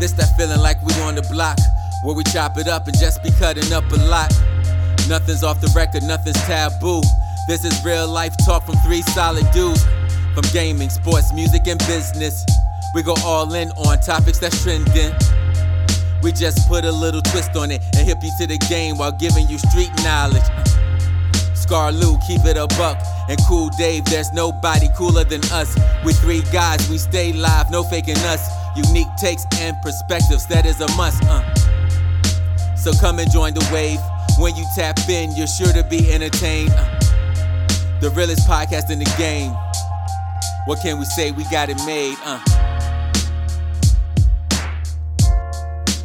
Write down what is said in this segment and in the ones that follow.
This that feeling like we on the block, where we chop it up and just be cutting up a lot. Nothing's off the record, nothing's taboo. This is real life talk from three solid dudes. From gaming, sports, music, and business. We go all in on topics that's trending. We just put a little twist on it and hip you to the game while giving you street knowledge. Scar Lou, keep it a buck. And Cool Dave, there's nobody cooler than us. We three guys, we stay live, no faking us. Unique takes and perspectives, that is a must, uh. So come and join the wave. When you tap in, you're sure to be entertained. uh. The realest podcast in the game. What can we say? We got it made, uh.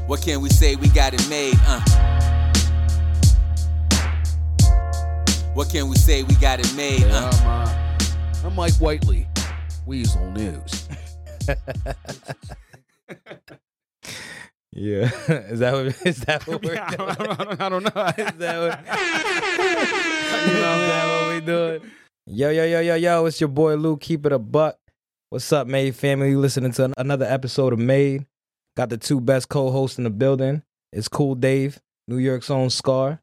What can we say? We got it made, uh. What can we say? We got it made, uh. Yeah, I'm, uh, I'm Mike Whiteley, Weasel News. Yeah. Is that what is that what we're Yeah, I, doing? don't, I don't- I don't know. Is that what, is that what we doing? Yo, yo, yo, yo, yo, it's your boy Lou. Keep it a buck. What's up, Made family? You listening to an- another episode of Made. Got the two best co-hosts in the building. It's Cool Dave, New York's own Scar.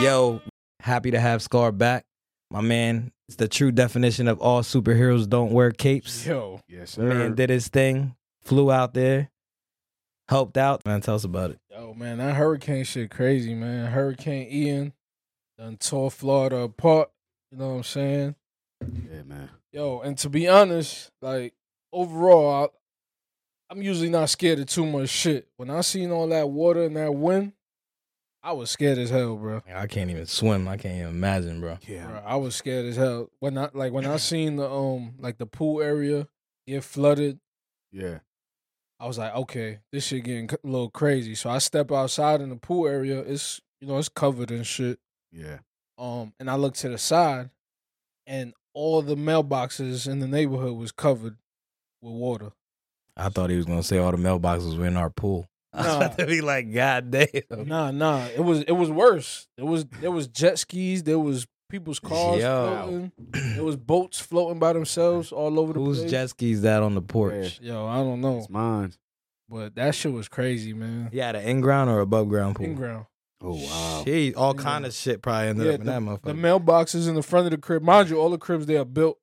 Yo, happy to have Scar back. My man, it's the true definition of all superheroes don't wear capes. Yo, yes, Man did his thing, flew out there, helped out. Man, tell us about it. yo, man, that hurricane shit crazy, man. Hurricane Ian done tore Florida apart. You know what I'm saying? Yeah, man. Yo, and to be honest, like overall, I, I'm usually not scared of too much shit. When I seen all that water and that wind, I was scared as hell, bro. I can't even swim. I can't even imagine, bro. Bro, I was scared as hell when I like when I seen the um like the pool area get flooded. Yeah. I was like, okay, this shit getting c- a little crazy. So I step outside in the pool area. It's you know it's covered and shit. Yeah. Um, and I look to the side, and all the mailboxes in the neighborhood was covered with water. I thought he was gonna say all the mailboxes were in our pool. I was Nah. about to be like, God damn. Nah, nah, it was it was worse. It was there was jet skis. There was people's cars Yo. floating. There was boats floating by themselves all over the Whose place. jet skis that on the porch? Yo, I don't know, It's mine. but that shit was crazy, man. He had an in ground or above ground pool. In ground. Oh wow. Shit, all Yeah. kind of shit probably ended Yeah, up in that motherfucker. The mailboxes in the front of the crib, mind you, all the cribs they are built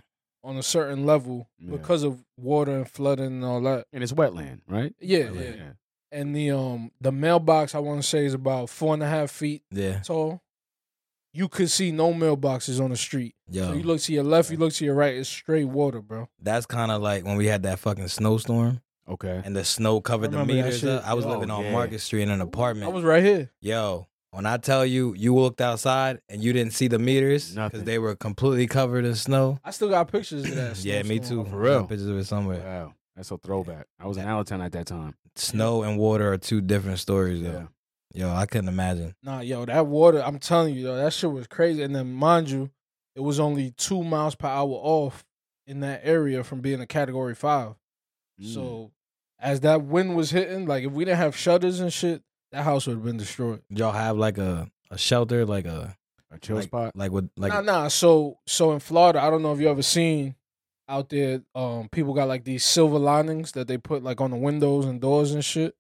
on a certain level Yeah. because of water and flooding and all that. And it's wetland, right? Yeah, yeah. Wetland, And the um the mailbox I want to say is about four and a half feet yeah, tall. You could see no mailboxes on the street. So you yo, look to your left, you look to your right, it's straight water, bro. that's kind of like when we had that fucking snowstorm Okay. and the snow covered the Remember that meters. shit? Up. I was Oh, living on yeah. Market Street in an apartment. I was right here. Yo, when I tell you, you looked outside and you didn't see the meters because Nothing. they were completely covered in snow. I still got pictures of that. yeah, me too. snowstorm. For real? Pictures of it somewhere. Wow. That's a throwback. I was in Allentown at that time. Snow and water are two different stories, though. Yo, I couldn't imagine. Nah, yo, that water, I'm telling you, yo, that shit was crazy. And then mind you, it was only two miles per hour off in that area from being a category five. Mm. So as that wind was hitting, like if we didn't have shutters and shit, that house would have been destroyed. Did y'all have like a, a shelter, like a a chill like, spot. like with like nah, nah. So so in Florida, I don't know if you ever seen out there, um, people got like these silver linings that they put like on the windows and doors and shit.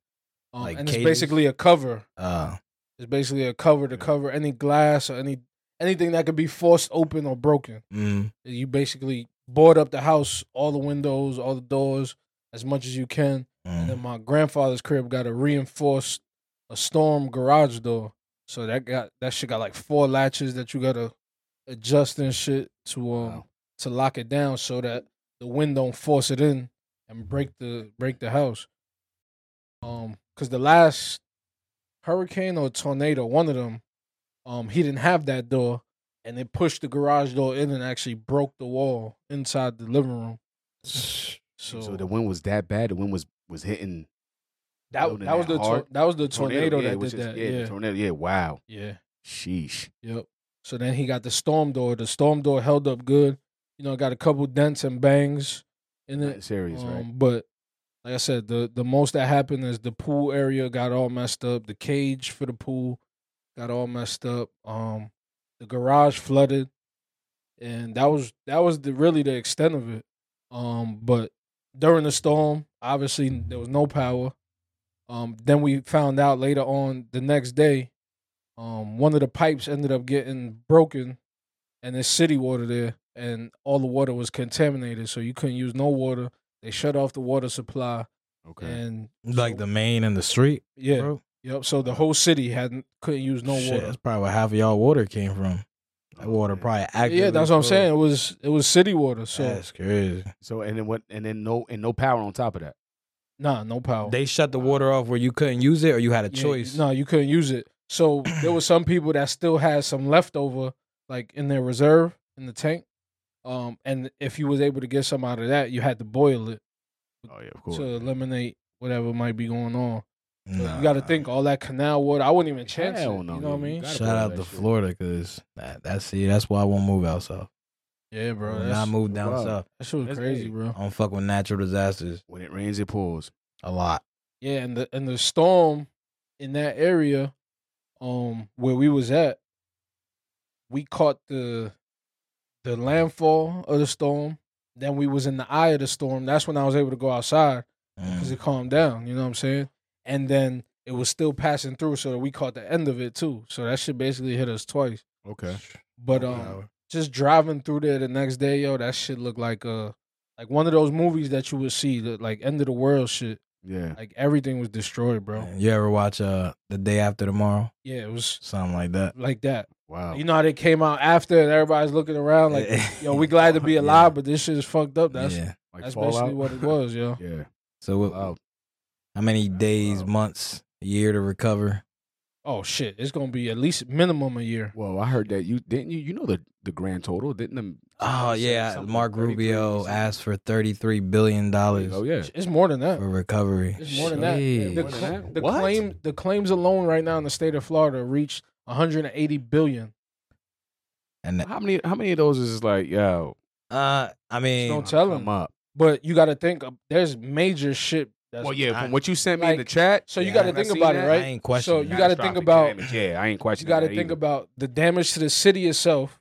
Um, Like and cages? it's basically a cover. uh It's basically a cover to Yeah. cover any glass or any anything that could be forced open or broken. mm, You basically board up the house, all the windows, all the doors, as much as you can. And mm. then my grandfather's crib got a reinforced a storm garage door. So that got that shit got like four latches that you gotta adjust and shit to um Wow. to lock it down so that the wind don't force it in and break the break the house. Um, cause the last hurricane or tornado, one of them, um, he didn't have that door, and it pushed the garage door in and actually broke the wall inside the living room. So, So, the wind was that bad. The wind was was hitting that, building that was that the tor- hard. that was the tornado, yeah, that which did is- that. Yeah, the Yeah, tornado. Yeah, wow. yeah, Sheesh. yep. So then he got the storm door. The storm door held up good. You know, got a couple dents and bangs in it. Not serious, Um, right? But like I said, the the most that happened is the pool area got all messed up. The cage for the pool got all messed up. Um, the garage flooded, and that was that was the really the extent of it. Um, but during the storm, obviously there was no power. Um, then we found out later on the next day, um, one of the pipes ended up getting broken, and there's city water there, and all the water was contaminated, so you couldn't use no water. They shut off the water supply, Okay. and Like the main and the street, yeah, bro. yep. So the whole city hadn't couldn't use no Shit, Oh, water. That's probably where half of y'all water came from. That water Okay. probably active. Yeah, that's what I'm saying. It was it was city water, so That's crazy. So and then what? And then no and no power on top of that. nah, no power. They shut the water off where you couldn't use it, or you had a Yeah, choice. No, you couldn't use it. So there were some people that still had some leftover, like in their reserve in the tank. Um, and if you was able to get some out of that, you had to boil it Oh yeah, of course. to eliminate whatever might be going on. But Nah. You got to think all that canal water. I wouldn't even chance Hell it. no, you know what I you mean? gotta- Shout out that to shit. Florida, cause that, that's see, that's why I won't move out south. Yeah, bro. When That's, I moved down wild. south, that shit was that's crazy, big. bro. I don't fuck with natural disasters When it rains, it pours. a lot. Yeah, and the and the storm in that area, um, where we was at, we caught the the landfall of the storm. Then we was in the eye of the storm. That's when I was able to go outside because Mm. it calmed down. You know what I'm saying? And then it was still passing through, so we caught the end of it too. So that shit basically hit us twice. Okay. But um, just driving through there the next day, yo, that shit looked like uh like one of those movies that you would see, the, like end of the world shit. Yeah. Like everything was destroyed, bro. You ever watch uh the day after tomorrow, Yeah, it was something like that? like that. Wow. You know how they came out after and everybody's looking around like, yo, we glad to be Yeah. alive, but this shit is fucked up. That's yeah. like that's Fallout? basically what it was, yo. yeah. So what, Wow. how many days, months, a year to recover? Oh shit, it's gonna be at least minimum a year. Well, I heard that you didn't you you know the the grand total didn't the Oh somebody said yeah, something Mark like 33 or Rubio something? asked for thirty three billion dollars Oh yeah. It's more than that. for recovery. It's more than that. The, More than cla- that? the What? claim the claims alone right now in the state of Florida reached 180 billion. And How many how many of those is like yo? uh, I mean, Don't tell come him. up. But you got to think uh, there's major shit. That's, Well, yeah. I- From what you sent me in the like- chat, So you Yeah, got to I think seen about it, that. right? I ainain't questioning. So that. you got to think Catastrophic about damage. Yeah, I ain't you questioning. got to that think either. about the damage to the city itself,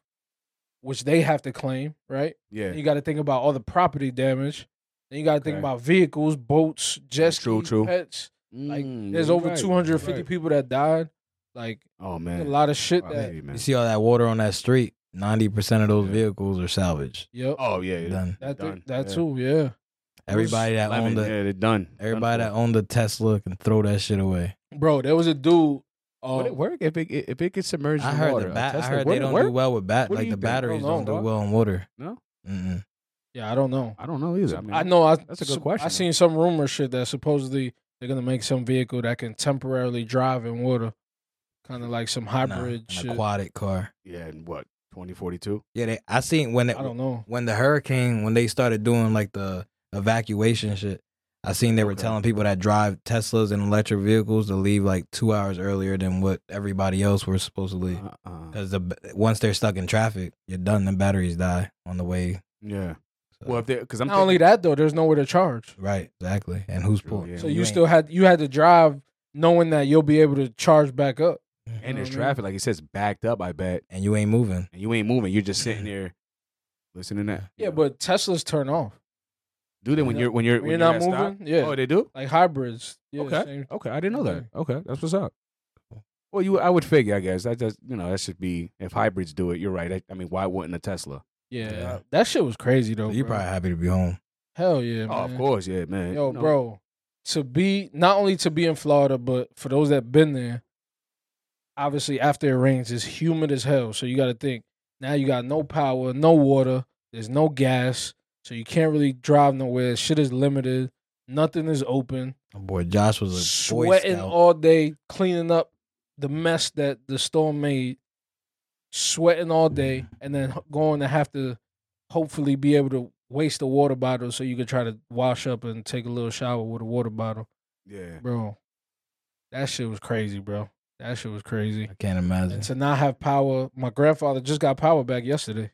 which they have to claim, right? Yeah. You got to think about all the property damage. Then you got to think Okay. about vehicles, boats, jet True, skis, true. pets. Like Mm, there's you over right, 250 you right. people that died. Like Oh a man. lot of shit Wow, that. hey, man. you see all that water on that street. Ninety percent of those Yeah. vehicles are salvaged. Yep. Oh yeah. yeah. Done. that done, thing, that yeah. too. Yeah. Everybody that Lemon, owned the yeah, they're done. everybody that done owned the Tesla can throw that shit away. Bro, there was a dude. for. Uh, would it work if it if it gets submerged? I in heard water, the a bat. I Tesla- heard would they it don't work? do well with bat. What do Like you the think? batteries Hold on, don't do dog. well in water. No? Mm-mm. yeah, I don't know. I don't know either. I, mean, I know. I, That's a good sup- I question, seen some rumor shit that supposedly they're gonna make some vehicle that can temporarily drive in water, kind of like some Nah, hybrid an shit. aquatic car. Yeah, in what 2042? Yeah, they, I seen when it, I don't know. when the hurricane when they started doing like the evacuation shit. I seen they were Okay. telling people that drive Teslas and electric vehicles to leave like two hours earlier than what everybody else were supposed to leave. Uh-uh. Because the b- once they're stuck in traffic, you're done. The batteries die on the way. Yeah. uh, So- Well, if because I'm Not only thinking- that though, there's nowhere to charge, right, exactly. And who's True, poor? yeah. so You you, still had you had to drive knowing that you'll be able to charge back up. and, and know there's what I mean? traffic, like it says, backed up. I bet, and you ain't moving. and you ain't moving. You're just sitting there listening to that. Yeah, but Teslas turn off. do they when Yeah. you're when you're When when you're not at stop? moving, yeah. Oh, they do. Like hybrids. Yeah, okay. Oh, same- Okay, I didn't know that. thing. Okay, that's what's up. Well, you, I would figure, I guess that just you know that should be if hybrids do it. You're right. I, I mean, why wouldn't a Tesla? Yeah. Yeah. That shit was crazy though. So you're bro. probably happy to be home. Hell yeah. Oh, of man. course, yeah, man. Yo, You know, bro, to be not only to be in Florida, but for those that been there, obviously after it rains, it's humid as hell. So you got to think now you got no power, no water, there's no gas, so you can't really drive nowhere. Shit is limited, nothing is open. My boy Josh was a boy Sweating scout. all day, cleaning up the mess that the storm made. Sweating all day, Mm. and then h- going to have to hopefully be able to waste a water bottle so you could try to wash up and take a little shower with a water bottle, Yeah. bro. That shit was crazy, bro. That shit was crazy. I can't And imagine. to not have power, my grandfather just got power back yesterday.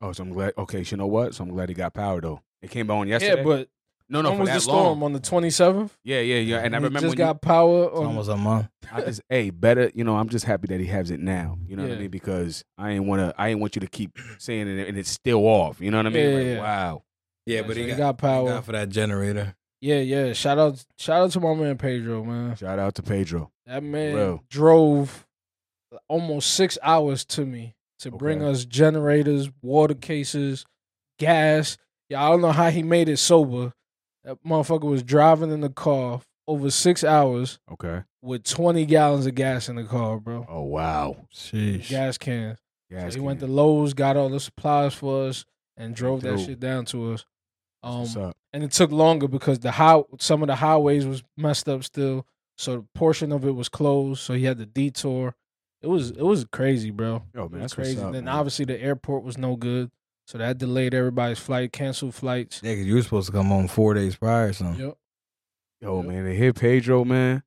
Oh, so I'm glad. Okay, so you know what? So I'm glad he got power though. It came on yesterday. Yeah, but no, no, when for was that the storm Long. on the twenty seventh? Yeah, yeah, yeah. And I remember just when got power. It's On, almost a month. you, I just, hey, better. You know, I'm just happy that he has it now. You know what Yeah. I mean? Because I ain't wanna, I ain't want you to keep saying it and it's still off. You know what I mean? Yeah, Like, yeah, yeah. Wow. Yeah, but So he got, power. God for that generator. yeah, yeah. Shout out, shout out to my man Pedro, man. Shout out to Pedro. That man Bro. drove almost six hours to me to bring Okay. us generators, water cases, gas. Yeah, I don't know how he made it sober. That motherfucker was driving in the car over six hours Okay. with 20 gallons of gas in the car, bro. Oh wow. Sheesh. Gas cans. Gas so he went to can. Lowe's, got all the supplies for us, and drove that through. shit down to us. That's Um, What's up? and it took longer because the how some of the highways was messed up still, so the portion of it was closed. So he had to detour. It was it was crazy, bro. Yo, man, It was that's crazy. What's up, and then man. obviously the airport was no good, so that delayed everybody's flight, canceled flights. Yeah, 'cause you were supposed to come home four days prior or something. Yep. Yo, Yep. man, they hit Pedro, man.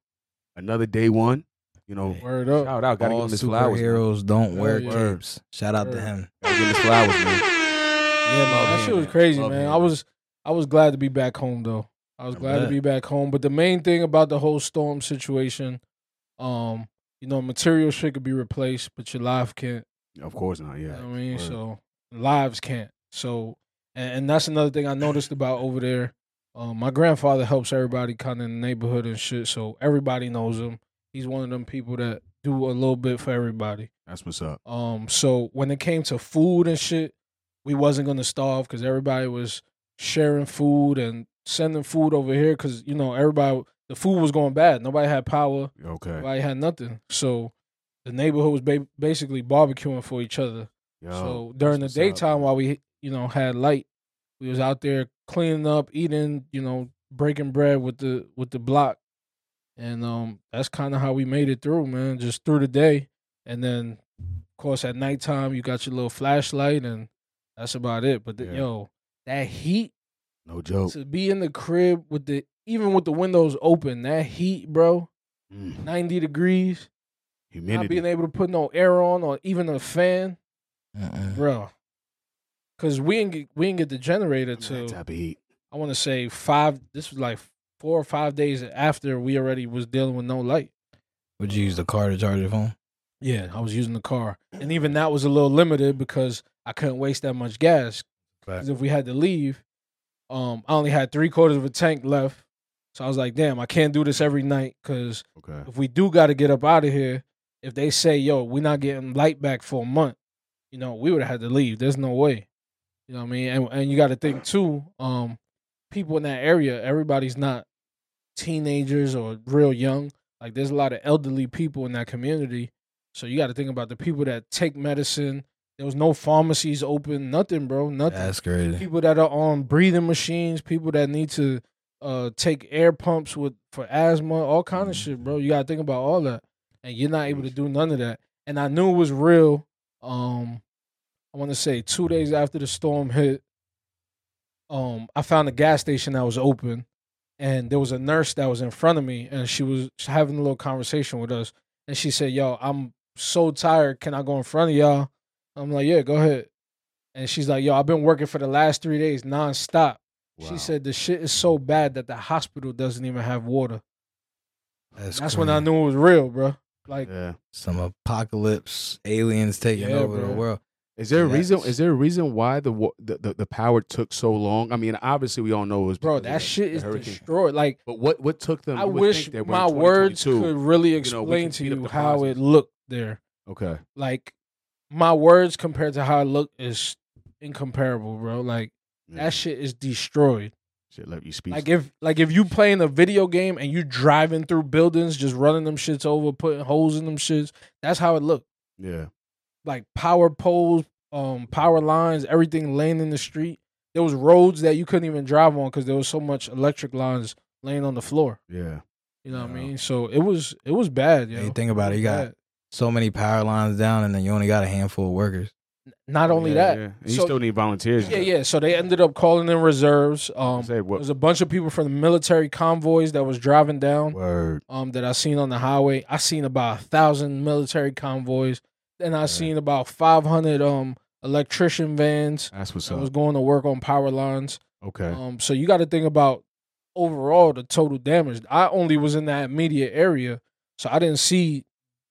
Another day one. You know, Word up. shout out. Gotta give All him his flowers. man. superheroes don't wear yeah. capes. Shout out to Word. him. Gotta give him his flowers, man. Yeah, man, that him, shit was man. crazy, Love man. him. I was I was glad to be back home though. I was I glad to bet. be back home. But the main thing about the whole storm situation, um, you know, material shit could be replaced, but your life can't. Of course not. Yeah. You know what I mean, Word. so lives can't. So, and, and that's another thing I noticed about over there. Um, my grandfather helps everybody kind of in the neighborhood and shit, so everybody knows him. He's one of them people that do a little bit for everybody. That's what's up. Um, so when it came to food and shit, we wasn't gonna starve because everybody was sharing food and sending food over here because you know everybody the food was going bad. Nobody had power. Okay. Nobody had nothing. So the neighborhood was ba- basically barbecuing for each other. Yo, so that's during the what's up, daytime, man. while we you know had light, we was out there cleaning up, eating, you know, breaking bread with the with the block, and um, that's kind of how we made it through, man. Just through the day, and then of course at nighttime you got your little flashlight, and that's about it. But the, Yeah. Oh. yo, that heat no joke. to be in the crib with the even with the windows open, that heat, bro, Mm. ninety degrees, not Humidity. being able to put no air on or even a fan Mm-mm. bro. Cause we didn't get, we didn't get the generator That to type of heat. I want to say five. This was like four or five days after we already was dealing with no light. Would you use the car to charge your phone? Yeah, I was using the car, and even that was a little limited because I couldn't waste that much gas. 'Cause if we had to leave, um, I only had three quarters of a tank left, so I was like, damn, I can't do this every night because Okay. if we do got to get up out of here, if they say, yo, we're not getting light back for a month, you know, we would have had to leave. There's no way. You know what I mean? And, and you got to think too, um, people in that area, everybody's not teenagers or real young. Like there's a lot of elderly people in that community. So you got to think about the people that take medicine. There was no pharmacies open, nothing, bro, nothing That's crazy. people that are on breathing machines, people that need to uh take air pumps with for asthma, all kind of shit, bro. You gotta think about all that, and you're not able to do none of that. And I knew it was real. Um, I want to say two days after the storm hit, um, I found a gas station that was open, and there was a nurse that was in front of me, and she was having a little conversation with us, and she said, "Yo, I'm so tired. Can I go in front of y'all?" I'm like, "Yeah, go ahead." And she's like, "Yo, I've been working for the last three days nonstop." Wow. She said the shit is so bad that the hospital doesn't even have water. That's, That's when I crazy. knew it was real, bro. Like, Yeah. some apocalypse aliens taking Yeah, over the bro. world. Is there a reason? That's- Is there a reason why the, wa- the the the power took so long? I mean, obviously we all know it was bro, because of that the- shit the is hurricane. destroyed. Like, But what what took them? I you would wish think that we're my in words 2022. could really we explain can to speed up you the how process. it looked there. Okay. Like, my words compared to how it looked is incomparable, bro. Like, Yeah. that shit is destroyed. shit left you speak. Like if like if you playing a video game and you driving through buildings, just running them shits over, putting holes in them shits. That's how it looked. yeah. Like power poles, um, power lines, everything laying in the street. There was roads that you couldn't even drive on because there was so much electric lines laying on the floor. Yeah. You know what I Yeah. mean? So it was it was bad. Yo. Hey, think about it. You got Bad. so many power lines down, and then you only got a handful of workers. not only Yeah, that. yeah. And you So- still need volunteers. Yeah, yeah. So they ended up calling in reserves. Um, Say there what? was a bunch of people from the military convoys that was driving down. Word. um, that I seen on the highway. I seen about a thousand military convoys, and I seen about five hundred um electrician vans That's what's that was up. going to work on power lines. Okay. Um, so you got to think about overall the total damage. I only was in that immediate area, so I didn't see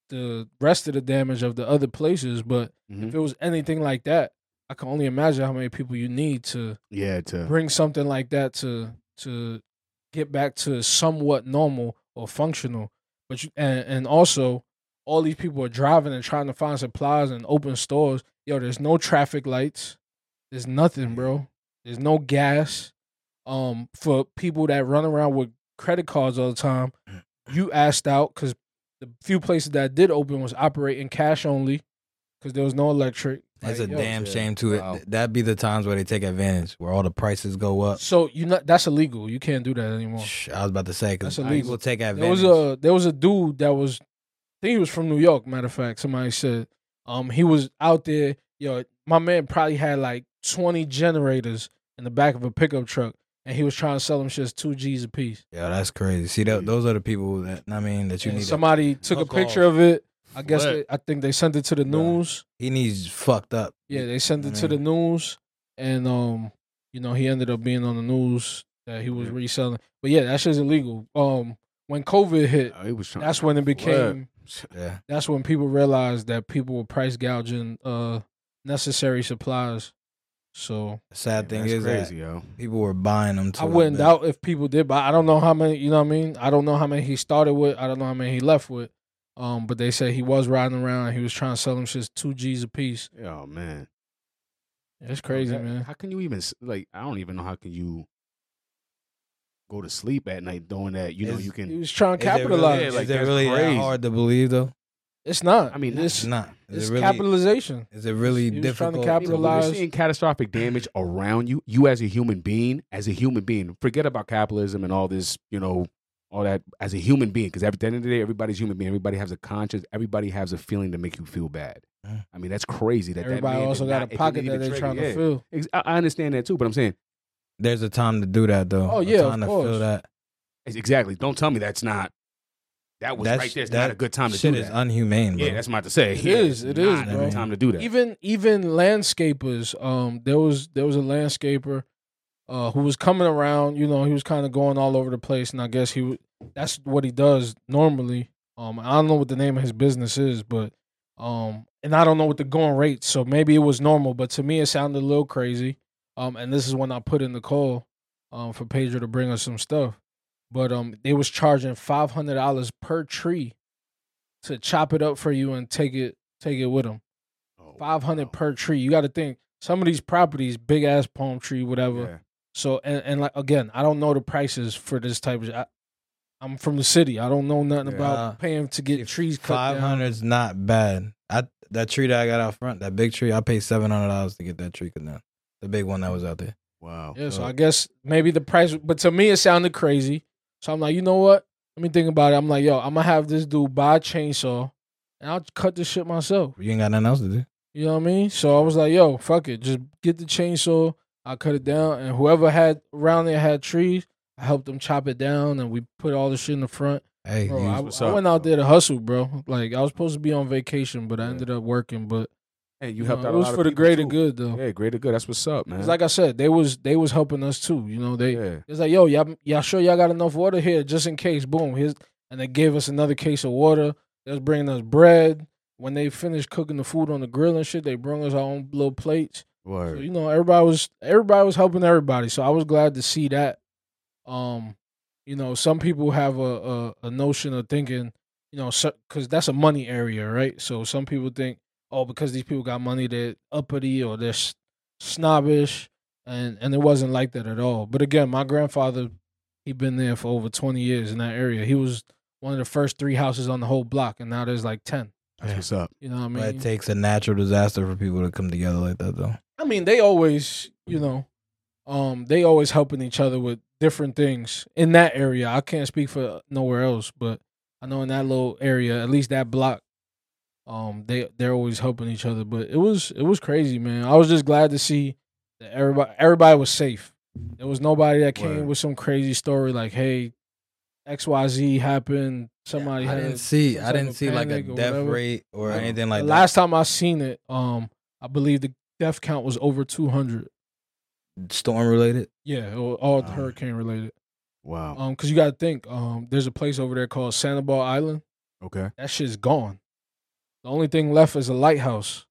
the rest of the damage of the other places. But Mhm. if it was anything like that, I can only imagine how many people you need to Yeah, to bring something like that to to get back to somewhat normal or functional. But you and, and also all these people are driving and trying to find supplies and open stores. Yo, there's no traffic lights. There's nothing, bro. There's no gas. Um, for people that run around with credit cards all the time, you asked out because the few places that did open was operating cash only because there was no electric. That's Like, a yo, damn yeah. shame to it. Wow. Th- That'd be the times where they take advantage, where all the prices go up. So you know that's illegal. You can't do that anymore. Shh, I was about to say because That's illegal. people take There advantage. was uh, a there was a dude that was, I think he was from New York. Matter of fact, somebody said, um, he was out there. Yo, my man probably had like twenty generators in the back of a pickup truck, and he was trying to sell them shits two G's a piece. yeah, that's crazy. See, tho- those are the people that I mean that you And need. to- somebody took a Fuck picture off. of it. I guess What? they, I think they sent it to the Nah. news. he needs fucked up. Yeah, they sent it I to the news, and um, you know, he ended up being on the news that he was Yeah. reselling. But yeah, that shit's illegal. Um, when COVID hit, it Oh, was Uh, trying that's when it became. Yeah, that's when people realized that people were price gouging uh necessary supplies. So the sad thing that's is uh, crazy, yo. that people were buying them. To I wouldn't out. doubt if people did, but I don't know how many. You know what I mean? I don't know how many he started with. I don't know how many he left with. Um, but they said he was riding around. And he was trying to sell them shits two G's a piece. Oh man, It's crazy, That- man. How can you even s- like? I don't even know how can you go to sleep at night doing that. You know, Is- you He can. was trying to Is it really- capitalize. Yeah, like, is it that's really that crazy. hard to believe though? it's not. I mean, it's It's not. Is it's it really? capitalization. is it really He was trying difficult? to People, when capitalize. You're seeing catastrophic damage around you. You as a human being, as a human being, forget about capitalism and all this. You know, all that as a human being, because at the end of the day, everybody's human being. Everybody has a conscience. Everybody has a feeling to make you feel bad. Mm. I mean, that's crazy. That that Everybody man also did got not- it a didn't pocket even that they're trigger. trying Yeah. to fill. Ex- I I understand that too, but I'm saying There's a time to do that though. Oh, A yeah, of time to course. feel that. ex- exactly. Don't tell me that's not. That was That's- right there. It's that not a good time to Shit do is that. unhumane, bro. Yeah, that's about to say. It yeah, is, It it is, is. bro. time to do that. Even even landscapers. Um, there was there was a landscaper, uh, who was coming around. You know, he was kind of going all over the place, and I guess he w- that's what he does normally. Um, I don't know what the name of his business is, but um, and I don't know what the going rate. So maybe it was normal, but to me it sounded a little crazy. Um, and this is when I put in the call, um, for Pedro to bring us some stuff. But um, they was charging five hundred dollars per tree to chop it up for you and take it take it with them Oh, five hundred wow. per tree. You got to think some of these properties, big ass palm tree, whatever. Yeah. So and, and like again, I don't know the prices for this type of. I, I'm from the city. I don't know nothing Uh, Yeah. about paying to get trees cut Five down. hundred's not bad. I that tree that I got out front, that big tree, I paid seven hundred dollars to get that tree cut down. The big one that was out there. Wow. Yeah, so Uh, I guess maybe the price, but to me it sounded crazy. So I'm like, you know what? Let me think about it. I'm like, yo, I'm gonna have this dude buy a chainsaw, and I'll cut this shit myself. You ain't got nothing else to do. You know what I mean? So I was like, yo, fuck it. Just get the chainsaw. I cut it down. And whoever had around there had trees, I helped them chop it down and we put all the shit in the front. Hey, Bro, you- I, what's I up, went out bro. there to hustle, bro. Like I was supposed to be on vacation, but I Yeah. ended up working. But And you helped know, out. It a was lot of for the people, greater too. good though. Yeah, greater good. That's what's up, man. It's like I said, they was they was helping us too. You know, they yeah. it's like, yo, y'all, y'all sure y'all got enough water here just in case? Boom. Here's, and they gave us another case of water. They was bringing us bread. When they finished cooking the food on the grill and shit, they brought us our own little plates. So, Word. you know, everybody was everybody was helping everybody. So I was glad to see that. Um, you know, some people have a a, a notion of thinking, you know, because that's a money area, right? So some people think, oh, because these people got money, they're uppity or they're s- snobbish, and and it wasn't like that at all. But again, my grandfather, he been there for over twenty years in that area. He was one of the first three houses on the whole block, and now there's like ten. That's what's up. You know what I mean? but it takes a natural disaster for people to come together like that though. I mean, they always, you know, um, they always helping each other with different things in that area. I can't speak for nowhere else, but I know in that little area, at least that block, um, they they're always helping each other. But it was it was crazy, man. I was just glad to see that everybody everybody was safe. There was nobody that came Word. with some crazy story like, hey, X Y Z happened. Somebody I had didn't see. some I type didn't of see like a panic or death whatever. rate or No. anything like the that. last time I seen it, um, I believe the death count was over two hundred. storm related. Yeah, or all Wow. hurricane related. Wow. Um, cause you gotta think, um, there's a place over there called Sanibel Island. okay. That shit's gone. The only thing left is a lighthouse.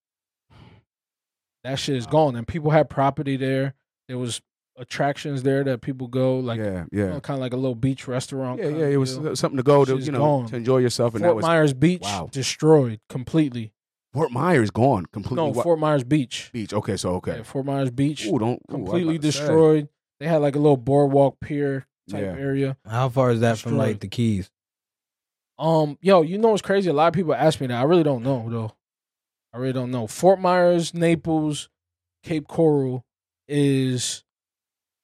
That shit is gone. And people had property there. There was attractions there that people go like yeah, yeah, kind of like a little beach restaurant. yeah, kinda yeah. It was deal. uh, something to go to, She's you know, gone. to enjoy yourself. And that Fort was Myers Beach wow. destroyed completely. Fort Myers gone completely. No, wa- Fort Myers Beach. Beach. Okay, so okay. Yeah, Fort Myers Beach Ooh, don't ooh, I was about completely to say. destroyed. They had like a little boardwalk pier type Yeah. area. How far is that from like Destroyed. the keys? Um, yo, you know what's crazy? A lot of people ask me that. I really don't know though. I really don't know. Fort Myers, Naples, Cape Coral is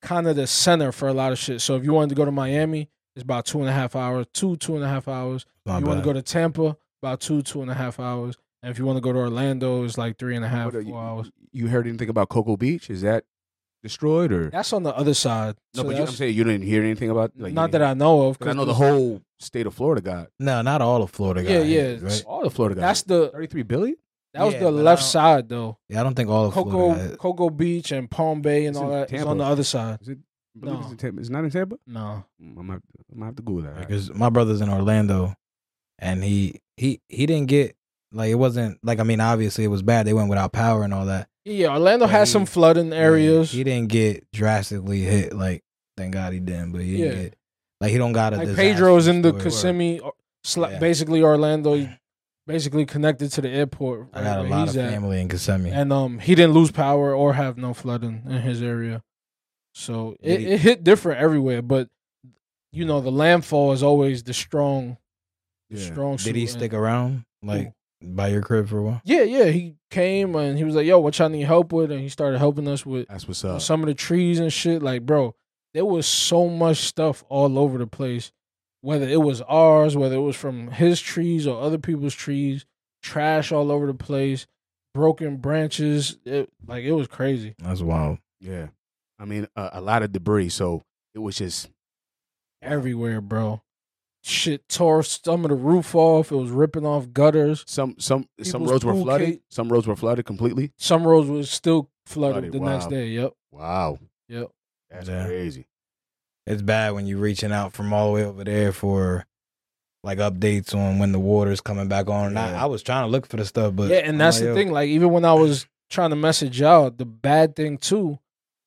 kind of the center for a lot of shit. So if you wanted to go to Miami, it's about two and a half hours, two two and a half hours. My If you want to bad. go to Tampa, about two two and a half hours. And if you want to go to Orlando, it's like three and a half What are you- four hours. You heard anything about Cocoa Beach? Is that destroyed or That's on the other side. no? So but you, I'm that's- saying you didn't hear anything about. Like, not that I know of. I, I know the there's- whole state of Florida got No, not all of Florida. Got Yeah, it, yeah, Right? it's- all the Florida got. That's the thirty-three billion. that was Yeah, the but I left don't- side though. Yeah, I don't think all of Florida. got Cocoa it. Cocoa Beach and Palm Bay and It's all in that is Tampa. on the other side. Is it? I believe it's, No. in Tampa. it's not in Tampa. No. Mm, I'm gonna, I'm gonna have to Google that. Because my brother's in Orlando, and he he he didn't get like it wasn't like I mean obviously it was bad. They went without power and all that. Yeah, Orlando But has he- some flooding areas. He didn't get drastically hit. Like thank God he didn't, but he didn't Yeah. get like he don't got a. like disaster Pedro's in the story. Kissimmee, or- sla- Yeah. basically Orlando, he basically connected to the airport. I got a where lot of he's at. family in Kissimmee. and um, he didn't lose power or have no flooding in his area. So it, Yeah, he- it hit different everywhere, but you know the landfall is always the strong, the Yeah. strong. Did he suit. stick around like by your crib for a while? Yeah, yeah. He came and he was like, "Yo, what y'all need help with?" And he started helping us with That's what's with up. some of the trees and shit. Like, bro, there was so much stuff all over the place. Whether it was ours, whether it was from his trees or other people's trees, trash all over the place, broken branches. It, like it was crazy. That's wild. Yeah, I mean uh, a lot of debris. So it was just Everywhere, bro. Shit tore some of the roof off. It was ripping off gutters. some some some People's roads were pool flooded. cake- Some roads were flooded completely. Some roads was still flooded, Flooded, the next wow. day. Yep. Wow, Yep. that's Yeah. crazy. It's bad when you're reaching out from all the way over there for like updates on when the water's coming back on. And I, Yeah. I was trying to look for the stuff, but yeah, and I'm that's like, the yo, thing. Like even when I was trying to message y'all, the bad thing too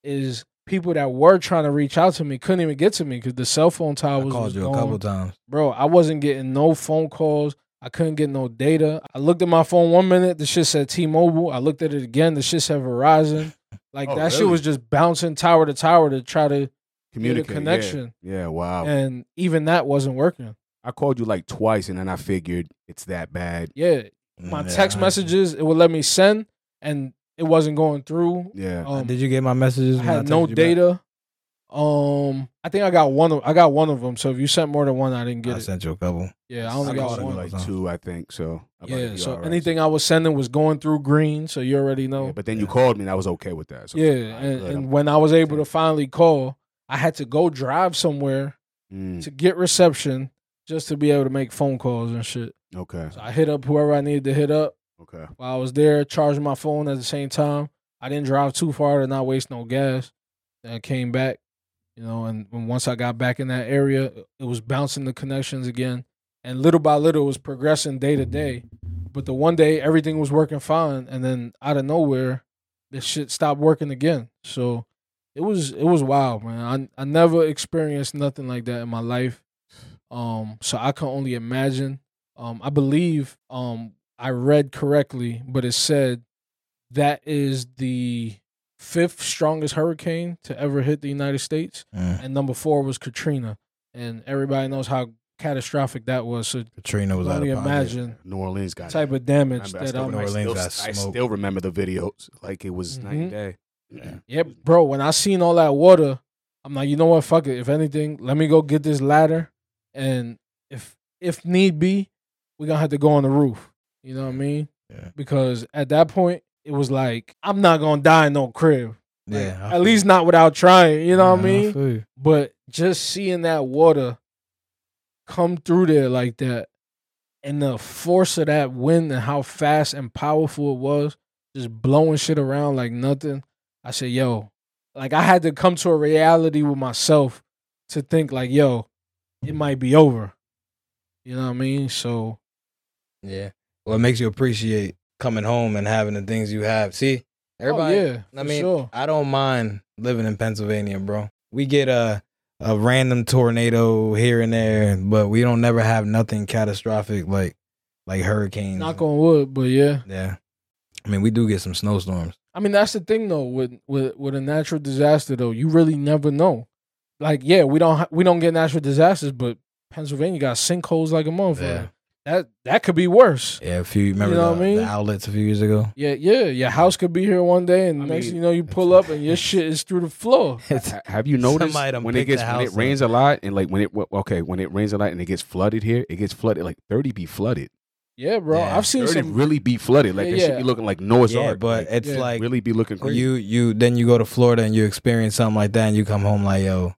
is people that were trying to reach out to me couldn't even get to me because the cell phone I tower was, called was you a gone. couple times. Bro, I wasn't getting no phone calls. I couldn't get no data. I looked at my phone one minute, the shit said T-Mobile. I looked at it again, the shit said Verizon. Like Oh, that shit really? was just bouncing tower to tower to try to, Communicate yeah. connection. Yeah, wow. and even that wasn't working. I called you like twice, and then I figured it's that bad. Yeah, my text messages it would let me send, and it wasn't going through. Yeah, Um, Did you get my messages? I when had texted no you back? data. Um, I think I got one. Of, I got one of them. So if you sent more than one, I didn't get I it. sent you a couple. Oh, yeah, I I only called got you one. like two, I think. So I might yeah, be so all right. anything I was sending was going through green. So you already know. Yeah, Yeah, but then you called me, and I was okay with that. So all right, and, good. and I'm- when I was able to Yeah. finally call, I had to go drive somewhere Mm, to get reception just to be able to make phone calls and shit. okay, So I hit up whoever I needed to hit up okay, while I was there, charging my phone at the same time. I didn't drive too far to not waste no gas. And I came back, you know, and, and once I got back in that area, it was bouncing the connections again. And little by little, it was progressing day to day. But the one day, everything was working fine, and then out of nowhere, this shit stopped working again. So it was it was wild, man. I I never experienced nothing like that in my life. Um, so I can only imagine. Um, I believe um I read correctly, but it said that is the fifth strongest hurricane to ever hit the United States, Mm. and number four was Katrina, and everybody knows how catastrophic that was. So Katrina was can out of only pocket. imagine New Orleans got type it. of damage Remember, I that still, I'm. remember- I New Orleans got still- I smoked. still remember the videos. Like it was night Mhm. and day. Yep, bro. When I seen all that water, I'm like, you know what? Fuck it. If anything, let me go get this ladder, and if if need be, we gonna have to go on the roof. You know what I mean? Yeah. Because at that point, it was like I'm not gonna die in no crib. Like, Yeah, I at feel least not without trying. You know what I Yeah, mean? feel you. But just seeing that water come through there like that and the force of that wind and how fast and powerful it was, just blowing shit around like nothing. I said, yo, like I had to come to a reality with myself to think like, yo, it might be over. You know what I mean? So oh, Yeah. Well, it makes you appreciate coming home and having the things you have. See, Everybody, Oh, yeah, I for mean, sure. I don't mind living in Pennsylvania, bro. We get a a random tornado here and there, but we don't never have nothing catastrophic like like hurricanes. Knock on wood, but yeah. yeah. I mean, we do get some snowstorms. I mean, that's the thing though with with with a natural disaster though. You really never know. Like, yeah, we don't ha- we don't get natural disasters, but Pennsylvania got sinkholes like a motherfucker. Yeah. That that could be worse. Yeah, if you remember the, know what I mean? the outlets a few years ago. Yeah, yeah. Your house could be here one day, and I next mean- thing you know, you pull up and your shit is through the floor. Ha- Have you noticed Somebody done when it picked gets the when it house rains a lot and like when it well, okay when it rains a lot and it gets flooded here it gets flooded like thirty be flooded Yeah, bro. Yeah. I've seen thirty some. really be flooded like Yeah, it yeah. should be looking like Noah's yeah, Ark but like, it's yeah. like really be looking crazy you you then you go to Florida and you experience something like that, and you come home like, yo,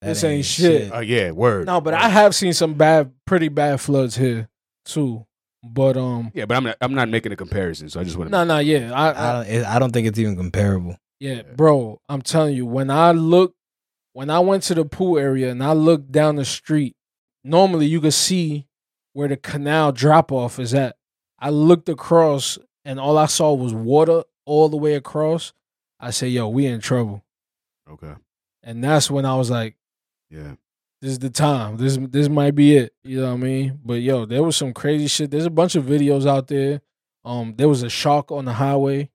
that This ain't shit. oh yeah word no, but I have seen some bad, pretty bad floods here too. But um, yeah but I'm not I'm not making a comparison so I just want no, no, yeah, I, I I don't, it, I don't think it's even comparable. Yeah, bro, I'm telling you, when I look, when I went to the pool area and I looked down the street, normally you could see where the canal drop off is at. I looked across and all I saw was water all the way across. I said, yo, we in trouble. okay And that's when I was like, yeah this is the time. This this might be it. You know what I mean? But yo, there was some crazy shit. There's a bunch of videos out there. Um, there was a shark on the highway.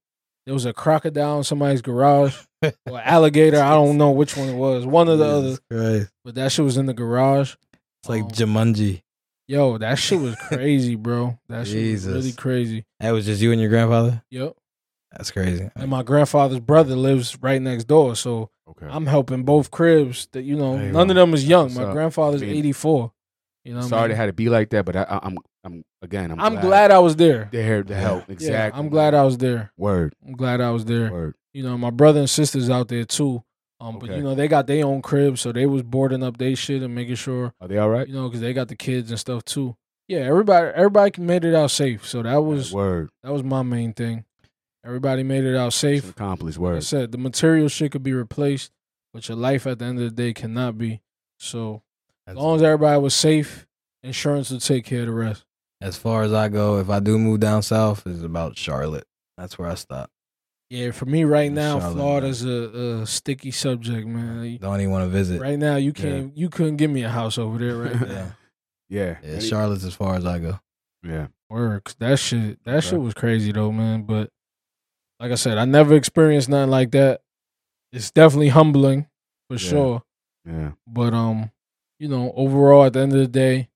There was a crocodile in somebody's garage or alligator. I don't know which one it was. One or the other. Jesus Christ. But that shit was in the garage. It's like Um, Jumanji. Yo, that shit was crazy, bro. That shit Jesus. was really crazy. That was just you and your grandfather. Yep. That's crazy. And my grandfather's brother lives right next door, so okay I'm helping both cribs. That you know, Hey, none of man. them is young. What's My up? grandfather's Big. 84. You know, what I sorry mean? it had to be like that but I, I, I'm I'm again I'm I'm glad I was there. there to Yeah. help Yeah, Yeah, exactly I'm glad I was there. word I'm glad I was there. word You know, my brother and sisters out there too. Um, but you Okay. know, they got their own crib, so they was boarding up their shit and making sure are they all right you know because they got the kids and stuff too. Yeah, everybody, everybody made it out safe. So that was word that was my main thing. Everybody made it out Mission safe. accomplished Like I word said the material shit could be replaced, but your life at the end of the day cannot be. So as That's- long as everybody was safe, insurance will take care of the rest. As far as I go, if I do move down south, it's about Charlotte. That's where I stop. Yeah, for me right In now, Charlotte, man. Florida's a, a sticky subject, man. Like, Don't even want to visit. Right now, you can't. You couldn't give me a house over there, right? now. Yeah. yeah yeah, Charlotte's as far as I go. yeah Works. That shit. That Okay. shit was crazy though, man. But like I said, I never experienced nothing like that. It's definitely humbling, for Yeah. sure. yeah But um, you know, overall, at the end of the day,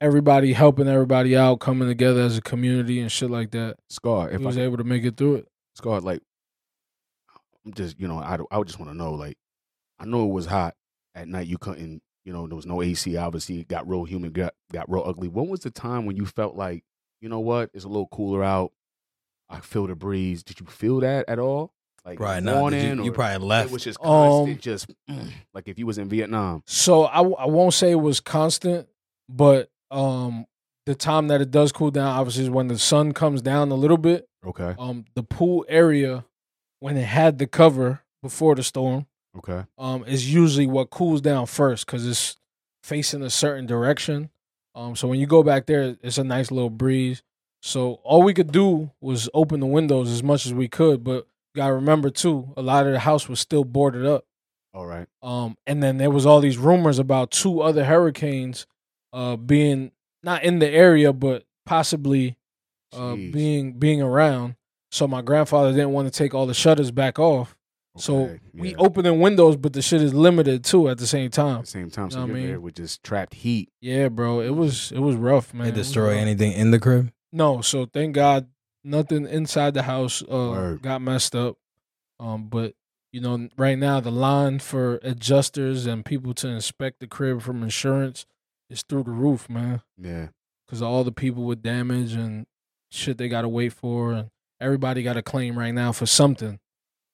everybody helping everybody out, coming together as a community and shit like that. scar if we I was able to make it through it. Scott, like, I'm just, you know, I, I would just want to know, like, I know it was hot at night. You couldn't, you know, there was no AC. Obviously, it got real humid, got, got real ugly. When was the time when you felt like, you know what, it's a little cooler out? I feel the breeze. Did you feel that at all? Like Right now, morning, you, you or probably it left. was just Um, constant, just mm, like if you was in Vietnam. So I, w- I won't say it was constant, but um, the time that it does cool down, obviously, is when the sun comes down a little bit. Okay, um the pool area when it had the cover before the storm okay, um is usually what cools down first because it's facing a certain direction um so when you go back there it's a nice little breeze so all we could do was open the windows as much as we could but you gotta remember too a lot of the house was still boarded up all right. um, and then there was all these rumors about two other hurricanes uh, being not in the area, but possibly uh, Jeez. being being around. So my grandfather didn't want to take all the shutters back off. So okay, We yeah. opening windows, but the shit is limited too. At the same at time, the same time. So know what I you're mean? there with just trapped heat. yeah, bro, it was it was rough, man. they It was destroy rough. anything in the crib. No, so thank God nothing inside the house uh, Word. got messed up. Um, but you know, right now the line for adjusters and people to inspect the crib from insurance is through the roof, man. Yeah, Because all the people with damage and shit they gotta wait for, and everybody got a claim right now for something,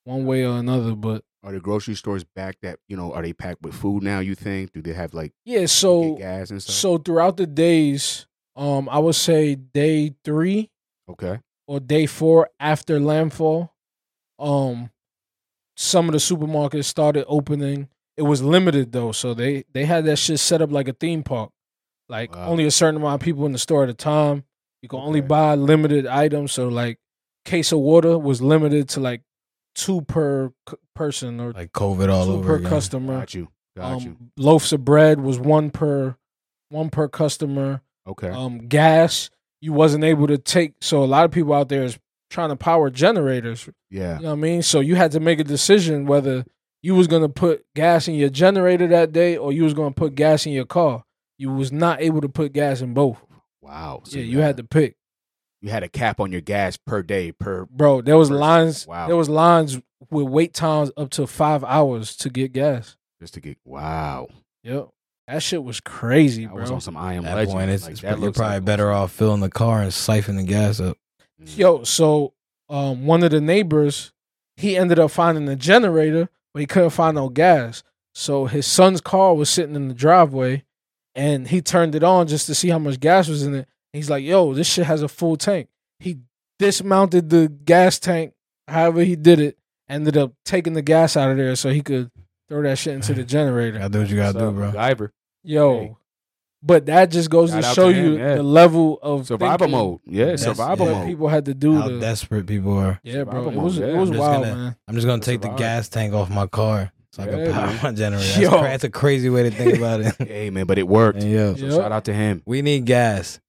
one way or another. But are the grocery stores back? That you know, are they packed with food now? You think? Do they have like yeah, you so get gas and stuff. so throughout the days, um, I would say day three, okay, or day four after landfall, um, some of the supermarkets started opening. It was limited though, so they they had that shit set up like a theme park, like Wow. only a certain amount of people in the store at a time. You can only Okay. buy limited items, so like case of water was limited to like two per c- person or Like COVID all two over per again. customer. Got you. Got you. Um, loaves of bread was one per one per customer. Okay. Um, gas you wasn't able to take. So a lot of people out there is trying to power generators. yeah. You know what I mean? So you had to make a decision whether you was gonna put gas in your generator that day or you was gonna put gas in your car. You was not able to put gas in both. Wow. So yeah, you had to pick, you had a cap on your gas per day per bro. There was Person. lines. Wow. There was lines with wait times up to five hours to get gas. just to get. Wow. Yep, that shit was crazy, I bro. was on some I am At that legend. point, it's, Like, it's- that you're looks like probably most- better off filling the car and siphoning the gas up. Mm. Yo, so um, one of the neighbors, he ended up finding a generator, but he couldn't find no gas. So his son's car was sitting in the driveway, and he turned it on just to see how much gas was in it. He's like, "Yo, this shit has a full tank." He dismounted the gas tank, however he did it. Ended up taking the gas out of there so he could throw that shit into the generator. Gotta do what you gotta What's do, up, bro. MacGyver. Yo, Hey. but that just goes Shout to out show to him, you yeah. the level of Survival thinking mode. Yeah, That's- survival yeah. that mode. people had to do. How to, desperate people are. Yeah, bro. Survival It was mode, it yeah. was I'm just wild, gonna- man. I'm just gonna That's take the survival. gas tank off my car so I can Yeah, power man. my generator. That's, Yo. cra- that's a crazy way to think about it. hey man, but it worked. And yo, So Yeah. shout out to him. we need gas.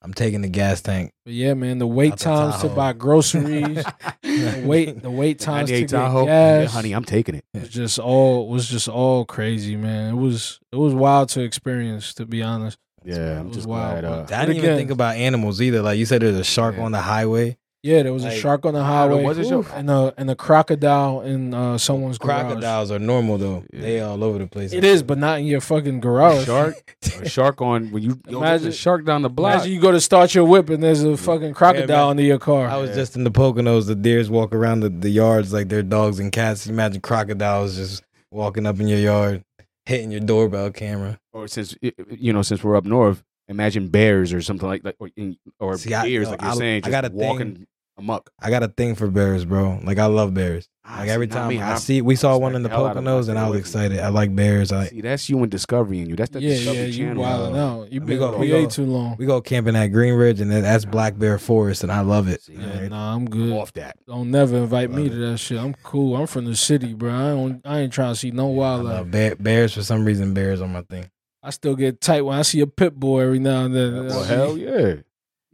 I'm taking the gas tank. But yeah, man, the wait Out the times to Tahoe. buy groceries, the wait, the wait times to 98 get Tahoe. Yeah, gas, honey, I'm taking it. was just all was just all crazy, man. It was it was wild to experience, to be honest. Yeah, I'm was just wild, glad. bro. Uh, I didn't even again- think about animals either. Like you said, there's a shark Yeah. on the highway. Yeah, there was Like, a shark on the God, it highway, wasn't your- and a and a crocodile in uh, someone's garage. Crocodiles are normal though. Yeah. They all over the place. It is, but not in your fucking garage. shark, a shark on when you yo, there's Imagine- a shark down the block. Imagine you go to start your whip and there's a fucking crocodile man. under your car. I was just in the Poconos. The deers walk around the, the yards like they're dogs and cats. Imagine crocodiles just walking up in your yard, hitting your doorbell camera. or since y- y- you know, since we're up north, imagine bears or something like that, or, in- or See, I- bears, yo, like you're I- saying, just I got a walking thing. amok. I got a thing for bears, bro. Like I love bears. Ah, Like see, every not time me. I I'm- see, we saw respect one in the the hell out of them. I Poconos, stay and I away was from them. excited. I like bears. I see, that's you and Discovery in you. That's that yeah, Discovery yeah, you Channel. wilding uh, out. You've we been go- we PA go- too long. we go camping at Green Ridge, and then that's Black Bear Forest, and I love it. See, Yeah, Like, nah, I'm I'm good. off that. Don't never invite me Love to that shit. I'm cool. I'm from the city, bro. I don't. I ain't trying to see no I wildlife. love bear, bears for some reason. Bears on my thing. I still get tight when I see a pit bull every now and then. Well, hell yeah.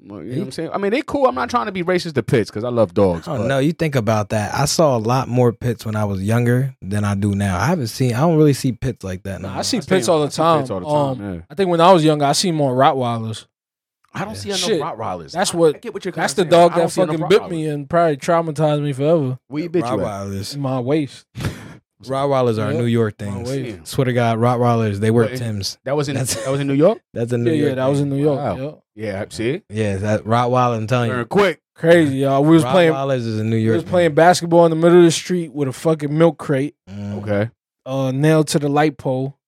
Well, You know what I'm saying? I mean, they cool. I'm not trying to be racist to pits because I love dogs. Oh but- no, you think about that. I saw a lot more pits when I was younger than I do now. I haven't seen. I don't really see pits like that. no Nah, I more. see stay- pits all the I see time. Pits all the Um, time. yeah. I think when I was younger, I seen more Rottweilers. I don't Yeah. see enough Shit. Rottweilers. That's I- what- I get what you're kinda That's the saying. dog I don't that see enough fucking bit Rottweilers. me and probably traumatized me forever. Where you bit you at? It's Rottweilers. my waist. Rottweilers are Yeah. New York My things. waist. Damn. Swear to God, Rottweilers. They wear Wait. Tims. That was in That's- that was in New York. That's a New Yeah, York. yeah, that was in New York. Wow. Yep. Yeah, see, thing. Yeah, that Rottweiler. I'm telling Turn you. quick. Crazy, y'all. We was playing. Rottweilers is a New We York. was playing basketball in the middle of the street with a fucking milk crate. thing. Mm. Okay, uh, nailed to the light pole,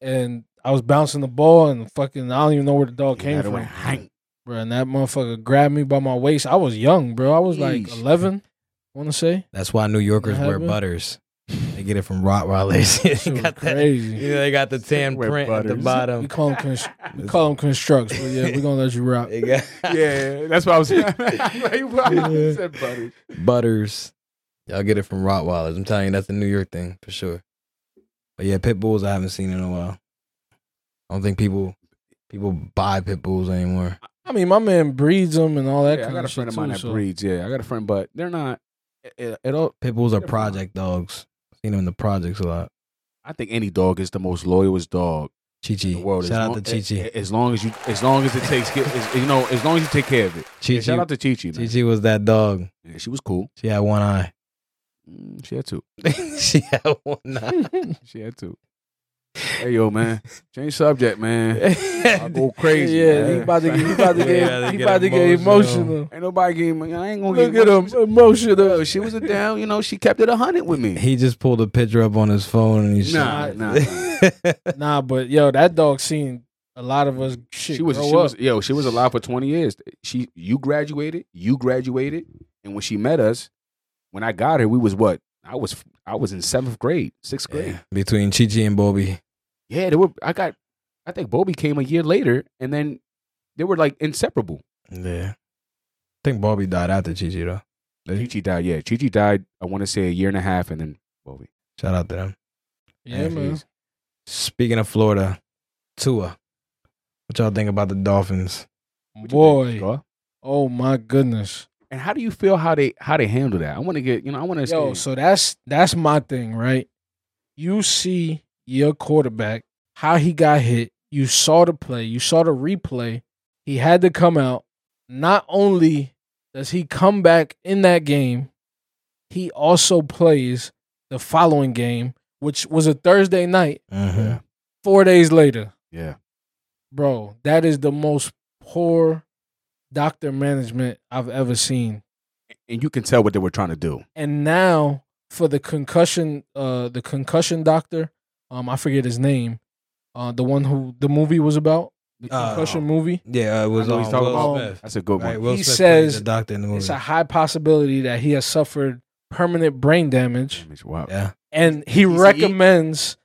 and I was bouncing the ball, and fucking I don't even know where the dog came Another from, one. Hang. bro. And that motherfucker grabbed me by my waist. I was young, bro. I was like Yeesh. eleven, I want to say. That's why New Yorkers Yeah, wear bro. butters. They get it from Rottweilers. Shit they was got that. crazy. You know, they got the tan Wear print at the butters. bottom. We call them we call 'em constructs, but yeah, we're gonna let you rock. They got Yeah, that's what I was. Yeah. I said, buddy. butters. Y'all get it from Rottweilers. I'm telling you, that's a New York thing for sure. But yeah, pit bulls I haven't seen in a while. I don't think people people buy pit bulls anymore. I mean, my man breeds them and all that Yeah, I kind got a of friend shit of mine too. that So breeds. Yeah, I got a friend, but they're not. It, it all. Pit bulls are They're fine. project dogs. Seen them in the projects a lot. I think any dog is the most loyalest dog Chi Chi. in the world. eh, As Shout long- out to Chi Chi. a- As long as you, as long as it takes, care- as- you know, as long as you take care of it. Yeah, Chi shout Chi. out to Chi Chi, Chi man. Chi was that dog. Yeah, she was cool. She had one eye. Mm, She had two. she had one eye. She had two. Hey yo, man. Change subject, man. I go crazy. yeah, man. he about to get, he about to Yeah, get, they he get about to get emotional. emotional. Ain't nobody getting. I ain't gonna Look get at him, emotional. She was a down. You know, she kept it a hundred with me. he just pulled a picture up on his phone and he Nah, shot- nah, Nah, but yo, that dog seen a lot of us. Shit, she was, she grow was, up. yo, she was alive for twenty years. She, you graduated, you graduated, and when she met us, when I got her, we was what? I was, I was in seventh grade, sixth grade. Yeah, Between Chi Chi and Bobby. Yeah, they were. I got, I think Bobby came a year later, and then they were like inseparable. Yeah. I think Bobby died after Chi Chi though. Chi Chi died. Yeah, Chi Chi died. I want to say a year and a half, and then well, we- Shout out to them. Yeah, man. Speaking of Florida, Tua. What y'all think about the Dolphins? Boy, Scar? oh my goodness. And how do you feel how they how they handle that? I want to get you know I want to Yo, so that's that's my thing, right? You see your quarterback, how he got hit. You saw the play, you saw the replay. He had to come out. Not only does he come back in that game, he also plays the following game, which was a Thursday night, Mm-hmm. yeah four days later. yeah Bro, that is the most poor doctor management I've ever seen. and you can tell what they were trying to do. and now for the concussion uh the concussion doctor um i forget his name uh the one who the movie was about the Oh. Uh, concussion movie Yeah, it was I know um, he's talking Will about- Smith. That's a good Right, one. Will He Smith says plays the doctor in the movie. it's a high possibility that he has suffered permanent brain damage Damage, Wow. yeah, and he PCE? recommends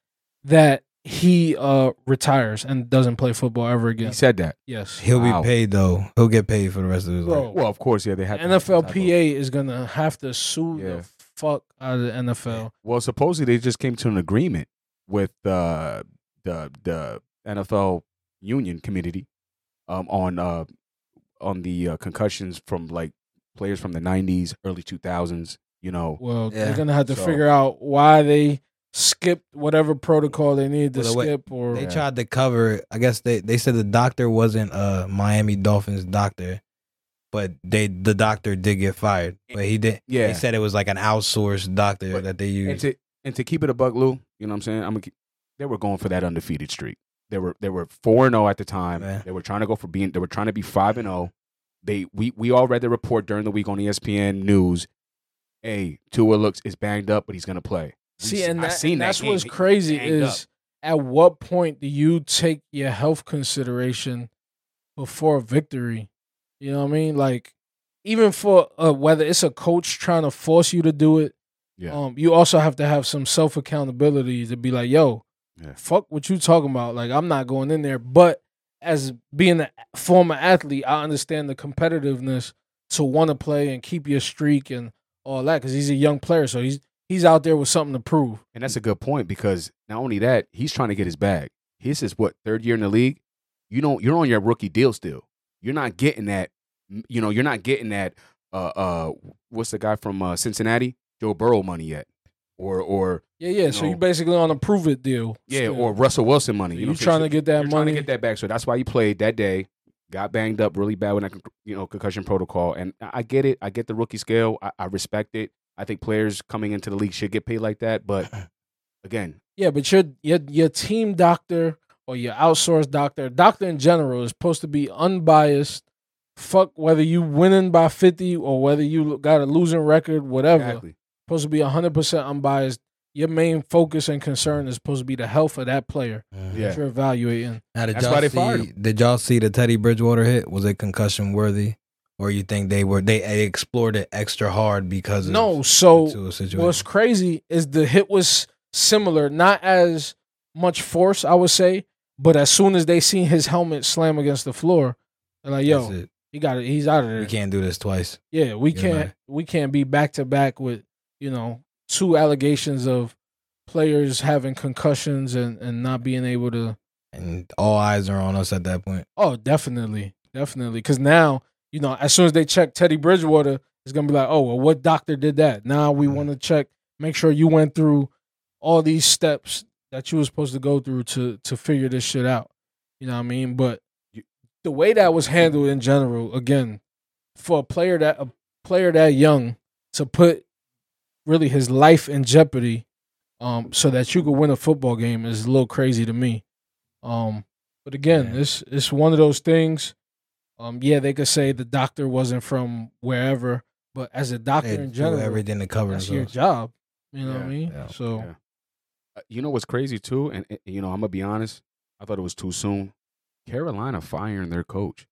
that he uh retires and doesn't play football ever He again said that. yes he'll Wow. be paid though. He'll get paid for the rest of his Bro. life. Well, of course, yeah, they had nflpa is gonna have to sue Yeah. the fuck out of the nfl Well, supposedly they just came to an agreement with uh, the the NFL union committee um, on uh, on the uh, concussions from like players from the '90s, early 2000s. You know, Well, Yeah. they're gonna have to So- figure out why they skipped whatever protocol they needed to Well, the way- skip. Or They Yeah. tried to cover. it. I guess they they said the doctor wasn't a Miami Dolphins doctor, but they the doctor did get fired. But he did. Yeah. they said it was like an outsourced doctor But- that they and used. to and to keep it a buck, Lou. You know what I'm saying? I'm. gonna keep- They were going for that undefeated streak. They were they were four and zero at the time. Yeah. They were trying to go for being. They were trying to be five and zero. They we we all read the report during the week on E ESPN News. Hey, Tua looks is banged up, but he's gonna play. We see, s- and, I that, seen and that that's game. what's He- he crazy banged is at what point do you take your health consideration before a victory? You know what I mean? Like even for uh, whether it's a coach trying to force you to do it, Yeah. um, you also have to have some self accountability to be like, yo, Yeah. fuck what you talking about. Like I'm not going in there. But as being a former athlete, I understand the competitiveness to want to play and keep your streak and all that because he's a young player, so he's he's out there with something to prove. And that's a good point because not only that, he's trying to get his bag. His is what third year in the league. You don't. You're on your rookie deal still. You're not getting that. You know. You're not getting that. Uh, uh, what's the guy from uh, Cincinnati? Joe Burrow money yet? Or or Yeah, yeah. so No. you basically on a prove it deal. yeah, still. or Russell Wilson money. So You you know, trying to get that you're money? Trying to get that back. So that's why you played that day. Got banged up really bad with that con- you know concussion protocol. And I I get it. I get the rookie scale. I, I respect it. I think players coming into the league should get paid like that. But again, Yeah, but your your your team doctor or your outsourced doctor, doctor in general, is supposed to be unbiased. Fuck whether you winning by fifty or whether you got a losing record, whatever. exactly. Supposed to be hundred percent unbiased. Your main focus and concern is supposed to be the health of that player Mhm. Yeah. that you're evaluating. Now, did That's y'all why they see, fired him. Did y'all see the Teddy Bridgewater hit? Was it concussion worthy, or you think they were they explored it extra hard because of No, the so Tua What's situation? crazy is the hit was similar, not as much force, I would say, but as soon as they seen his helmet slam against the floor, they're like, That's "Yo, it. he got it. He's out of we there." can't do this twice. yeah, we Yeah, can't. man. We can't be back to back with you know two allegations of players having concussions and and not being able to. And all eyes are on us at that point. Oh, definitely, definitely, because now you know as soon as they check Teddy Bridgewater, it's gonna be like, "Oh, well, what doctor did that?" Now we Mhm. want to check, make sure you went through all these steps that you were supposed to go through to to figure this shit out. You know what I mean? But You- the way that was handled in general, again, for a player that a player that young to put really his life in jeopardy, um, so that you could win a football game is a little crazy to me. Um, but again, Yeah. it's it's one of those things. Um, yeah, they could say the doctor wasn't from wherever, but as a doctor They in do general, everything to cover that's your themselves. job. You know what Yeah, I mean? yeah, so yeah. Uh, You know what's crazy too, and, and, you know I'm gonna be honest. I thought it was too soon. Carolina firing their coach.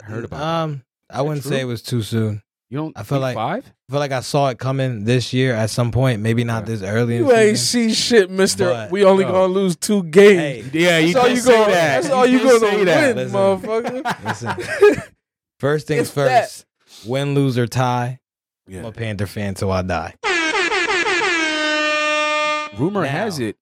I heard about. that. Um, I that wouldn't true? say it was too soon. You don't. I feel week like- five. I feel like I saw it coming this year at some point. Maybe not Okay. this early. in you the ain't season. see shit, Mister. But- we only No. gonna lose two games. Hey, Yeah, that's all you gonna. That's all you gonna win, Listen. motherfucker. Listen. First things It's that. first. Win, lose, or tie. Yeah. I'm a Panther fan till I die. Rumor Now. has it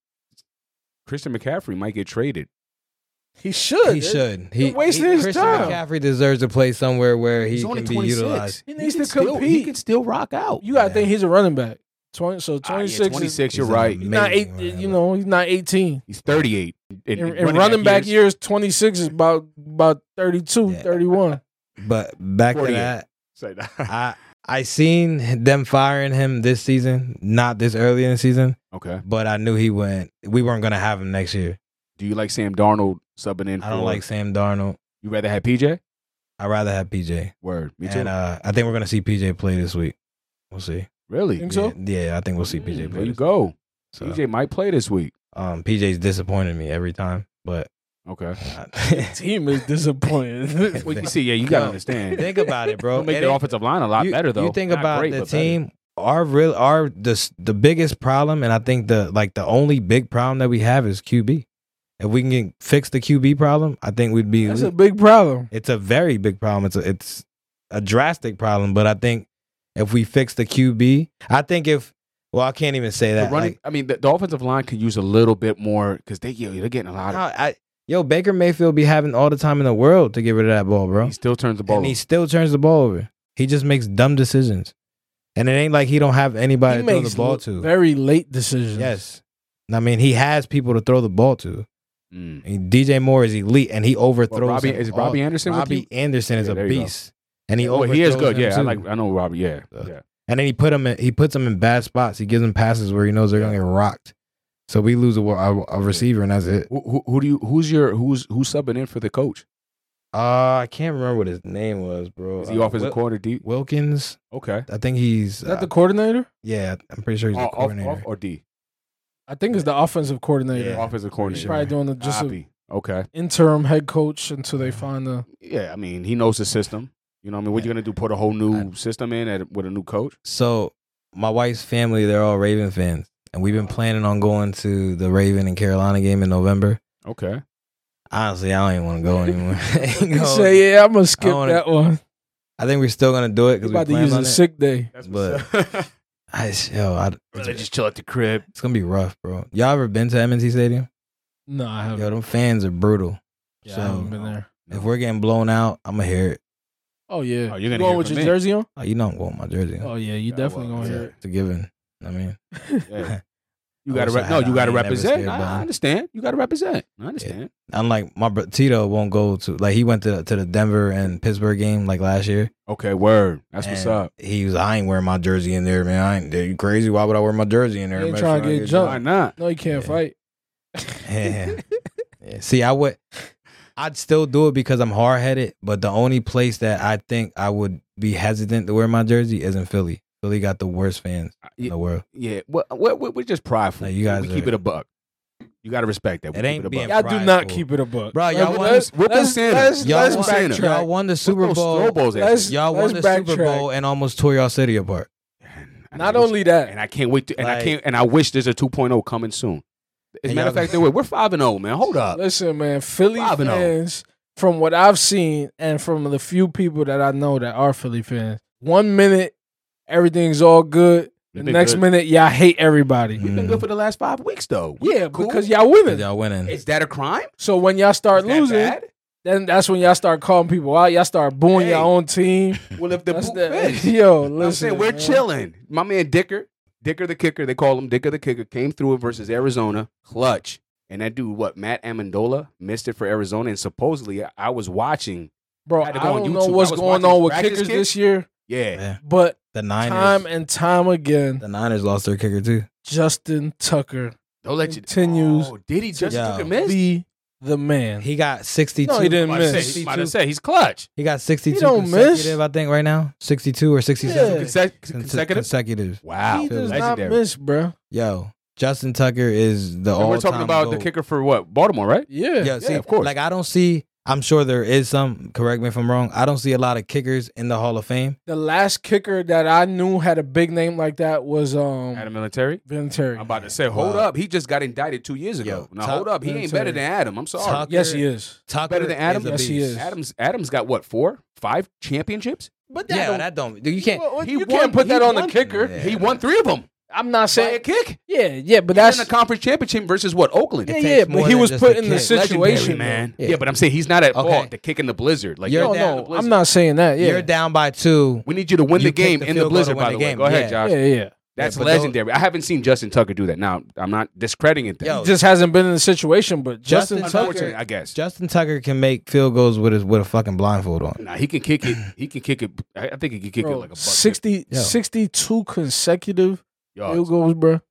Christian McCaffrey might get traded. He should. He should. He wasting he- his Christian time. McCaffrey deserves to play somewhere where he He's can only be 26. utilized. He He needs can to still- He compete. can still rock out. You gotta Yeah. think he's a running back. Twenty. So Ah, yeah, twenty six. 26, He's you're an right. amazing Not eight. running You back. know, he's not eighteen. He's 38. In, in running back years, twenty six is about about 32, Yeah. 31. But back to 48. that, years. I I seen them firing him this season, not this early in the season, okay. but I knew he went. We weren't gonna have him next year. Do you like Sam Darnold subbing in? I don't for- like Sam Darnold. You rather have PJ? I'd rather have PJ. Word. Me too. And uh, I think we're gonna see PJ play this week. We'll see. really? Think so? Yeah, yeah, I think we'll see PJ Mm, play. There you this- go. so, PJ might play this week. Um, PJ's disappointed me every time, but Okay. Team is disappointed. Well, you see, yeah, you gotta Yo, understand. think about it, bro. It'll make It the ain't- offensive line a lot you, better though. You think Not about great, the but better. team. Our real, our the s- the biggest problem, and I think the like the only big problem that we have is QB. If we can get, fix the QB problem, I think we'd be. That's a big problem. it's a very big problem. It's a, it's a drastic problem, but I think if we fix the QB, I think if well, I can't even say The that. running, Like, I mean, the, the offensive line could use a little bit more because they yeah, they're getting a lot of. how- I, yo, Baker Mayfield be having all the time in the world to get rid of that ball, bro. He still turns the ball. and he over. still turns the ball over. He just makes dumb decisions, and it ain't like he don't have anybody He to throw makes the ball l- to. very late decisions. Yes. I mean, he has people to throw the ball to. Mm. I mean, DJ Moore is elite, and he overthrows. Well, Robbie, him is all- Robbie Anderson? with Robbie you? Anderson is Yeah, a there you go. beast, and he Well, overthrows. he is good. him, Yeah, I too. like. I know Robbie. Yeah, So- yeah. And then he put him. In, he puts him in bad spots. He gives him passes where he knows they're gonna get rocked. So we lose a, wa- a, a receiver, and that's it. Who, who, who do you? Who's your? Who's who's subbing in for the coach? Uh, I can't remember what his name was, bro. Is he Uh, offensive Wil- corner D? Wilkins. Okay. I think he's. Is that the uh, coordinator? yeah, I'm pretty sure he's Oh, the off, coordinator. off or D? I think it's the offensive coordinator. Yeah. Offensive He's coordinator. probably doing the, just an Copy. Okay. interim head coach until they find the. Yeah, I mean, he knows the system. You know, what I mean, what you gonna do? Put a whole new system in at, with a new coach? So my wife's family, they're all Raven fans, and we've Oh. been planning on going to the Raven and Carolina game in November. Okay. Honestly, I don't even want to go anymore. You say, yeah, I'm gonna skip wanna- that one. I think we're still gonna do it because He's we about to planned use on a it. sick day. That's what's up. I just- yo, I, it's, just chill at the crib. it's gonna be rough, bro. Y'all ever been to M&T Stadium? No, I haven't. Yo, them fans are brutal. Yeah, so- I haven't been there. If we're getting blown out, I'm gonna hear it. Oh yeah. Oh, you're You gonna going hear with from your me. jersey on? Oh, you know I'm going with my jersey. on. Oh yeah, you Yeah, definitely well, it's, gonna hear a, it. it's a given. I mean, Yeah. You gotta I re- wish I no, had- you I gotta ain't never represent. scared I, by I him. understand. You gotta represent. I understand. unlike my bro, Tito won't go to like he went to to the Denver and Pittsburgh game like last year. Okay, word. That's what's And up. He was, I ain't wearing my jersey in there, man. I ain't, you crazy? Why would I wear my jersey in there? You ain't Everybody trying to get Why not? No, you can't Yeah. fight. Yeah. Yeah. See, I would, I'd still do it because I'm hard headed. But the only place that I think I would be hesitant to wear my jersey is in Philly. Philly got the worst fans in Yeah, the world. yeah. We're, we're, we're just prideful. No, you guys we keep are- it a buck. You gotta respect that. We It keep ain't it a being buck. Y'all do not prideful. keep it a buck. Bro, y'all Like, want- let's- Whip the let's- center. let's- Y'all, let's won- won, backtrack. y'all backtrack. won the Super Those Bowl. throw balls at you. Let's- Y'all won the let's Super backtrack. Bowl and almost tore y'all city apart. I Not wish- only that, and I can't wait to and I Like- can't and I wish there's a 2.0 coming soon. As a And matter of y'all- fact, there were we're five and zero, man. Hold up, Listen, man, Philly Five and oh. fans, from what I've seen and from the few people that I know that are Philly fans, one minute everything's all good. The We've been next good. minute, y'all hate everybody. we've Mm. been good for the last five weeks though. We Yeah, been cool. because y'all winning. Y'all winning. is that a crime? So when y'all start Is that losing, bad? then that's when y'all start calling people out. Y'all start booing Hey. your own team. Well, if the That's boot the- fits, yo, you know what I'm listen, saying we're man. chilling. My man Dicker, Dicker the kicker, they call him Dicker the kicker, came through versus Arizona, clutch. And that dude, what Matt Amendola missed it for Arizona, and supposedly I- I was watching. Bro, I I had to go on don't YouTube. know what's I was going watching on with practice kickers kicks. this year, Yeah, Yeah. but The time Niners. and time again, The Niners lost their kicker too. Justin Tucker don't let you. Continues Oh, did he just Yeah. Dicker miss? be the man. He got 62. No, he didn't About to say- miss. about to say, he's clutch. He got 62 He don't miss. consecutive, I think, right now. 62 or 67 Yeah. Consec- Conse- consecutive. consecutive. Wow, he does legendary. not miss, bro. Yo, Justin Tucker is the And all we're talking about the kicker for what? Baltimore, right? Yeah. Yeah, see, of course. Like, I don't see, I'm sure there is some, correct me if I'm wrong, I don't see a lot of kickers in the Hall of Fame. The last kicker that I knew had a big name like that was um Adam Military. Vinatieri. I'm about to say, hold Wow. up. He just got indicted two years ago. Yo, now Tuck- hold up. He ain't better than Adam. I'm sorry. Tuck- Yes, he is. Tucker Better than Adam? Is a Yes, he beast. is. Adams Adams got what, four? Five championships? But that yeah, don't, that don't. You can't. well, he you won- can't put he that on the won- kicker. Yeah. He won three of them I'm not by a saying. kick. Yeah, yeah, but That's that's in the conference championship versus what Oakland. yeah, It yeah. takes But more he than was just a put in the kick. Legendary situation, man. Yeah. Yeah. but I'm saying he's not at Okay. fault. The kick in the blizzard, like You're you're No, down in down in the the no, I'm blizzard. not saying that. Yeah, You're down by two. We need you to win You the game kick the in the field goal to blizzard. win By the the way, game. go ahead, Yeah. Josh. yeah, yeah. That's Yeah, but those- legendary. I haven't seen Justin Tucker do that. Now I'm not discrediting that. Yo, He just hasn't been in the situation, but Justin, Justin Tucker. Unfortunately, I guess. Justin Tucker can make field goals with his with a fucking blindfold on. Nah, he can kick it. He can kick it. I I think he can kick it Bro, like a buck 60, Yo. 62 consecutive fifty yards. field goals, bro.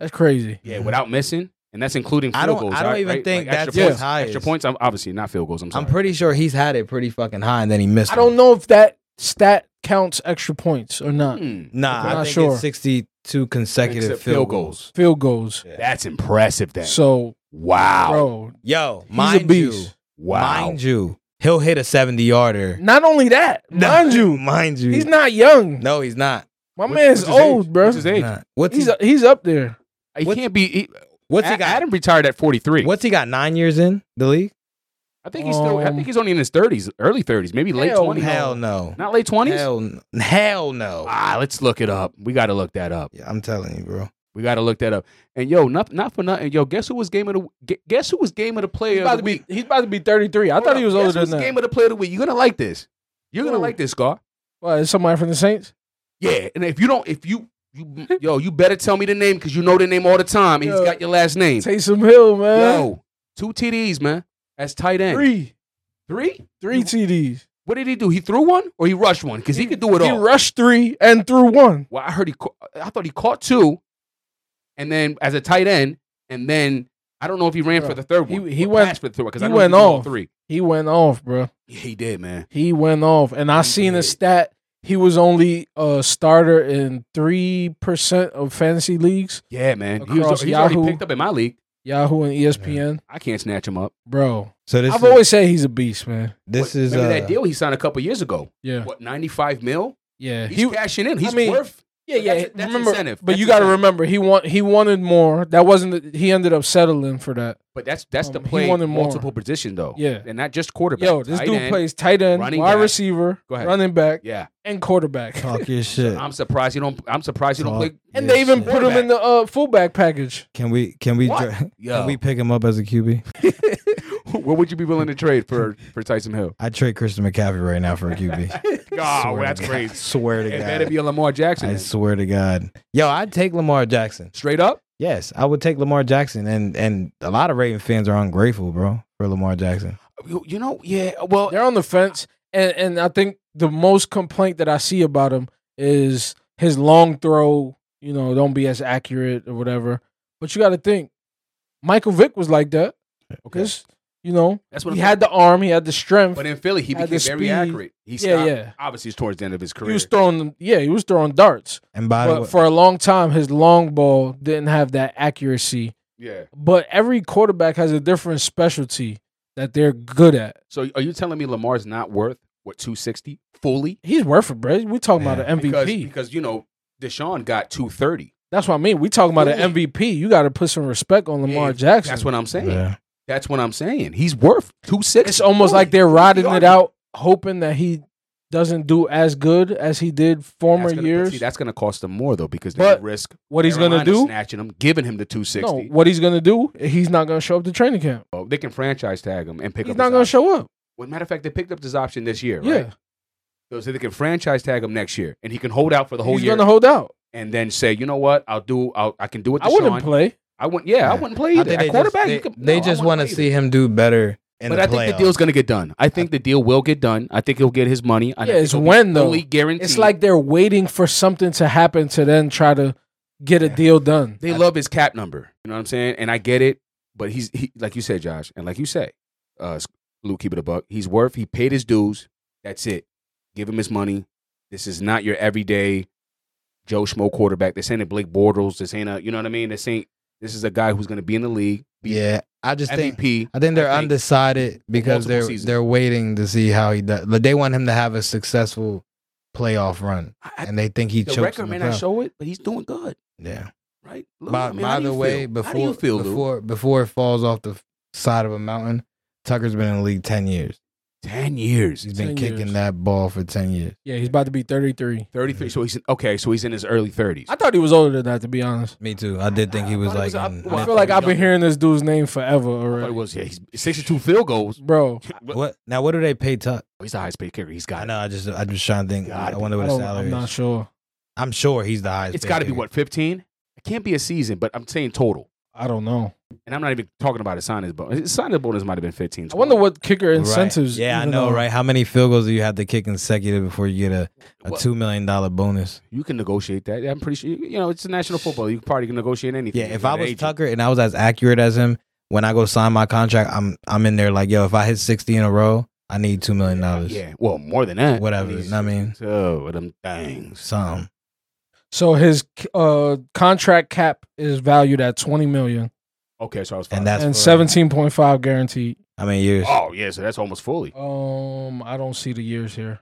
That's crazy. Yeah, without missing, and that's including field Mm-hmm. I don't- goals. I don't right? even Right? think Like, extra that's his points, highest. Extra points. I'm obviously not field goals. I'm sorry. I'm pretty sure he's had it pretty fucking high, and then he missed. I don't know if that stat counts extra points or not. Hmm, Nah, I'm I not think sure. it's 62 consecutive except field goals. Field goals. That's impressive. Then. So, wow. bro, Yo, he's mind a beast. you, wow. mind you, he'll hit a 70 yarder. Not only that, mind you, mind you, he's not young. No, he's not. My What- man's what's his age? old, bro. What's his age? Not. What's He's he, he's up there. He What- can't be. He, what's he A- got? Adam retired at 43. What's he got? Nine years in the league? I think he's still. I Um, think he's only in his 30s, early 30s, maybe late Hell 20s. Hell no. Not late 20s. Hell, n- hell no. Ah, let's look it up. We got to look that up. Yeah, I'm telling you, bro. We got to look that up. And yo, not not for nothing. Yo, guess who was game of the gu- guess who was game of the He's player about of the to be week? he's about to be 33. I thought he was Guess older who than that. Game of the player of the week. You're gonna like this. You're gonna Who? like this, Scar. What, is somebody from the Saints? Yeah. And if you don't, if you you yo, you better tell me the name because you know the name all the time. And Yo. he's got your last name. Taysom Hill, man. Yo, two TDs, man. As tight end. Three. Three? Three TDs. What did he do? He threw one or he rushed one? Because he, could do it He all. rushed three and threw one. Well, I heard he. Ca- I thought he caught two, and then as a tight end, and then I don't know if he ran for Bro, the third he- one. he or went- passed for the third because he I know went he did all off. three. He went off, bro. Yeah, he did, man. He went off. And I He seen did. a stat. He was only a starter in 3% of fantasy leagues. Yeah, man. He was, Across he's already Yahoo. picked up in my league. Yahoo and E ESPN. I can't snatch him up. Bro. So this I've is, always said he's a beast, man. this What- is remember uh, that deal he signed a couple years ago. Yeah. What ninety five mil? Yeah. He's He, cashing in. He's mean, worth. yeah, yeah. That's- that's remember, incentive. But That's you got to incentive. remember he want he wanted more. That wasn't the, he ended up settling for that. But that's that's the Um, he play wanted more. multiple position though. Yeah. and not just quarterback. Yo, this tight dude end. plays tight end, wide running back. receiver, Go ahead. running back, Yeah, and quarterback. talk your shit. I'm surprised you don't. I'm surprised you don't Talk play. And your they even shit. put him in the uh, fullback package. Can we can we What? dra- Yo, can we pick him up as a QB? what would you be willing to trade for for Tyson Hill? I trade Christian McCaffrey right now for a QB. Oh, Swear that's to God. crazy. Swear to It God. better be a Lamar Jackson. I then. swear to God. Yo, I'd take Lamar Jackson. Straight up. Yes, I would take Lamar Jackson, and and a lot of Raven fans are ungrateful, bro, for Lamar Jackson. You, you know, yeah. Well, They're on the fence, and and I think the most complaint that I see about him is his long throw. You know, don't be as accurate or whatever. But you got to think, Michael Vick was like that. Because you know that's what he I'm had the arm, he had the strength. But in Philly, he became had the very speed. accurate. He stopped. yeah, yeah. Obviously, it's towards the end of his career. He was throwing, yeah, he was throwing darts. And by the But way, for a long time, his long ball didn't have that accuracy. yeah. But every quarterback has a different specialty that they're good at. So, are you telling me Lamar's not worth what two sixty fully? He's worth it, bro. We talking about Yeah. an MVP. Because because you know Deshaun got two thirty. That's what I mean. We talking about an MVP. You got to put some respect on Lamar Yeah, Jackson. That's what I'm saying. yeah. That's what I'm saying. He's worth two sixty. it's almost like they're rotting it out, hoping that he doesn't do as good as he did former years. See, that's going to cost them more though because they But risk what he's gonna Carolina do? snatching him, giving him the two No, sixty. what he's gonna do? He's not gonna show up to training camp. Oh, they can franchise tag him and pick He's up. not his gonna option. show up. Well, matter of fact, they picked up this option this year, Yeah, right? So, so they can franchise tag him next year, and he can hold out for the whole he's year, gonna hold out. and then say, you know what, I'll do, I'll, I can do it. I wouldn't play. play. I wouldn't. Yeah, I wouldn't play I either. think At they quarterback, just, they, you can- they no, I just wouldn't want to play see either. him do better. In But the I think the playoffs. deal's going to get done. I think the deal will get done. I think he'll get his money. I Yeah, think it's it'll be when, though. fully guaranteed. It's like they're waiting for something to happen to then try to get a deal done. they love his cap number. You know what I'm saying? And I get it. But he's he, like you said, Josh, and like you say, uh, Luke, keep it a buck. He's worth. He paid his dues. That's it. Give him his money. This is not your everyday Joe Schmo quarterback. This ain't a Blake Bortles. This ain't a. You know what I mean? This ain't. This is a guy who's going to be in the league. Be Yeah, I just think MVP. I think they're I think undecided because multiple they're seasons. they're waiting to see how he does. Like, they want him to have a successful playoff run, I- I- and they think he the chokes. record in may the not playoff. show it, but he's doing good. Yeah. right? By, by the way, before how do you feel, before before it falls off the f- side of a mountain, Tucker's been in the league ten years. Ten years. He's been 10 kicking years. that ball for ten years. Yeah, he's about to be 33. Thirty-three. So he's in, okay. So he's in his early thirties. I thought he was older than that, to be honest. Me too. I did think he was thought he like. was up- in- well, I I feel thought like he was I've been younger. hearing this dude's name forever already. It was yeah. He's sixty-two field goals. Bro, what now? What do they pay Tuck? He's the highest paid kicker. He's I got. know. I just. I'm just trying to think. Gotta I be- wonder I what his don't- salary. I'm not is. sure. I'm sure he's the highest. It's paid got to be kicker. what fifteen. It can't be a season, but I'm saying total. I don't know. And I'm not even talking about his signing bonus. His signing bonus might have been fifteen. I wonder 12. what kicker Right. incentives. Yeah, I even know, are. right? How many field goals do you have to kick consecutive before you get a, a Well- two million dollar bonus? you can negotiate that. I'm pretty sure you know it's national football. You probably can negotiate anything. Yeah, You if got I an was agent. Tucker and I was as accurate as him, when I go sign my contract, I'm I'm in there like, yo, if I hit sixty in a row, I need two million dollars. yeah, well, more than that. Whatever, know what I mean? so them things. Something. So his uh, contract cap is valued at 20 million Okay, so I was. And five. that's and for- 17.5 guaranteed. I mean years. Oh yeah, so that's almost fully. Um, I don't see the years here.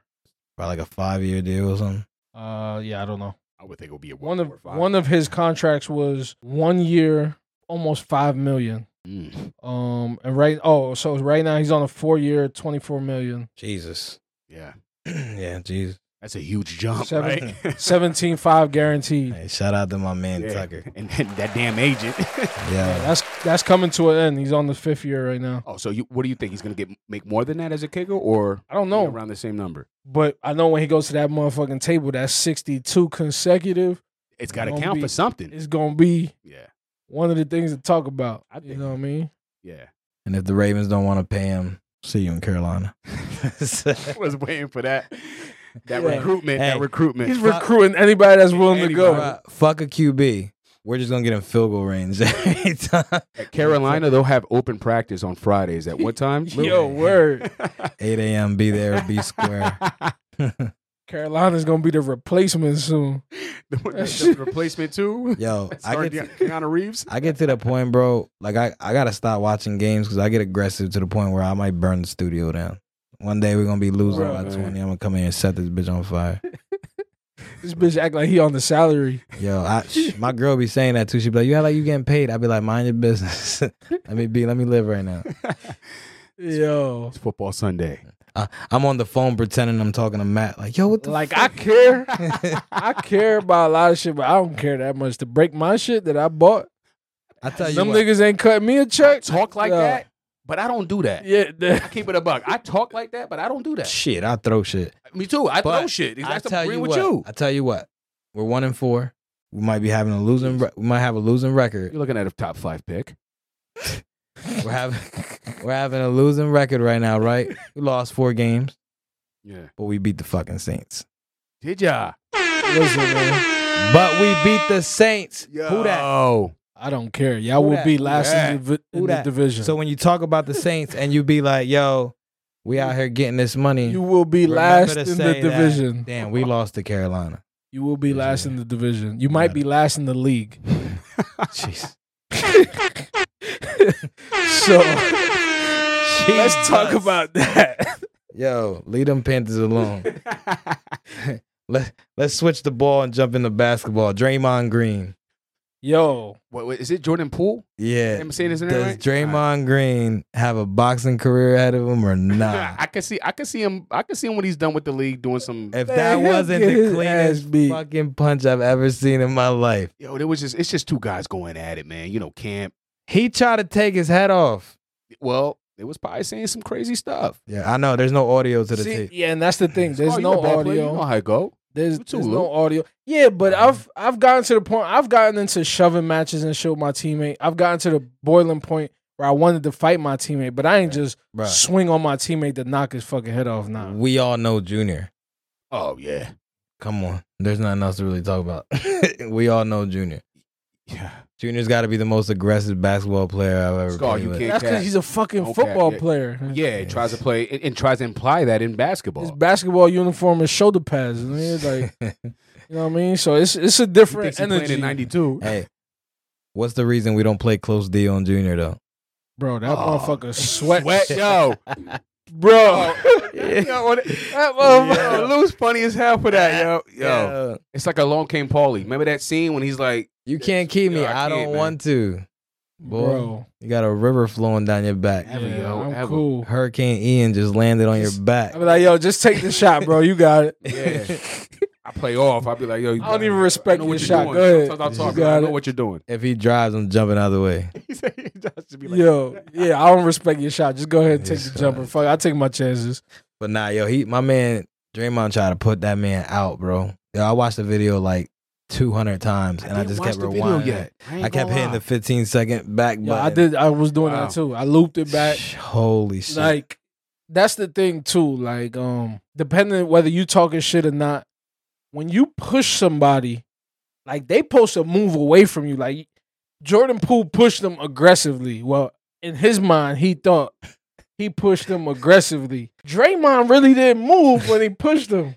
Probably like a five year deal or something. Uh, yeah, I don't know. I would think it would be a One one of or five. one of his contracts was one year, almost five million. Mm, Um, and right, oh, so right now he's on a four-year, twenty-four million, Jesus. yeah, yeah, Jesus. that's a huge jump, Seven- right? seventeen-five guaranteed. Hey, shout out to my man Yeah. Tucker. and then that damn agent. Yeah, Yeah. that's that's coming to an end. He's on the fifth year right now. oh, so you, what do you think he's gonna get? Make more than that as a kicker, or I don't know, around the same number? but I know when he goes to that motherfucking table, that's sixty-two consecutive. It's got to Gonna count be- for something. It's gonna be Yeah, one of the things to talk about. I You think- know what I mean? yeah. And if the Ravens don't want to pay him, see you in Carolina. I was waiting for that. That Yeah. recruitment. Hey. That recruitment. He's recruiting anybody that's willing to go. Bruh, fuck a QB. We're just gonna get in field goal range every time. At Carolina, they'll have open practice on Fridays. At what time? Yo, word. 8 a.m. Be there, be square. Carolina's gonna be the replacement soon. the, the replacement too. Yo, I Sorry, get Deion- Keanu Reeves. I get to the point, bro. Like I, I gotta stop watching games because I get aggressive to the point where I might burn the studio down. One day we're gonna be losing Bruh, by man. 20. I'm gonna come here and set this bitch on fire. This bitch act like he on the salary. Yo, I, my girl be saying that too. She be like, "You act like you getting paid." I be like, "Mind your business. let me be. Let me live right now." Yo. It's football Sunday. I, I'm on the phone pretending I'm talking to Matt. Like, yo, what the? Like I care. I care about a lot of shit, but I don't care that much. To break my shit that I bought. I tell you Them what. niggas ain't cut me a check. Talk like Yeah. that, but I don't do that. Yeah. I the- keep it a buck. I talk like that, but I don't do that. Shit, I throw shit. Me too. I But know shit. I That's tell agreeing you with what. you. I tell you what. We're one and four. We might be having a losing. Re- we might have a losing record. You're looking at a top five pick. We're having we're having a losing record right now, right? We lost four games, Yeah. but we beat the fucking Saints. Did ya? listen, man. But we beat the Saints. Who that? Oh. I don't care. Y'all Who will dat? be last Yeah. in, the, divi- in Who the dat? division. So when you talk about the Saints and you be like, "Yo, we out here getting this money," you will be remember last to in the say that, division. Damn, we lost to Carolina. You will be last in the division. You might be last in the league. Jeez. So Oh, let's talk about that. Yo, leave them Panthers alone. Let Let's switch the ball and jump into basketball. Draymond Green. Yo, What, what, is it Jordan Poole? Yeah. Am I saying this in Does right? Draymond Green have a boxing career ahead of him or I, not? I can see. I can see him. I can see him when he's done with the league doing some. If Man, that he'll wasn't get the his ass cleanest beat. fucking punch I've ever seen in my life, Yo, there was just. It's just two guys going at it, man. You know, camp. he tried to take his head off. Well, they was probably saying some crazy stuff. Yeah, I know. There's no audio to the see, tape. yeah, and that's the thing. There's Oh, you no a ball player, You know audio. how it go. There's, You too, there's Lou. no audio. Yeah, but I've I've gotten to the point. I've gotten into shoving matches and shit with my teammate. I've gotten to the boiling point where I wanted to fight my teammate, but I ain't just Bro, swing on my teammate to knock his fucking head off. Nah, we all know Junior. Oh yeah, Come on. There's nothing else to really talk about. we all know Junior. yeah. Junior's got to be the most aggressive basketball player I've ever Scar, played you with. can't- that's because cat. he's a fucking Okay, football yeah. player. Yeah, it tries to play and, and tries to imply that in basketball. His basketball uniform is shoulder pads. I mean, it's like you know what I mean. So it's it's He a different thinks he playing energy, in '92. hey, what's the reason we don't play close D on Junior though? bro. That Oh. motherfucker sweat, Sweat, yo, bro. yo, what- that Yeah. motherfucker, Lou's funny as hell for that, yo, yo. Yeah. It's like along came Paulie. Remember that scene when he's like, You can't keep me. Yo, I I, don't can't, man. want to. Boy, bro. You got a river flowing down your back. Ever, yeah, yo, I'm ever. cool. Hurricane Ian just landed on your back. I be like, yo, just take the shot, bro. You got it. Yeah. I play off. I'll be like, yo, you I don't got- even respect know your what you're shot. doing. Go ahead. Sometimes You I'll talk, got I know it. what you're doing. If he drives, I'm jumping out of the way. He said, he just be like, Yo, yeah, I don't respect your shot. Just go ahead and take Yes, the jumper. God. Fuck, I take my chances. But nah, yo, he my man Draymond tried to put that man out, bro. Yo, I watched the video like 200 times, and I, didn't just watch kept the video rewinding. yet. it. ain't I kept gonna hitting lie. the 15 second back Yeah, button. I did. I was doing Wow. that too. I looped it back. Holy shit! like that's the thing too. Like, um, depending whether you talking shit or not, when you push somebody, like they post to move away from you. Like Jordan Poole pushed them aggressively. Well, in his mind, he thought he pushed them aggressively. Draymond really didn't move when he pushed them.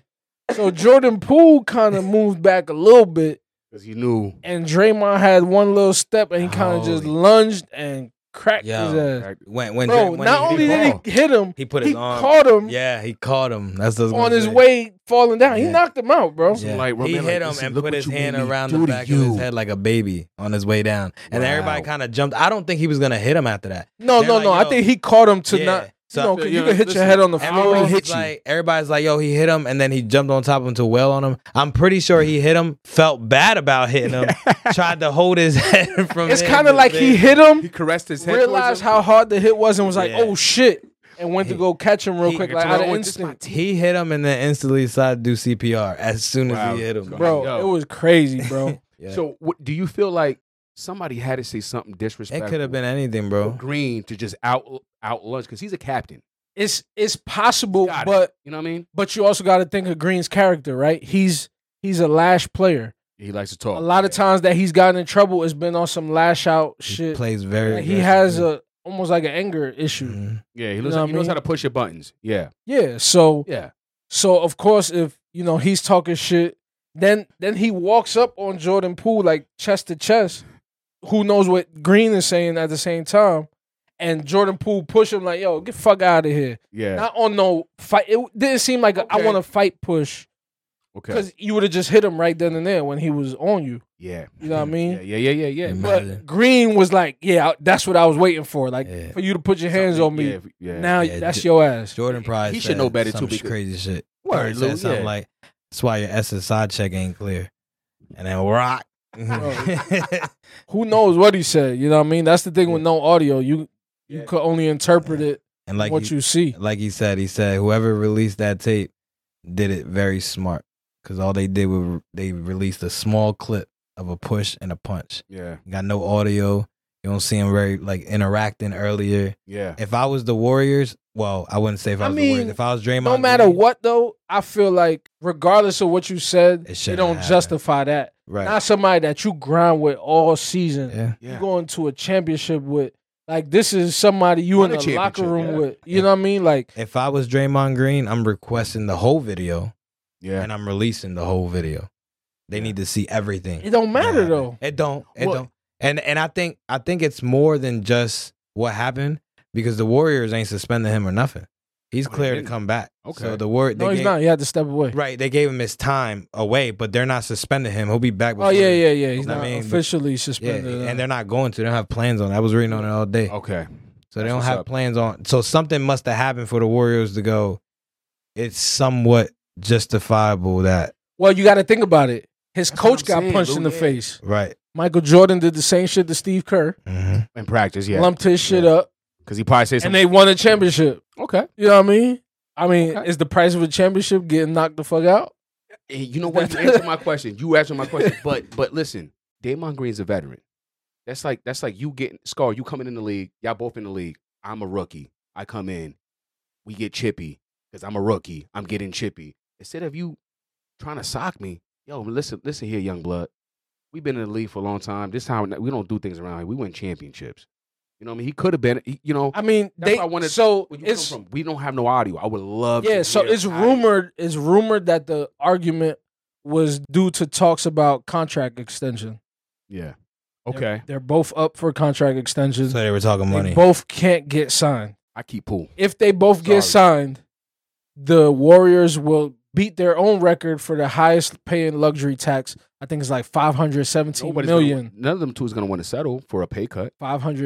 So Jordan Poole kind of moved back a little bit, Cause you knew. and Draymond had one little step, and he kind of just Holy- lunged and cracked his Yo. ass. when when, Bro, Dray- when not he, only he did caught- he hit him, he put he his arm. caught him yeah, he caught him. That's what I was on gonna his say. way falling down. He Yeah. knocked him out, bro. Yeah. Like, he Roman, like, hit him listen, and look put what his you hand made me around do the to back of his you. head like a baby on his way down, and Wow. everybody kind of jumped. I don't think he was gonna hit him after that. No, They're no, like, no. I yo, think he caught him to yeah. not. So no, I 'cause feel- you yo, can hit your listen, head on the everyone floor. hit Everyone's you. like, everybody's like, yo, he hit him, and then he jumped on top of him to wail on him. I'm pretty sure he hit him, felt bad about hitting him, tried to hold his head from. It's him, kind of like he man. hit him, He caressed his head. towards realized him. how hard the hit was, and was like, Yeah. "Oh shit!" and went to He- go catch him real he- quick, I like told out you, of oh, it's just my instinct. He hit him, and then instantly decided to do CPR as soon as Wow. he hit him, Bro, Yo. it was crazy, bro. Yeah. So, what, do you feel like somebody had to say something it disrespectful? could have been anything, for bro. Green to just out out lunch because he's a captain. it's it's possible, Got it. but You know what I mean? but you also got to think of Green's character, right? He's he's a lash player. He likes to talk. a lot of times that he's gotten in trouble has been on some lash out He shit. plays very. Like, he has aggressively. a almost like an anger issue. Mm-hmm. Mhm. Yeah, he, You knows, know what he I knows mean? how to push your buttons. Yeah, Yeah, so yeah. So of course, if you know he's talking shit, then then he walks up on Jordan Poole like chest to chest. Who knows what Green is saying at the same time? And Jordan Poole push him like, "Yo, get fuck out of here!" Yeah. Not on no fight. It didn't seem like a, I Okay. want to fight push okay. because you would have just hit him right then and there when he was on you. Yeah. You know what I mean? Yeah. Yeah. Yeah. Yeah. yeah. Amen. Imagine. But Green was like, "Yeah, I- that's what I was waiting for. Like Yeah. for you to put your hands on me. Yeah. yeah. Now Yeah, that's J- your ass." Jordan probably He should said know better, too, some because- crazy shit. Word, He Lou, said something yeah. like, "That's why your SSI check ain't clear," and then rock. Who knows what he said? You know what I mean? That's the thing with no audio. You you Yeah. could only interpret it and like what he, you see. like he said, he said whoever released that tape did it very smart because all they did was they released a small clip of a push and a punch. Yeah. You got no audio. You don't see him very like interacting earlier. Yeah. If I was the Warriors, well, I wouldn't say if I, I was the mean, Warriors. If I was Draymond, No matter Green, what though, I feel like regardless of what you said, It it, shouldn't don't happen. justify that. right? Not somebody that you grind with all season. Yeah. You Yeah. going to a championship with. Like this is somebody you Won a in the locker championship, room yeah. with. You know what I mean? Like If I was Draymond Green, I'm requesting the whole video Yeah. and I'm releasing the whole video. They need to see everything. it don't matter Yeah. though. It don't. It Well- don't. And and I think I think it's more than just what happened because the Warriors ain't suspending him or nothing. He's Oh, they clear to didn't? come back. Okay. So the word they No, he's gave, not. He had to step away. Right, they gave him his time away, but they're not suspending him. He'll be back. Oh before- yeah, yeah, yeah. He's I not mean, but- officially yeah. suspended. uh, And they're not going to. They don't have plans on. it. I was reading on it all day, Okay. so they Oh, that's don't what's have up. plans on. So something must have happened for the Warriors to go. It's somewhat justifiable that well, you got to think about it. His That's what coach I'm got saying, punched Lou. in the Yeah. face. right. Michael Jordan did the same shit to Steve Kerr. hmm In practice, yeah. Lumped his shit Yeah. up, Because he probably says and something. they won a championship. okay. You know what I mean? I mean, Okay. is the price of a championship getting knocked the fuck out? Hey, Eh, you know what? You answered my question. You answered my question. But but listen, Damon Green's a veteran. That's like that's like you getting Scar. You coming in the league. Y'all both in the league. I'm a rookie. I come in. We get chippy because I'm a rookie. I'm getting chippy. Instead of you trying to sock me, yo, listen, listen here, young blood. We've been in the league for a long time. This time we don't do things around here. We win championships. You know what I mean? He could have been. he- You know I mean, That's they. why I wanted- so where you it's come from. We don't have no audio. I would love. yeah. to So hear it's audio. rumored. It's rumored that the argument was due to talks about contract extension. Yeah. They're- Okay. they're, both up for contract extensions. So they were talking They money. both can't get signed. I keep pool. If they both get Sorry. signed, the Warriors will beat their own record for the highest paying luxury tax. I think it's like 517 Nobody's gonna- million. none of them two is going to want to settle for a pay cut.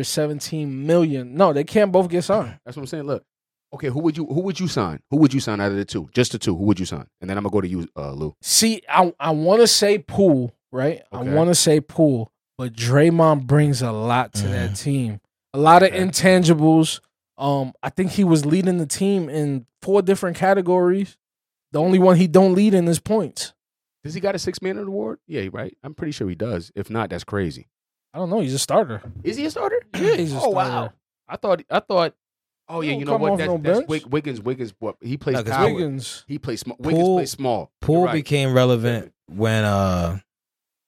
517 million. No, they can't both get signed. That's what I'm saying. Look, okay, who would you who would you sign? Who would you sign out of the two? Just the two. Who would you sign? And then I'm gonna go to you, uh, Lou. See, I I want to say pool, right? Okay. I want to say pool, but Draymond brings a lot to that team. A lot of Mm. Okay. intangibles. Um, I think he was leading the team in four different categories. The only one he don't lead in is points. Does he got a six man award? Yeah, right. I'm pretty sure he does. If not, that's crazy. I don't know. He's a starter. Is he a starter? Yeah, he's a oh wow. starter. I thought I thought. Oh He yeah, don't you know come what? off That's, no that's bench. Wig, Wiggins. Wiggins. What he plays No, 'cause power. Wiggins, He plays small. Wiggins Poole- plays small. You're Poole right. became relevant when uh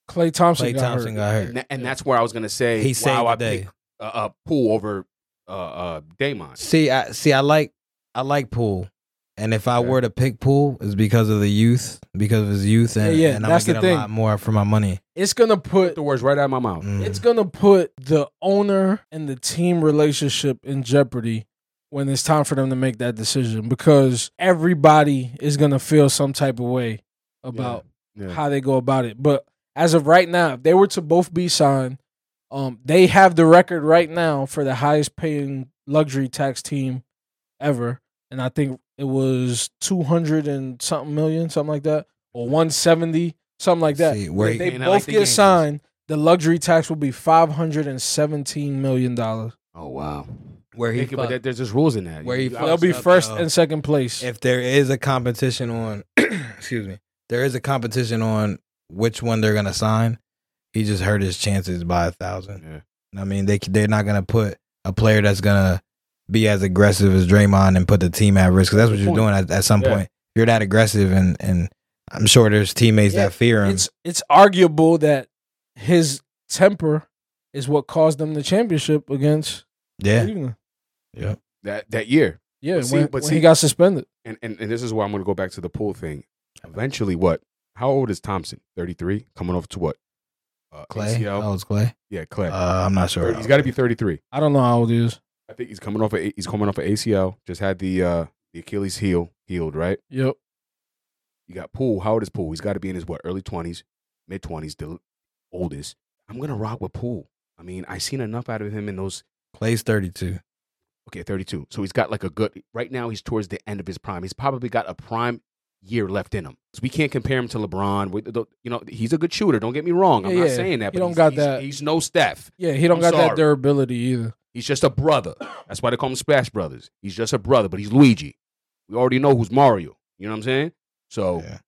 Clay Thompson, Clay got Thompson hurt. got hurt. and, tha- and that's where I was gonna say. He wow, saved I the day. picked uh, uh, Poole over uh, uh, Damon. See, I see. I like I like Poole, and if I Okay. were to pick Poole, it's because of the youth, because of his youth, and, Yeah, yeah, and I'm that's gonna the get a thing. lot more for my money. It's gonna put The words right out of my mouth. Mm. It's gonna put the owner and the team relationship in jeopardy when it's time for them to make that decision because everybody is gonna feel some type of way about Yeah. how they go about it. But as of right now, if they were to both be signed, um, they have the record right now for the highest paying luxury tax team ever, and I think it was two hundred and something million, something like that, or one seventy, something like that. See, where If he- they Man, I both like the get Yankees. signed, the luxury tax will be five hundred and seventeen million dollars. Oh wow. where he Thank you, but fucked- that, there's just rules in that. Where he You- fucked They'll be up, first yo. and second place. if there is a competition on, excuse me, there is a competition on which one they're gonna sign. He just hurt his chances by a thousand. Yeah. I mean, they they're not gonna put a player that's gonna be as aggressive as Draymond and put the team at risk. 'cause that's what Good you're doing at, at some Yeah. point. You're that aggressive, and and I'm sure there's teammates Yeah, that fear him. It's it's arguable that his temper is what caused them the championship against yeah, Cleveland. that that year. Yeah, But see- when, but when see- he got suspended. and, and, and this is where I'm going to go back to the pool thing. Eventually, what? How old is Thompson? 33? Coming off to what? Uh, Clay. ACL? Oh, it's Clay. Yeah, Clay. Uh, I'm not sure. Thirty- he's got to be 33. I don't know how old he is. I think he's coming off. A, he's coming off an ACL. Just had the uh, the Achilles heel healed. Right. Yep. You got Poole. How old is Poole? He's got to be in his what? Early 20s, mid 20s, the oldest. I'm gonna rock with Poole. I mean, I seen enough out of him in those. Clay's 32. Okay, 32. So he's got like a good. Right now, he's towards the end of his prime. He's probably got a prime year left in him. So we can't compare him to LeBron. We, the, you know, he's a good shooter. Don't get me wrong. I'm Yeah, not yeah. saying that. He but don't he's, got he's- that- He's no Steph. Yeah, he don't I'm got sorry. that durability either. He's just a brother. That's why they call him Splash Brothers. He's just a brother, but he's Luigi. We already know who's Mario. You know what I'm saying? So, Yeah.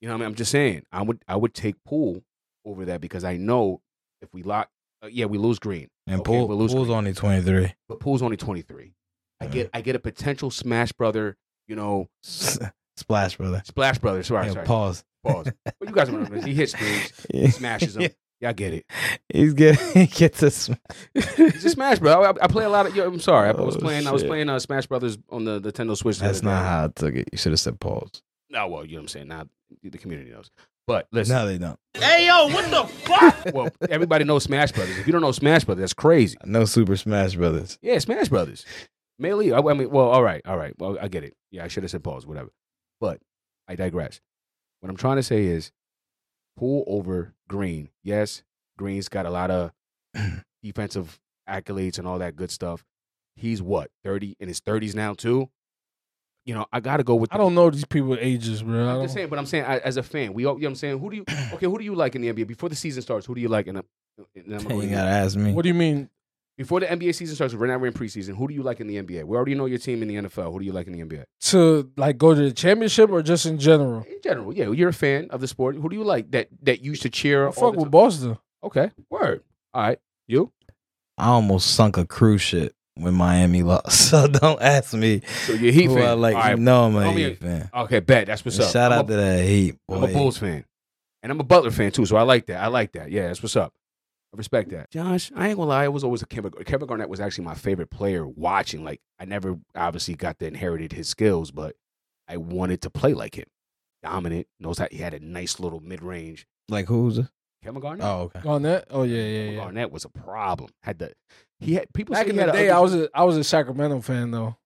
you know what I mean? I'm just saying, I would I would take Poole over that because I know if we lock, uh, yeah, we lose Green, And Okay, Poole, we'll lose Poole's Clay. only 23. but Poole's only 23. I Yeah. get I get a potential Smash Brother, you know, Splash, brother. Splash Brother. Sorry, Yeah, sorry. Pause. Pause. But you guys remember he hits threes, he smashes them. Yeah, I get it. He's getting he gets a sm- He's a Smash Bro. I, I play a lot of. Yo, I'm sorry. I was Oh, playing. I was shit. playing uh, Smash Brothers on the the Nintendo Switch. the That's other not day. how I took it. You should have said pause. No, well, you know what I'm saying. Now the community knows. But listen, No, they don't. well, everybody knows Smash Brothers. If you don't know Smash Brothers, that's crazy. No Super Smash Brothers. Yeah, Smash Brothers. Melee. I, I mean, well, all right, all right. Well, I get it. Yeah, I should have said pause, whatever. But I digress. What I'm trying to say is, pull over Green. Yes, Green's got a lot of defensive accolades and all that good stuff. He's what 30 in his 30s now too. You know, I got to go with. I the- don't know these people ages, bro. I I'm don't- just saying, but I'm saying I, as a fan, we all, you know what I'm saying? Who do you, okay, who do you like in the NBA? Before the season starts, who do you like? And I'm, and I'm You gonna go to gotta you. ask me. What do you mean? Before the NBA season starts, right now we're in preseason, who do you like in the NBA? We already know your team in the NFL. Who do you like in the NBA? To like go to the championship or just in general? In general, yeah, you're a fan of the sport. Who do you like that, that you used to cheer? I all fuck the with time? Boston. Okay, word. All right, you? I almost sunk a cruise ship when Miami lost. So don't ask me. So you're a Heat who I fan. like, all right. no, I'm a Tell me- Heat fan. Okay, bet. That's what's And up. Shout I'm out a, to that Heat I'm a boy. Bulls fan. And I'm a Butler fan too, so I like that. I like that. Yeah, that's what's up. I respect that. Josh, I ain't gonna lie, I was always a Kevin, Kevin Garnett was actually my favorite player watching. Like I never obviously got to inherited his skills, but I wanted to play like him. Dominant, knows how he had a nice little mid range. Like who's? Kevin Garnett. Oh, okay. Garnett? Oh yeah, yeah, Kevin yeah. Garnett was a problem. Had the he had people Back say in he the had a day, ugly- I was a, I was a Sacramento fan though.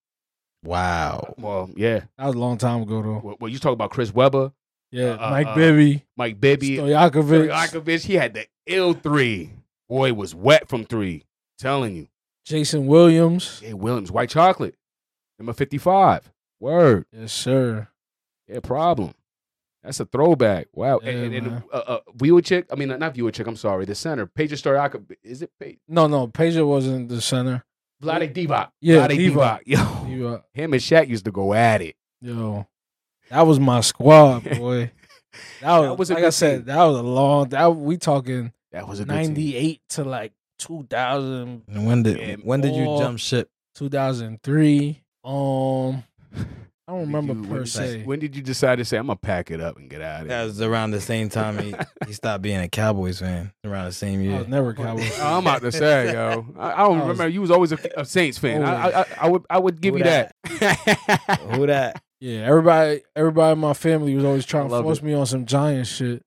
Wow. Well, yeah. That was a long time ago though. Well, well, you talk about Chris Webber, Yeah, Uh, Mike uh, Bibby, Mike Bibby, Stojakovic, Stojakovic. He had the ill three. Boy was wet from three. Telling you, Jason Williams. Jay Williams, white chocolate, number fifty-five. Word. Yes, sir. Yeah, problem. That's a throwback. Wow. Yeah, and and, and man. uh, uh, viewer chick. I mean, not viewer chick. I'm sorry. The center, Paige Stojakovic. Is it Paige? No, no, Peja wasn't the center. Vlade Divac. Yeah, Vlade Divac. Yo, You, uh, him and Shaq used to go at it. yo, that was my squad, boy. That was, That was a like good I said. team. That was a long. That we talking That was a good team. ninety eight to like 2000, And when did Yeah, when did you all- jump ship? 2003. Um, I don't When did remember you- per when, se. When did you decide to say I'm gonna pack it up and get out of That here? was around the same time he, he stopped being a Cowboys fan. Around the same I year. was never Cowboys. Oh, I'm out to say, yo. I, I don't I was- remember. You was always a, a Saints fan. I, I, I, I would, I would give Who you that. dat? Who that? Yeah, everybody, everybody in my family was always trying to love force it. me on some giant shit.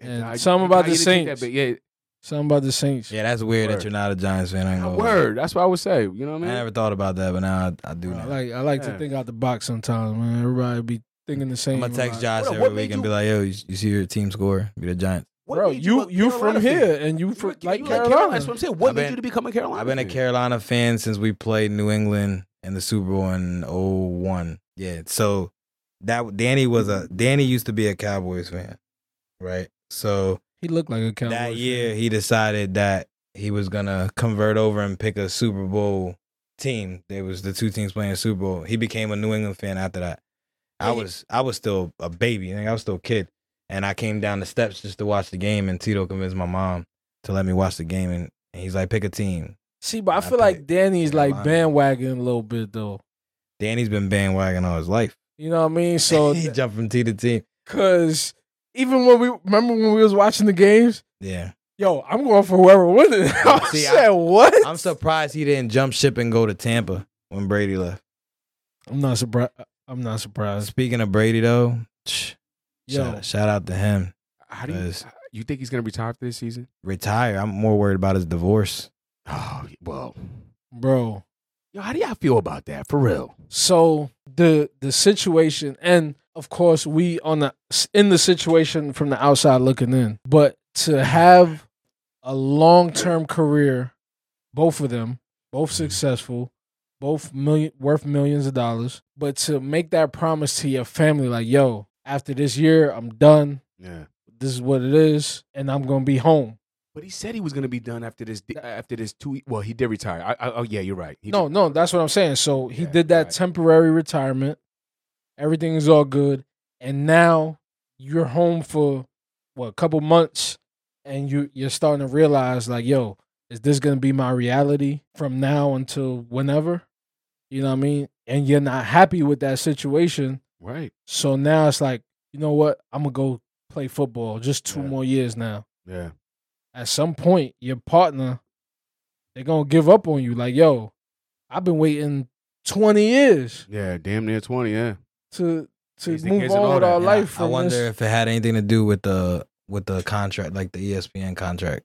And I- something about I the didn't think Saints. That, but yeah, Something about the Saints. Yeah, that's weird Word. that you're not a Giants fan. I ain't gonna lie. word. That's what I would say. You know what I I mean? never thought about that, but now I, I do I now. like I like Yeah. to think out the box sometimes, man. Everybody be thinking the same. I'm gonna text about- Josh What- every what made week and you- be like, "Yo, you, you see your team score? Be the Giants." What bro. made You a you Carolina from fan? here and you You from were- you like were Carolina. That's what I'm saying. What I've made been- you to become a Carolina? I've been a fan? Carolina fan since we played New England in the Super Bowl in 01. Yeah, so that Danny was a Danny used to be a Cowboys fan, right? So He looked like a Cowboys. that year he decided that he was gonna convert over and pick a Super Bowl team. There was the two teams playing the Super Bowl. He became a New England fan after that. I was I was still a baby. I think I was still a kid, and I came down the steps just to watch the game. And Tito convinced my mom to let me watch the game, and, and he's like, "Pick a team." See, but I I feel like picked Danny's like Carolina. bandwagon a little bit though. Danny's been bandwagon all his life. You know what I mean? So he jumped from team to team. because even when we remember when we was watching the games, Yeah, yo, I'm going for whoever wins it. I See, I- said what? I'm surprised he didn't jump ship and go to Tampa when Brady left. Uh, I'm not surprised. I'm not surprised. Speaking of Brady, though, shout, Yo, shout out to him. How do you? Yes. You think he's gonna retire for this season? retire. I'm more worried about his divorce. Oh well. bro. Yo, how do y'all feel about that? For real. So the the situation, and of course, we on the in the situation from the outside looking in. But to have a long term career, both of them, both successful, both million worth millions of dollars. But to make that promise to your family, like, yo, after this year, I'm done. Yeah. This is what it is, and I'm gonna be home. But he said he was gonna be done after this. After this two. Well, he did retire. I, I, oh yeah, you're right. He no, did. no, that's what I'm saying. So he Yeah, did that right. temporary retirement. Everything is all good, and now you're home for what a couple months, and you you're starting to realize like, yo, is this gonna be my reality from now until whenever? You know what I mean? And you're not happy with that situation, Right. so now it's like, you know what? I'm gonna go play football just two Yeah. more years now. Yeah. At some point, your partner they're gonna give up on you. Like, yo, I've been waiting 20 years Yeah. Damn near twenty. Yeah. to to Years and move years and on all with that. our And And I- life. I, From wonder this. if it had anything to do with the with the contract, like the E ESPN contract.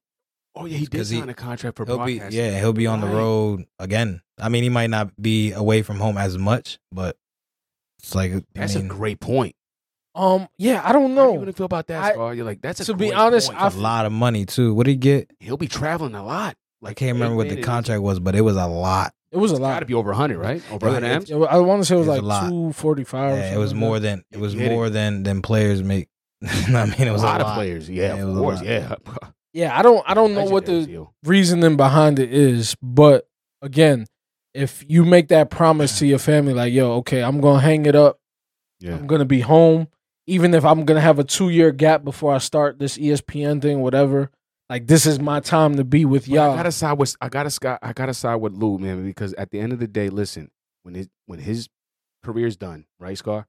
Oh yeah, he did 'Cause he- sign a contract for He'll be broadcasting. yeah, he'll be on the Right. road again. I mean, he might not be away from home as much, but it's like I That's mean, a great point. um, yeah, I don't How you know. gonna feel about that, I- Scar? You're like, that's a to be great honest, point. a lot of money too. What did he get? he'll be traveling a lot. I Like, can't remember what the contract was, but it was a lot. It was a Got to lot. be over hundred, right? Over It- hundred it- amps. It wa- I want to say it was It was a like lot. 245. Yeah, it was more than it You was get it. more than than players make. I mean, it was a lot, of players. players. Yeah, Yeah, it of was a course. lot. Yeah. Yeah, I don't I don't know what Legendary the deal. reasoning behind it is, but again, if you make that promise to your family, like, yo, okay, I'm gonna hang it up. Yeah. I'm gonna be home, even if I'm gonna have a two year gap before I start this E ESPN thing, whatever. Like, this is my time to be with But y'all. I gotta side with I gotta side I gotta side with Lou, man, because at the end of the day, listen, when his when his career's done, right, Scar,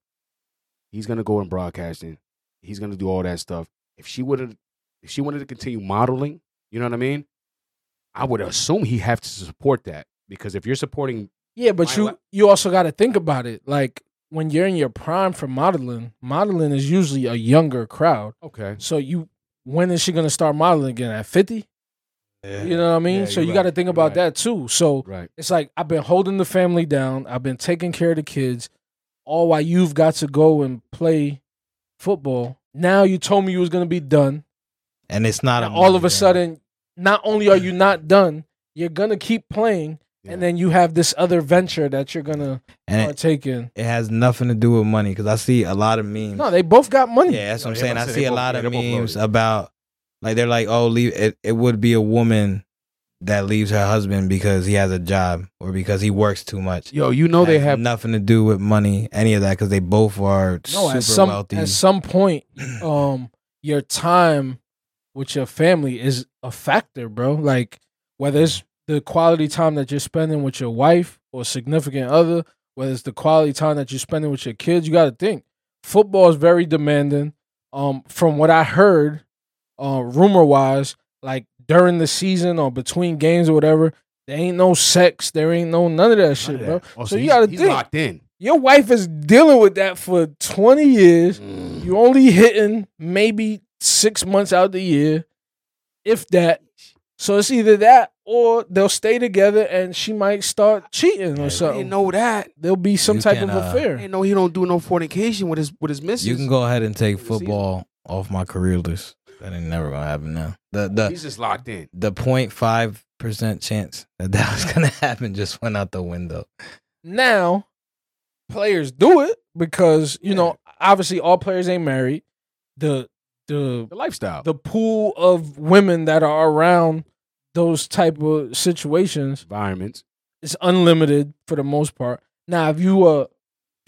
he's gonna go in broadcasting. He's gonna do all that stuff. If she would have, if she wanted to continue modeling, you know what I mean? I would assume he have to support that because if you're supporting, Yeah, but My you la- you also got to think about it. Like when you're in your prime for modeling, modeling is usually a younger crowd. okay, So you, when is she gonna start modeling again? At fifty? You know what I mean? Yeah, so you're you right. got to think You're about right. that too. So Right. it's like I've been holding the family down. I've been taking care of the kids, all while you've got to go and play football. Now you told me you was gonna be done. and it's not And all of movie, a sudden, not only are you not done, you're gonna keep playing, Yeah. and then you have this other venture that you're gonna and it, partake in. it has nothing to do with money because I see a lot of memes. No, they both got money. Yeah, that's No, what I'm yeah, saying. but I I'm saying see they a both- lot yeah, of they're both memes loaded. about like they're like, oh, leave it. It would be a woman that leaves her husband because he has a job or because he works too much. Yo, you know they Has have nothing to do with money, any of that, because they both are No, super at some wealthy. at some point, um, your time with your family is a factor, bro. Like whether it's the quality time that you're spending with your wife or significant other, whether it's the quality time that you're spending with your kids, you got to think. Football is very demanding. Um, from what I heard, uh, rumor wise, like during the season or between games or whatever, there ain't no sex, there ain't no none of that None shit, of bro. that. Oh, so you he's- gotta he's think. locked in. Your wife is dealing with that for 20 Mm. years. You only hitting maybe six months out the year, if that. So it's either that or they'll stay together and she might start cheating or I didn't something. know that. There'll be some You type can, of uh, I affair. didn't know he don't do no fornication with his with his missus. you can go ahead and Through take the season. football off my career list. That ain't never gonna happen now. The the He's just locked in. the 05 percent chance that that was gonna happen just went out the window. Now, players do it because, you know, obviously all players ain't married. The the The lifestyle. the pool of women that are around those type of situations environments. it's unlimited for the most part. Now, if you a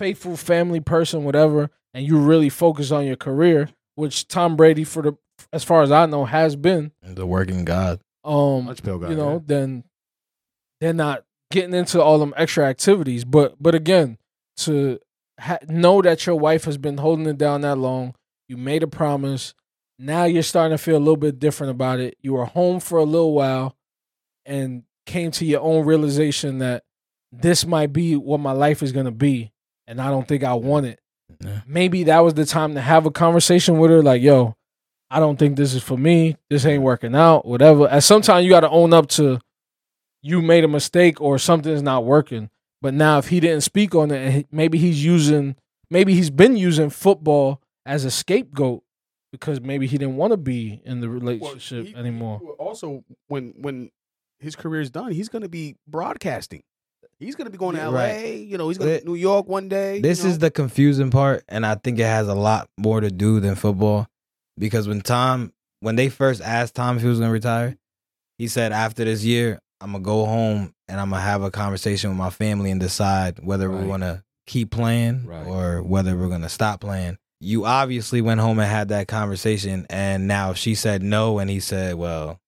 faithful family person, whatever, and you really focus on your career, which Tom Brady, for the as far as I know, has been, The working God. um, Much pill guy. you know, then they're not getting into all them extra activities. But but again, to ha- know that your wife has been holding it down that long, you made a promise. Now you're starting to feel a little bit different about it. You were home for a little while, and came to your own realization that this might be what my life is gonna be, and I don't think I want it. Yeah. Maybe that was the time to have a conversation with her, like, yo, I don't think this is for me. This ain't working out, whatever. At some time, you got to own up to you made a mistake or something's not working. But now, if he didn't speak on it, and he- maybe he's using, maybe he's been using football as a scapegoat because maybe he didn't want to be in the relationship anymore. also, when when his career is done, he's going to be broadcasting. He's going to be going to Yeah, LA. right. You know, he's going Th- to New York one day. This is the confusing part, and I think it has a lot more to do than football. Because when Tom, when they first asked Tom if he was going to retire, he said, after this year, I'm going to go home and I'm going to have a conversation with my family and decide whether Right. we want to keep playing Right. or whether we're going to stop playing. You obviously went home and had that conversation. And now if she said no and he said, well,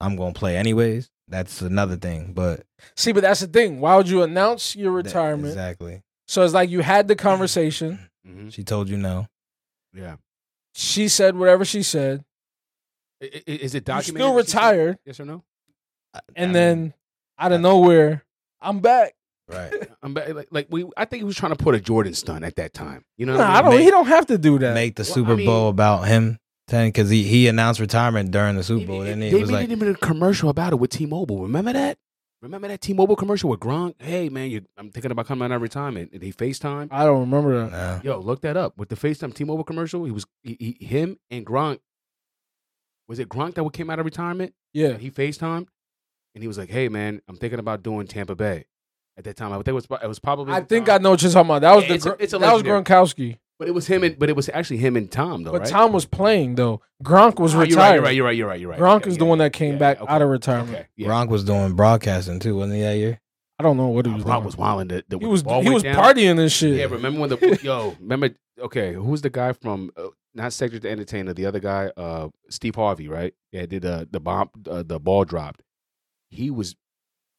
I'm going to play anyways, that's another thing. But See, but that's the thing. Why would you announce your that- retirement? exactly. So it's like you had the conversation. Mhm. She told you no. Yeah. She said whatever she said. I- I- Is it You documented? still that she said- retired, Yes or no? and I mean, then out of nowhere, I'm back. right. I'm ba- like, like we. I think he was trying to put a Jordan stunt at that time. You know, No, what I I mean? don't. he don't have to do that. make the Well, I Super mean- Bowl about him, because he, he announced retirement during the Super Bowl, They- didn't he? They It was made like, even a commercial about it with T-Mobile. Remember that? Remember that T-Mobile commercial with Gronk? Hey man, you, I'm thinking about coming out of retirement. Did he FaceTime? I don't remember that. nah. Yo, look that up. With the FaceTime T-Mobile commercial, he was he, he, him and Gronk. Was it Gronk that came out of retirement? Yeah, He FaceTimed, and he was like, "Hey man, I'm thinking about doing Tampa Bay." At that time, I think it was it was probably I think I know what you're talking about. That was Yeah, the it's a- Gr- it's a that was legendary. Gronkowski, but it was him and but it was actually him and Tom though, but right? Tom was playing though. Gronk was Ah, retired. You're right. You're right. You're right. You're right. You're right. Gronk Okay, is yeah, the one yeah, that came yeah, back yeah, out of okay, retirement. Okay. Yeah. Gronk was doing broadcasting too, wasn't he that year? I don't know what he Ah, was. Gronk doing. was wilding. The, the, he when the was ball he went was down. partying and shit. Yeah, remember when the yo remember? Okay, who's the guy from uh, not Secretary the Entertainer? The other guy, uh, Steve Harvey, right? Yeah, did uh, the bomb uh, the ball dropped. He was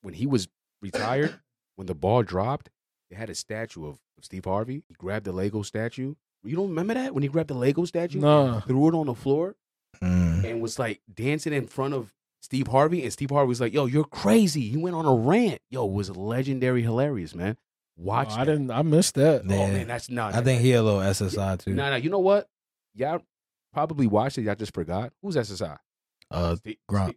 when he was retired. when the ball dropped, they had a statue of, of Steve Harvey. He grabbed the Lego statue. You don't remember that when he grabbed the Lego statue, Nah. threw it on the floor, Mm. and was like dancing in front of Steve Harvey, and Steve Harvey was like, "Yo, you're crazy." He went on a rant. Yo, it was legendary, hilarious, man. Watch. Oh, I that. didn't. I missed that. Oh Yeah. man, that's not. I think he a little SSI too. No, no, you know what? Y'all probably watched it. Y'all just forgot. Who's SSI? Uh, Steve, Gronk.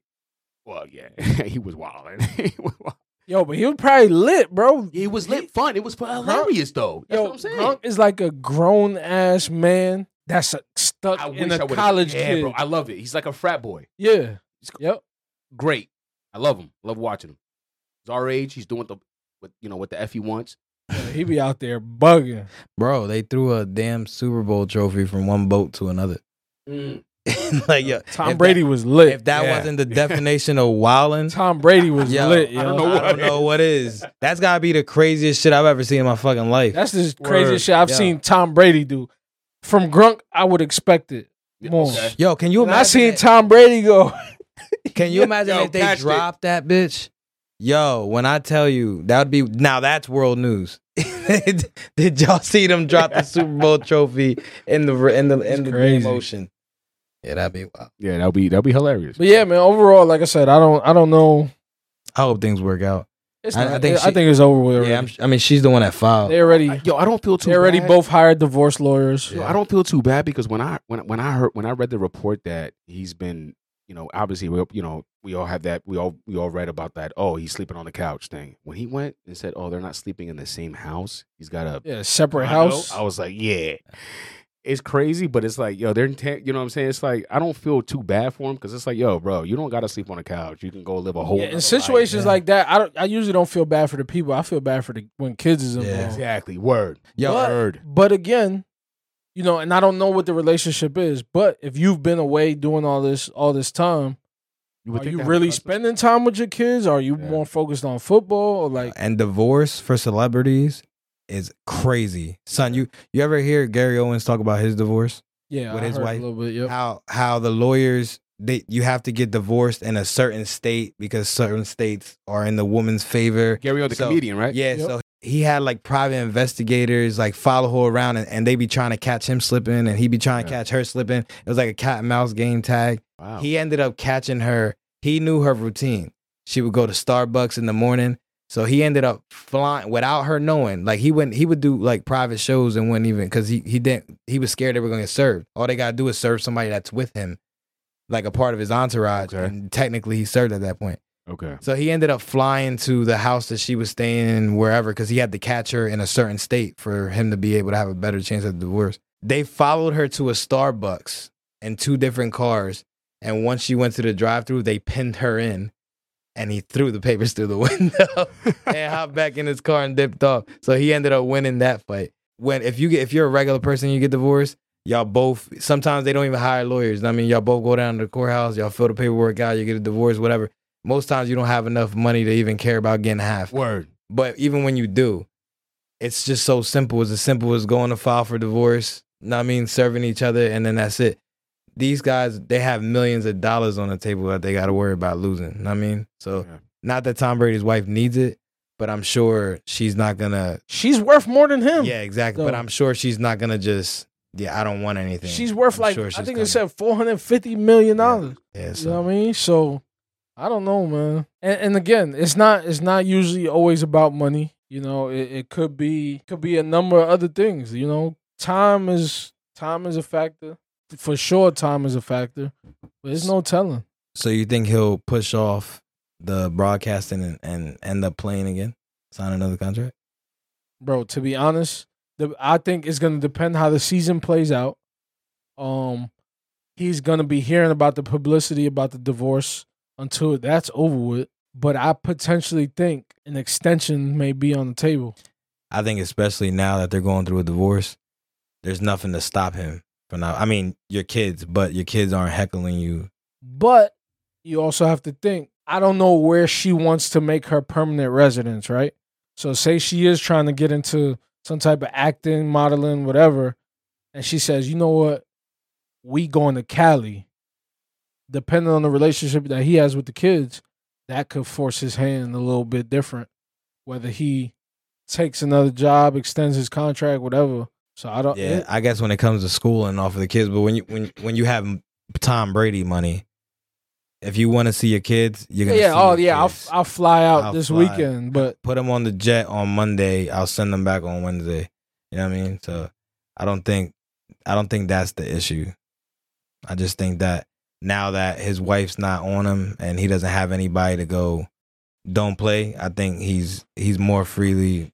Well, yeah, he was wilding. he was wild. Yo, but he was probably lit, bro. It was lit fun. It was fun, hilarious though. That's Yo, what I'm saying. Gronk is like a grown ass man that's uh, stuck I in wish I a would. college yeah, kid. bro. I love it. He's like a frat boy. yeah. Yep. Great. I love him. Love watching him. He's our age. He's doing the, what you know, what the f he wants. Yeah, He be out there bugging. Bro, they threw a damn Super Bowl trophy from one boat to another. Mm. like, yo, Tom if Brady was That, lit. if that Yeah. wasn't the definition of wildin', Tom Brady was Yo, lit. I don't yo. know I don't know what is. That's gotta be the craziest shit I've ever seen in my fucking life. That's the craziest shit Word. I've Yeah. seen Tom Brady do. From Grunk, I would expect it. Yeah, Come on. okay. Yo, can you When I imagine? seen that- Tom Brady go. Can you imagine Yo, if they catch it. dropped that bitch? Yo, when I tell you that would be now that's world news. Did y'all see them drop the Super Bowl trophy in the in the in It's the crazy. game ocean? Yeah, that'd be wild. Yeah, that'll be that'll be hilarious. But yeah, man. Overall, like I said, I don't. I don't know. I hope things work out. It's I- not, I think I she- think it's over with. Already. Yeah, I'm, I mean she's the one that filed. they already. Yo, I don't feel too. they already bad. both hired divorce lawyers. Yo, I don't feel too bad because when I when when I heard when I read the report that he's been, you know, obviously we you know we all have that we all we all read about that. Oh, he's sleeping on the couch thing. When he went and said, oh, they're not sleeping in the same house. He's got a Yeah, separate condo. house. I was like, yeah. It's crazy, but it's like, yo, they're intent. You know what I'm saying? It's like I don't feel too bad for him because it's like, yo, bro, you don't gotta sleep on the couch. You can go live a whole. Yeah, nother in situations life. like that, I don't. I usually don't feel bad for the people. I feel bad for the when kids is Yeah. involved. exactly. Word. Yo, But- Word. But again, you know, and I don't know what the relationship is. But if you've been away doing all this all this time, are think you that- really spending time with your kids? Are you Yeah. more focused on football or like? and divorce for celebrities is crazy, son. You you ever hear Gary Owens talk about his divorce? Yeah, With I his heard wife. a little bit. Yep. how how the lawyers they you have to get divorced in a certain state because certain states are in the woman's favor. Gary, O, the So- comedian, right? Yeah, Yep. so he had like private investigators like follow her around and, and they be trying to catch him slipping and he be trying to Yeah. catch her slipping. It was like a cat and mouse game tag. Wow. He ended up catching her. He knew her routine. She would go to Starbucks in the morning. So he ended up flying without her knowing. Like he wouldn't he would do like private shows and wouldn't even because he he didn't he was scared they were gonna get served. All they gotta do is serve somebody that's with him, like a part of his entourage. Okay. And technically he served at that point. okay. So he ended up flying to the house that she was staying in, wherever, because he had to catch her in a certain state for him to be able to have a better chance at divorce. They followed her to a Starbucks in two different cars. And once she went to the drive through, they pinned her in and he threw the papers through the window and hopped back in his car and dipped off. So he ended up winning that fight. When if you get if you're a regular person and you get divorced, y'all both sometimes they don't even hire lawyers. I mean, y'all both go down to the courthouse, y'all fill the paperwork out, you get a divorce, whatever. Most times you don't have enough money to even care about getting half. Word. But even when you do, it's just so simple. It's as simple as going to file for divorce, know what I mean, serving each other, and then that's it. These guys, they have millions of dollars on the table that they got to worry about losing. know what I mean, so Yeah. not that Tom Brady's wife needs it, but I'm sure she's not gonna. She's worth more than him. Yeah, exactly. But So- I'm sure she's not gonna just. Yeah, I don't want anything. She's worth I'm like sure I she's think gonna- they said four hundred fifty million dollars. Yeah, You know so what I mean? So I don't know, man. And, and again, it's not it's not usually always about money. You know, it, it could be could be a number of other things. You know, time is time is a factor for sure. Time is a factor, but there's no telling. so you think he'll push off the broadcasting and, and end up playing again, sign another contract? bro. To be honest, the, I think it's gonna depend how the season plays out. Um, he's gonna be hearing about the publicity about the divorce until that's over with. But I potentially think an extension may be on the table. I think especially now that they're going through a divorce, there's nothing to stop him from now. I mean, your kids, but your kids aren't heckling you. But you also have to think. I don't know where she wants to make her permanent residence, right? So say she is trying to get into some type of acting, modeling, whatever, and she says, "You know what? We going to Cali." Depending on the relationship that he has with the kids, that could force his hand a little bit different. Whether he takes another job, extends his contract, whatever. So I don't. Yeah, I guess when it comes to school and all for the kids, but when you when when you have Tom Brady money, if you want to see your kids, you're gonna yeah. see Oh your yeah. I'll, kids. I'll fly out I'll this fly. weekend, but put them on the jet on Monday. I'll send them back on Wednesday. You know what I mean? So I don't think I don't think that's the issue. I just think that now that his wife's not on him and he doesn't have anybody to go don't play, I think he's he's more freely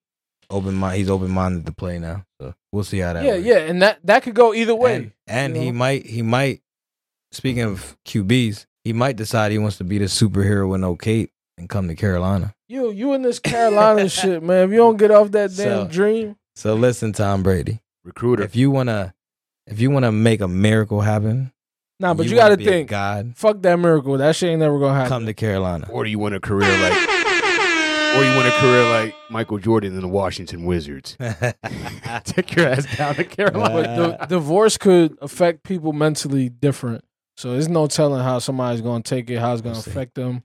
open mind he's open minded to play now. So we'll see how that yeah, works. yeah, and that that could go either way. And, and you he know? might he might speaking of QBs, he might decide he wants to be the superhero with no cape and come to Carolina. you you in this Carolina shit, man. If you don't get off that So- damn dream, So listen, Tom Brady. Recruiter. If you wanna if you wanna make a miracle happen, nah. But you, got wanna to be a think. God Fuck that miracle. That shit ain't never gonna happen. come to Carolina. or do you want a career like or you want a career like Michael Jordan and the Washington Wizards? Take your ass down to Carolina. But the, divorce could affect people mentally different. So there's no telling how somebody's gonna take it, how it's gonna We'll see. affect them,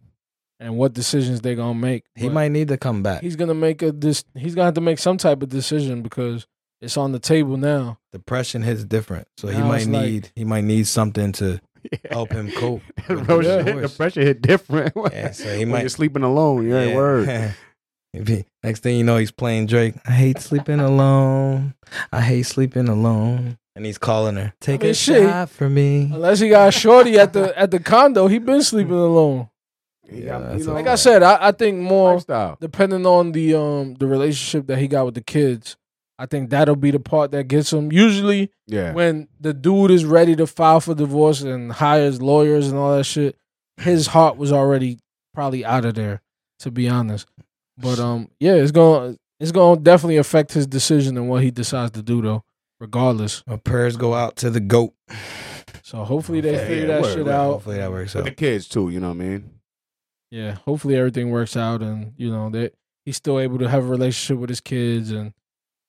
and what decisions they're gonna make. he But might need to come back. He's gonna make a this. He's gonna have to make some type of decision because it's on the table now. Depression hits different. So he Now might it's like- need he might need something to help him cope. with Bro, the shit, the divorce. pressure hit different. Yeah, so he when might- you're sleeping alone, you ain't Yeah. worried. If he- next thing you know, he's playing Drake. I hate sleeping alone. I hate sleeping alone. And he's calling her. Take mean, a shit. shot for me. Unless he got shorty at the at the condo, he been sleeping alone. You Yeah, got- you that's know, Like I said, I, I think more lifestyle. depending on the um the relationship that he got with the kids. I think that'll be the part that gets him. Usually, Yeah. when the dude is ready to file for divorce and hires lawyers and all that shit, his heart was already probably out of there, to be honest. But um, yeah, it's gonna it's gonna definitely affect his decision and what he decides to do though, regardless. My prayers go out to the goat. So hopefully they Okay, figure yeah, that word, shit word. out. Hopefully that works With the out. kids too, you know what I mean? Yeah, hopefully everything works out and you know that he's still able to have a relationship with his kids and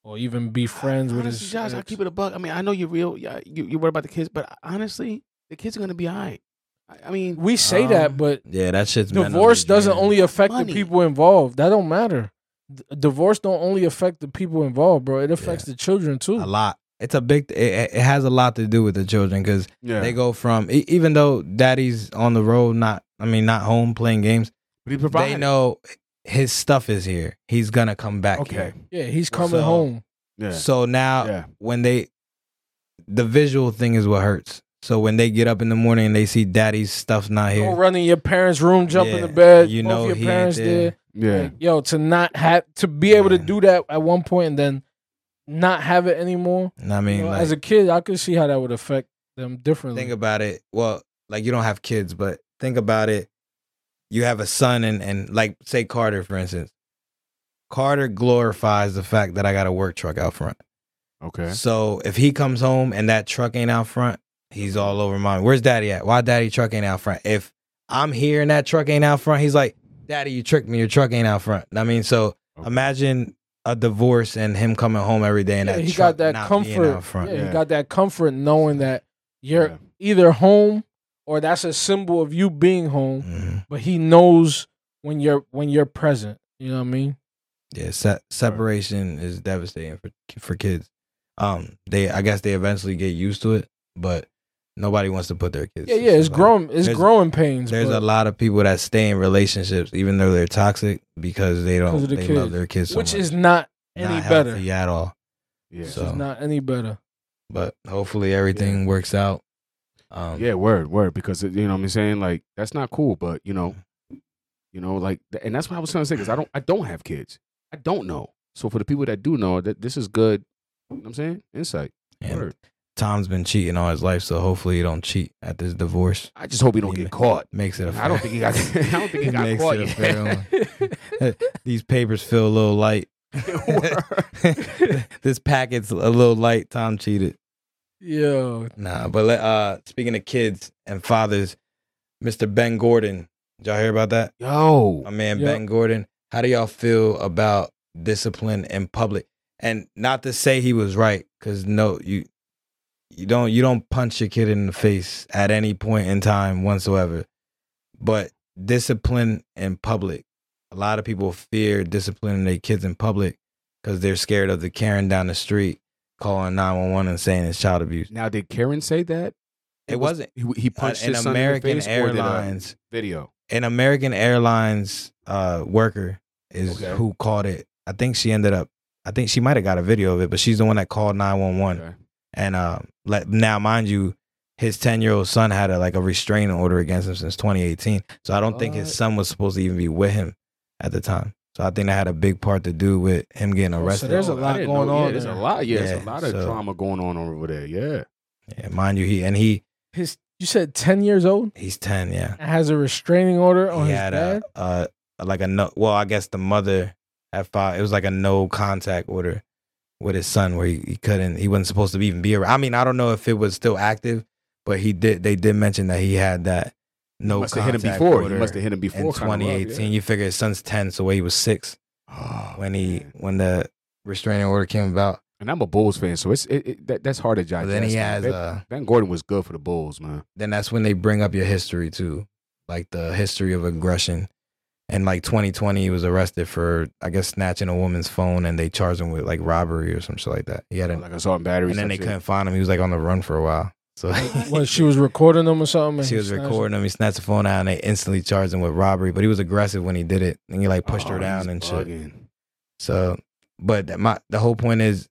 or even be friends with Honestly, his. Josh, I ex. keep it a buck. I mean, I know you're real. Yeah, you you worry about the kids, but honestly, the kids are gonna be all right. I, I mean, We say that, Um, but Yeah, that shit's mentally divorce doesn't draining. only affect Money. the people involved. That don't matter. D- divorce don't only affect the people involved, bro. It affects the children too. a lot. It's a big. It, it has a lot to do with the children because yeah. they go from e- even though daddy's on the road, not I mean not home playing games. but he They know his stuff is here. He's gonna come back Okay. here. Yeah, he's coming So- home. Yeah. So now yeah. when they the visual thing is what hurts. So when they get up in the morning and they see daddy's stuff not here, Don't run in your parents' room, jump in Yeah, the bed. you You know know your he ain't parents there. there. Yeah. Like, yo, to not have to be able to Man. do that at one point and then not have it anymore. and I You mean, know, like, as a kid, I could see how that would affect them differently. think about it. Well, like you don't have kids, but think about it. You have a son, and and like say Carter, for instance. Carter glorifies the fact that I got a work truck out front. Okay. So if he comes home and that truck ain't out front, he's all over mine. Where's daddy at? Why daddy truck ain't out front? If I'm here and that truck ain't out front, he's like, Daddy, you tricked me. Your truck ain't out front. I mean, so Okay. imagine a divorce and him coming home every day and yeah, that he truck got that not comfort. being out front. Yeah, Yeah. he got that comfort knowing that you're Yeah. either home or that's a symbol of you being home. Mhm. But he knows when you're when you're present. You know what I mean? Yeah, se- separation is devastating for for kids. Um, they I guess they eventually get used to it, but nobody wants to put their kids. Yeah, through yeah. It's something. growing. It's There's- growing pains. There's a but- lot of people that stay in relationships even though they're toxic because they don't Because of they the love kids. their kids so which much. is not any Not better. healthy at all. Yeah. So- It's not any better. But hopefully everything works out. Um, yeah. Word. Word. Because you know what I'm saying like that's not cool, but you know, Mm-hmm. you know like and that's what I was trying to say because I don't I don't have kids. I don't know. So for the people that do know, that this is good. You know what I'm saying insight. and Word. Tom's been cheating all his life, so hopefully he don't cheat at this divorce. I just hope he don't He get ma- caught. Makes it. A fair, I don't think he got. I don't think he got makes caught it a yet. fair one. These papers feel a little light. this packet's a little light. Tom cheated. Yo, Nah, but let- uh, speaking of kids and fathers, Mr. Ben Gordon, did y'all hear about that? Yo. My man Yep. Ben Gordon. How do y'all feel about discipline in public? And not to say he was right, because no, you you don't you don't punch your kid in the face at any point in time whatsoever. But discipline in public. A lot of people fear disciplining their kids in public because they're scared of the Karen down the street calling 911 and saying it's child abuse. Now, did Karen say that? It wasn't. Uh, He, he punched an his son American in the face or did a Airlines video. an American Airlines uh, worker is Okay. who called it. I think she ended up. I think she might have got a video of it, but she's the one that called nine one one. Okay. And uh, let now, mind you, his 10 year old son had a, like a restraining order against him since 2018. So I don't think his What? son was supposed to even be with him at the time. So I think that had a big part to do with him getting Oh, so arrested. there's a I lot didn't going know- yeah, on There's a there. lot. Yeah, there's a Yeah, lot of so- trauma going on over there. Yeah. yeah, mind you, he and he His you said ten years old he's 10. Yeah, and has a restraining order on he his had dad. a, a like a no. Well, I guess the mother had filed. It was like a no contact order with his son, where he, he couldn't. He wasn't supposed to even be around. I mean, I don't know if it was still active, but he did. They did mention that he had that no must have hit contact him before. order. He must have hit him before. in kind of rough, 2018. You figure his son's 10, so when he was six yeah. when he when the restraining order came about. and I'm a Bulls fan, so it's it, it, that, that's hard to But digest. then he man. has Ben, uh Ben Gordon was good for the Bulls, man. then that's when they bring up your history too, like the history of aggression. And like 2020, he was arrested for I guess snatching a woman's phone, and they charged him with like robbery or some shit like that. He had an, Oh, Like I saw in batteries. and then they type shit. couldn't find him. He was like on the run for a while. So What she was recording him or something. and she he was snatched it? recording him. He snatched the phone out, and they instantly charged him with robbery. But he was aggressive when he did it, and he like pushed Oh, her he's down and shit. bugging. So, but that my the whole point is,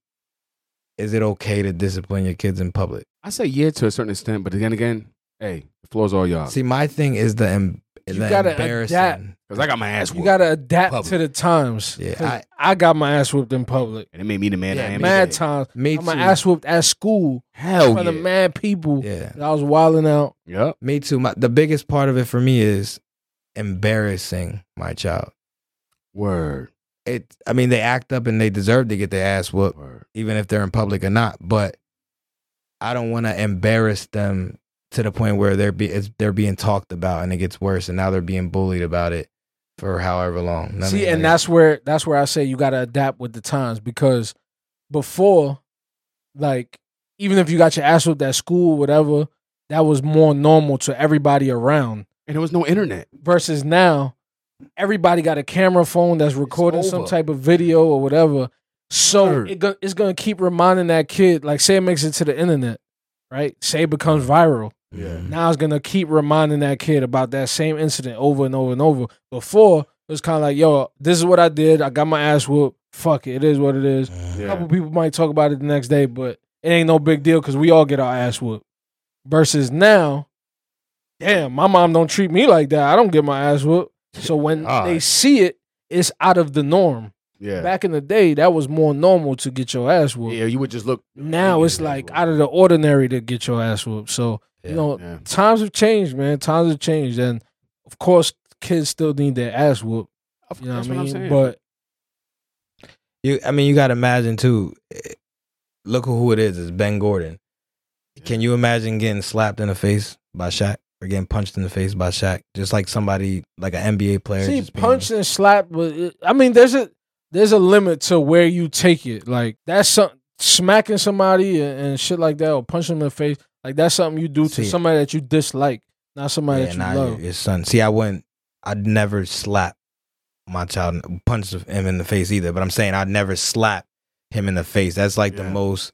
is it okay to discipline your kids in public? I say yeah to a certain extent, but then again, hey, the floor's all y'all. See, my thing is the, em- You the gotta embarrassing. adapt. Cause I got my ass You whooped, gotta adapt Public. to the times. Yeah, 'Cause I- I, got my ass whooped in public. and it made me the man I Yeah, am. Mad today. times. Me I'm too. an ass whooped at school in Hell front yeah. of mad people. yeah, that I was wilding out. Yep. me too. My, the biggest part of it for me is embarrassing my child. Word. It, I mean, they act up and they deserve to get their ass whooped, Word. even if they're in public or not. But I don't want to embarrass them to the point where they're be it's, they're being talked about and it gets worse, and now they're being bullied about it for however long. I See, mean, and like- that's where that's where I say you gotta adapt with the times because before, like, even if you got your ass whooped at school, whatever, that was more normal to everybody around. And there was no internet. Versus now, everybody got a camera phone that's recording some over. type of video or whatever. So Word. it go, it's gonna keep reminding that kid, like, say it makes it to the internet, right? Say it becomes viral. Yeah. Now it's gonna keep reminding that kid about that same incident over and over and over. Before it was kind of like, yo, this is what I did. I got my ass whooped. Fuck it, it is what it is. mm-hmm. A Yeah. couple people might talk about it the next day, but it ain't no big deal because we all get our ass whooped. Versus now, damn, my mom don't treat me like that. I don't get my ass whooped. So when Ah. they see it, it's out of the norm. Yeah. Back in the day, that was more normal to get your ass whooped. Yeah. You would just look. Now Yeah, it's yeah, like yeah. out of the ordinary to get your ass whooped. So Yeah, you know, yeah. times have changed, man. Times have changed, and of course, kids still need their ass whooped. You know That's what what I I'm mean? saying. but You, I mean, you got to imagine too. eh, Look who it is. It's Ben Gordon. Can you imagine getting slapped in the face by Shaq or getting punched in the face by Shaq? Just like somebody, like an NBA player. see, just being- punch and slap. But it- I mean, there's a there's a limit to where you take it. Like that's some smacking somebody and, and shit like that, or punching them in the face. Like that's something you do to See. somebody that you dislike, not somebody Yeah, that you nah, love. your son. See, I wouldn't. I'd never slap my child, punch him in the face either. But I'm saying I'd never slap him in the face. That's like the Yeah. most.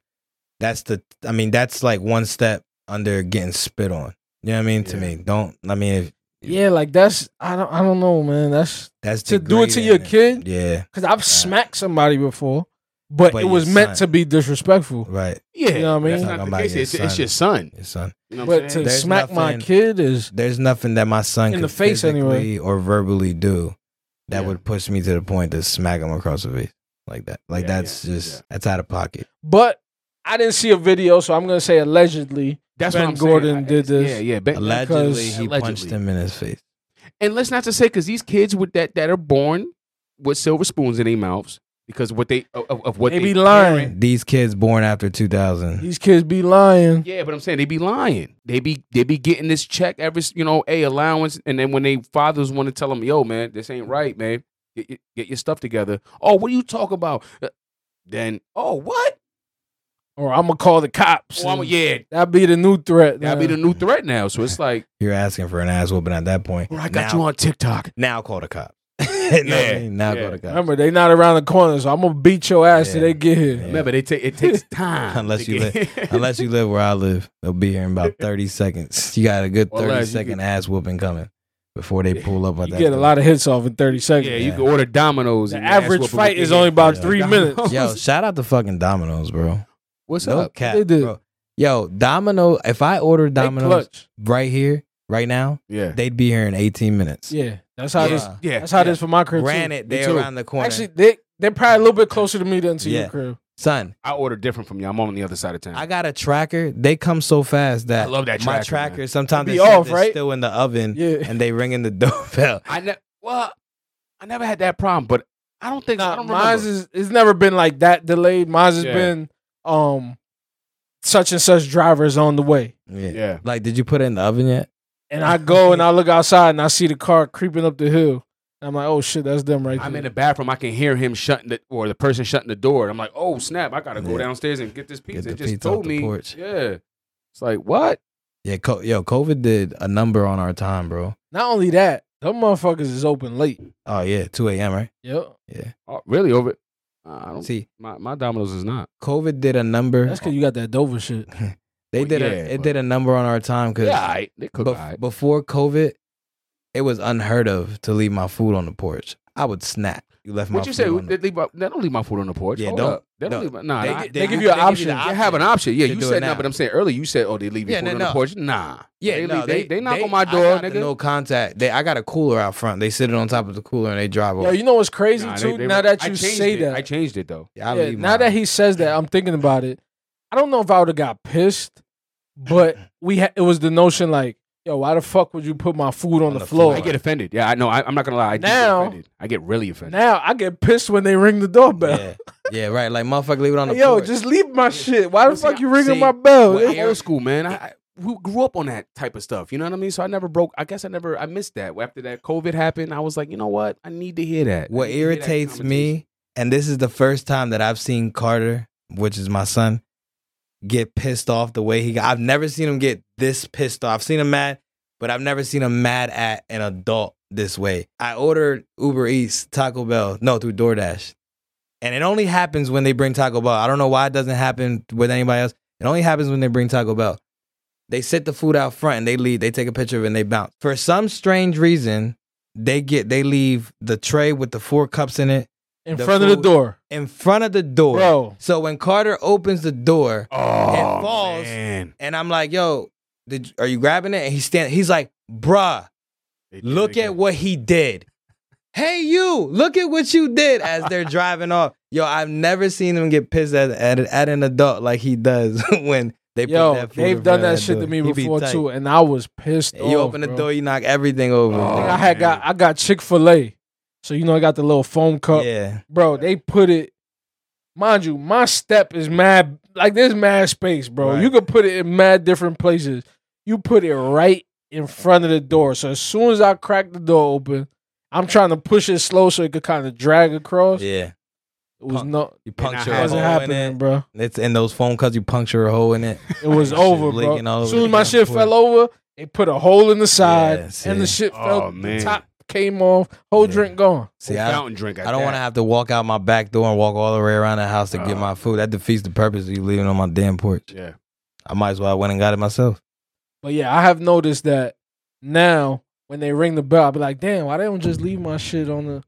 That's the. I mean, that's like one step under getting spit on. You know what I mean? To Yeah. me, don't. I mean, if Yeah, like that's I don't I don't know, man. That's that's To do it to your degrading, kid? Yeah. because I've smacked somebody before, but, But it was your meant son- to be disrespectful. Right. Yeah. You know what I That's mean? not the About case. your It's, it's son. your son. Your son. You know what I'm But saying? to There's smack my nothing- kid is there's nothing that my son In could the face anyway. physically or verbally do that Yeah. would push me to the point to smack him across the face like that. Like Yeah, that's yeah, just yeah. that's out of pocket. But I didn't see a video, so I'm gonna say allegedly. That's Ben what I'm saying. Gordon I- did it's- this. Yeah, yeah. Ben, Allegedly, because- he punched Allegedly. him in his face. And let's not to say because these kids with that that are born with silver spoons in their mouths because what they of, of what They be parent- These kids born after 2000. These kids be lying. Yeah, but I'm saying they be lying. They be they be getting this check every s- you know a allowance, and then when they fathers want to tell them, "Yo, man, this ain't right, man. Get, your- get your stuff together." Oh, what are you talking about? Uh, Then oh, what? Or I'm gonna call the cops. Oh, I'm, and yeah, That'd be the new threat. that'd be the now. new threat now. So it's like, You're asking for an ass whooping at that point. bro, I got now, you on TikTok. Now call the cop. You know what I Yeah, mean? Now yeah. call the cop. Remember, they not around the corner, so I'm gonna beat your ass till Yeah. they get here. Yeah. Remember, they take it takes time Unless to you get- Unless you live where I live, they'll be here in about 30 seconds. You got a good Well, 30 second unless you could- ass whooping coming before they pull up. You get a lot of hits off in 30 seconds. yeah, you Yeah. can order Domino's. The and your ass average whooping fight will is get only hit about first. three Domino's. minutes. Yo, shout out to fucking Domino's, bro. what's no up? cap, They did. bro. Yo, Domino. If I order They Domino's clutch. right here, right now, Yeah. they'd be here in 18 minutes. Yeah, that's how this. Yeah. yeah. That's how it is for my crib. too. Granted, Me they're too. around the corner. Actually, they they're probably a little bit closer to me than to Yeah. your crib. Son, I order different from you. I'm on the other side of town. I got a tracker. They come so fast that I love that my tracker, man. tracker sometimes Be they said off, they're right? still in the oven Yeah, and they ringing the doorbell. I ne- well, I never had that problem, but I don't think I nah, don't mine's remember. is it's never been like that delayed. Mine's has Yeah. been um such and such drivers on the way, Yeah. yeah. Like, did you put it in the oven yet? and I go and I look outside and I see the car creeping up the hill. And I'm like, oh shit, that's them right I'm there. in the bathroom. I can hear him shutting the or the person shutting the door. I'm like, oh snap! I gotta go Yeah. downstairs and get this pizza. the it just pizza off told the me. porch. Yeah. It's like what? Yeah, co- yo, COVID did a number on our time, bro. Not only that, them motherfuckers is open late. Oh yeah, 2 a.m. Right? Yep, Oh, really over? Uh, I don't. See, My my Domino's is not. COVID did a number. that's because you got that Dover shit. They Well, did yeah, a, it but- did a number on our time because Yeah, all right. they cook. all right. before COVID, it was unheard of to leave my food on the porch. I would snap. You left my What you food say? on They, the leave my, they don't leave my food on the porch. Yeah, Hold don't- up. They don't, don't- leave my, nah, nah, they give you an give option. the They have an option. Yeah, to you do said it no, now. but I'm saying earlier you said, oh, they leave your Yeah, food no, on the no. porch. Nah. Yeah, they, no, leave- they, they, knock on I my door, got the nigga. No contact. They, I got a cooler out front. They sit it on top of the cooler and they drive Yo, over. you know what's crazy Nah, too? they- they- now that I you changed say it. that, I changed it though. Yeah, I Yeah, leave now mine. that he says that, I'm thinking about it. I don't know if I would have got pissed, but we ha- it was the notion like, yo, why the fuck would you put my food on, the, the floor? floor. I get offended. Yeah, I know. I, I'm not gonna lie. I do get Now- offended. I get really offended. now I get pissed when they ring the doorbell. yeah, yeah, right. Like motherfucker, leave it on the yo, porch. just leave my shit. Why the Well, see, fuck you I- ringing see, my bell? Well, I'm Yeah. old school, man. I, I we grew up on that type of stuff. You know what I mean? So I never broke. I guess I never. I missed that after that COVID happened. I was like, you know what? I need to hear that. I what need to hear that irritates conversation. me, and this is the first time that I've seen Carter, which is my son, get pissed off the way he got. I've never seen him get this pissed off. I've seen him mad, but I've never seen him mad at an adult this way. I ordered Uber Eats, Taco Bell, no, through DoorDash. And it only happens when they bring Taco Bell. I don't know why it doesn't happen with anybody else. It only happens when they bring Taco Bell. They sit the food out front and they leave. They take a picture of it and they bounce. For some strange reason, they get they leave the tray with the four cups in it in the front of the food- door, in front of the door. bro. So when Carter opens the door Oh, It falls. Man. and I'm like, "Yo, did, are you grabbing it?" And he stand. He's like, "Bruh, look at what he did." Hey, you! Look at what you did as they're driving off. Yo, I've never seen him get pissed at at, at an adult like he does when they put Yo, that food they've in done front of that shit door. to me He be before tight. too, and I was pissed. You off, open the bro. door, you knock everything over. Oh, I had got I got Chick Fil A, so you know I got the little foam cup. yeah, bro. They put it, mind you, my step is mad. Like there's mad space, bro. Right. You could put it in mad different places. You put it right in front of the door. So as soon as I crack the door open, I'm trying to push it slow so it could kind of drag across. yeah. It was Punk- no, You And I puncture it a wasn't hole in happening, it. bro. It's in those phone calls. You puncture a hole in it. It was Shit over, leaking all bro. over As soon as the my shit carport. fell over, it put a hole in the side, Yeah, and the see. shit fell. Oh, man. The top came off, whole Yeah. drink gone. See, I, fountain drink. I don't want to have to walk out my back door and walk all the way around the house to Oh. get my food. That defeats the purpose of you leaving on my damn porch. Yeah. I might as well I went and got it myself. But yeah, I have noticed that now when they ring the bell, I'll be like, damn, why they don't just leave my shit on the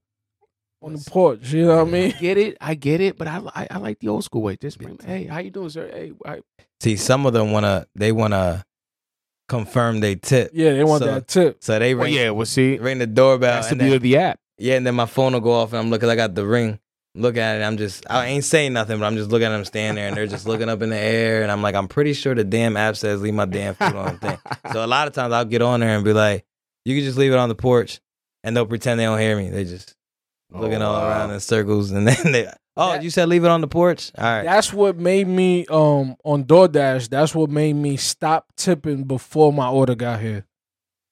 on the porch? You know what I mean? I get it. I get it. But I, I, I like the old school way. Just bring, hey, how you doing, sir? Hey, all right. See, some of them wanna they wanna confirm they tip, Yeah, they want So- that tip. so they well, ring, yeah. Well, see, ring the doorbell. that's the And beauty then, of the app. yeah, and then my phone will go off, and I'm looking. I got the ring. Look at it. I'm just. I ain't saying nothing, but I'm just looking at them standing there, and they're just looking up in the air, and I'm like, I'm pretty sure the damn app says leave my damn food on the thing. So a lot of times I'll get on there and be like, you can just leave it on the porch and they'll pretend they don't hear me. They just Oh, looking all around in circles and then they Oh, That- you said leave it on the porch? All right. That's what made me um on DoorDash, that's what made me stop tipping before my order got here.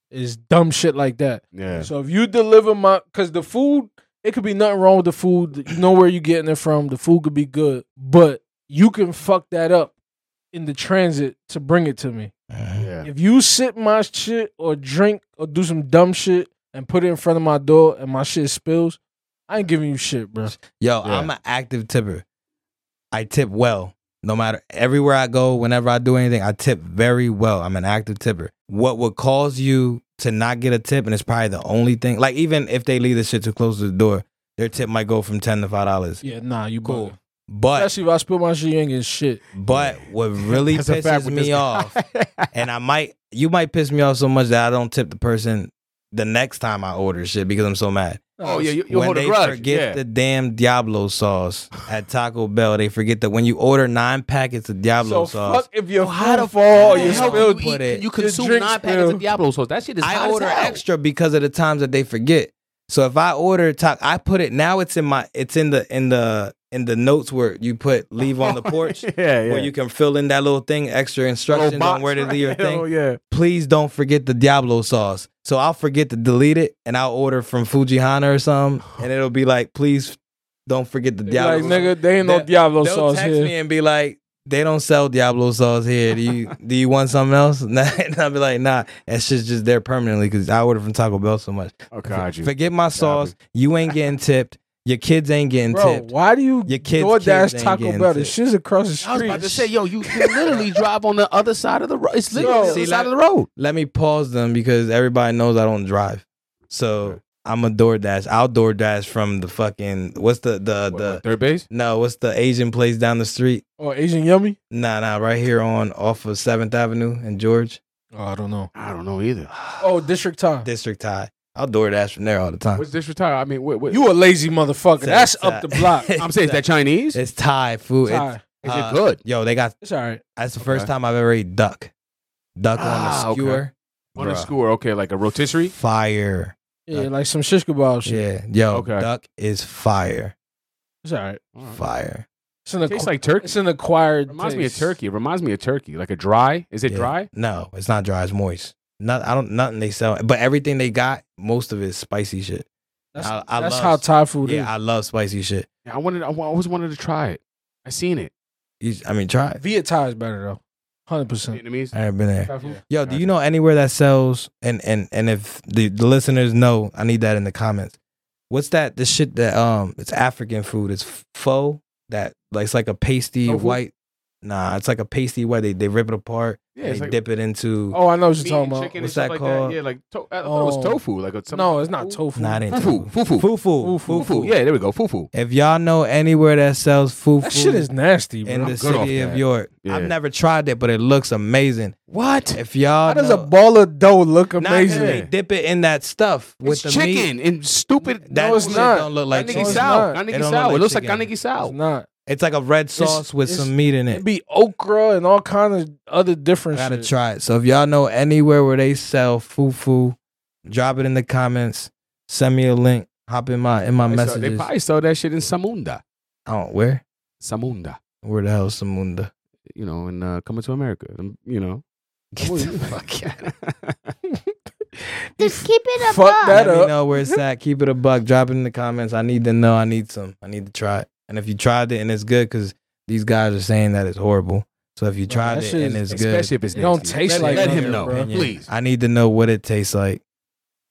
Is dumb shit like that. Yeah. So if you deliver my cause the food, it could be nothing wrong with the food. You know where you're getting it from. The food could be good, but you can fuck that up in the transit to bring it to me. Yeah. If you sip my shit or drink or do some dumb shit and put it in front of my door and my shit spills, I ain't giving you shit, bro. Yo, Yeah. I'm an active tipper. I tip well. No matter everywhere I go, whenever I do anything, I tip very well. I'm an active tipper. What would cause you to not get a tip, and it's probably the only thing, like even if they leave the shit too close to the door, their tip might go from ten to five dollars. Yeah, nah, you Cool. cool. But Especially if I spill my shit, you ain't getting shit. but what really That's a fact pisses with this me guy. off, and I might you might piss me off so much that I don't tip the person the next time I order shit because I'm so mad. oh yeah, you, you when hold they a grudge. forget yeah. the damn Diablo sauce at Taco Bell, they forget that when you order nine packets of Diablo so sauce, fuck if you're Oh, how the fall, fuck Oh, you the hell spilled do you eat- it. you consume nine packets of Diablo sauce. That shit is I order extra because of the times that they forget. So if I order taco, I put it now. It's in my. It's in the in the in the notes where you put leave on the porch. yeah, yeah. Where you can fill in that little thing, extra instructions Little box, on where to right? leave your Oh thing. yeah. Please don't forget the Diablo sauce. So I'll forget to delete it, and I'll order from Fujihana or something, and it'll be like, please don't forget the They Diablo. like sauce. nigga, they ain't no They'll- Diablo They'll sauce text here. me and be like, they don't sell Diablo sauce here. Do you do you want something else? And I'll be like, nah, that shit's just there permanently because I order from Taco Bell so much. Oh god, you. Forget my sauce. You ain't getting tipped. Your kids ain't getting Bro, tipped. why do you Your kids' kids DoorDash ain't Taco getting Bell? The sick. shit's across the I was about to say, street. yo, you, you literally drive on the other side of the road. It's literally Yo. the other See, side like- of the road. Let me pause them because everybody knows I don't drive. So I'm a DoorDash. I'll DoorDash from the fucking what's the the the third base? no, what's the Asian place down the street? Oh, Asian Yummy? Nah, nah, right here on off of Seventh Avenue and George. Oh, I don't know. I don't know either. Oh, District Time. district high. I'll door dash from there all the time. What's this retire? I mean, what, what? You a lazy motherfucker. That's It's, uh, up the block. I'm saying, is that Chinese? it's Thai food. It's, Sorry. Is uh, it good? Yo, they got It's all right. that's the Okay. first time I've ever ate duck. Duck Ah, on a okay. skewer. On a Bruh. skewer, okay, like a rotisserie. Fire. Yeah, like some shish kebab shit. Yeah. Yo, Okay. duck is fire. It's all right. Fire. It's an, Tastes acqu- like turkey. it's an acquired Reminds me of taste. turkey. It reminds me of turkey. Like a dry. Is it Yeah. dry? No, it's not dry, it's moist. Not I don't nothing they sell. But everything they got, most of it is spicy shit. That's, I- I that's love- how Thai food Yeah, I love spicy shit. Yeah, I wanted. I wa- I always wanted to try it. I seen it. You, I mean try is. it. Viet Thai is better though. Hundred percent. Vietnamese. I haven't been there. Thai food? eh, Yo, do you know anywhere that sells and and and if the, the listeners know, I need that in the comments. What's that? The shit that um, it's African food. It's pho that like it's like a pasty Tofu? white. Nah, it's like a pasty white. They they rip it apart. Yeah, and it's they like dip it into. Oh, I know what you're meat talking and about. chicken and What's stuff that like called? that. Yeah, like to- I thought it Oh. was tofu. Like a, some- no, it's not Oh, tofu. Nah, it ain't Fufu, fufu, Fufu, fufu, Fufu. fufu. Yeah, there we go. Fufu. If y'all know anywhere that sells fufu That shit is nasty, bro. in the good off city of that. York, Yeah. I've never tried it, but it looks amazing. What? If y'all How does a know, ball of dough look Nah, 'cause amazing? Yeah. they dip it in that stuff with It's the meat. chicken and stupid. That No, it's shit not. don't look Kanigi like No, chicken. it's Sao. not. Kanigi It don't look Sao. It like looks like chicken. Kanigi It's Sao. not. It's like a red sauce with it's- some meat in It'd it. be okra and all kind of other I different gotta shit. try it. So if y'all know anywhere where they sell fufu, drop it in the comments. Send me a link. Hop in my in my They sell- They messages. probably sell that shit in Samunda. Oh, where? Samunda. Where the hell is Samunda? You know, and uh, coming to America. Um, You know. Get Well, the you- fuck out. Just keep it a Fuck buck. that Let me up. know where it's at. Keep it a buck. Drop it in the comments. I need to know. I need some. I need to try it. And if you tried it and it's good, because these guys are saying that it's horrible. So if you Bro, tried that it shit and is- it's good, Especially if it's It don't nasty. taste Let- like Let nothing, him know, bro. please. I need to know what it tastes like.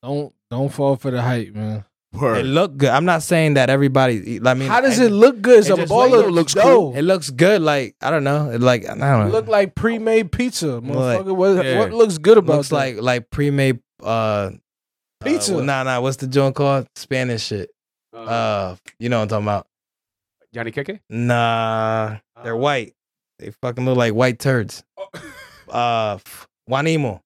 Don't don't fall for the hype, man. It look good. I'm not saying that everybody. eat- I mean, How does I- it look good? It's it a just ball looks- of looks dough. It looks good. Like I don't know. It like I don't It know. look like pre-made pizza, Like- motherfucker. What, Yeah. what looks good about looks that? like like pre-made uh Pizza. Uh, well, nah, nah. What's the joint called? Spanish shit. Uh, you know what I'm talking about. Johnny Keke? Nah, they're white. They fucking look like white turds. Oh, Uh, f- Juanimo.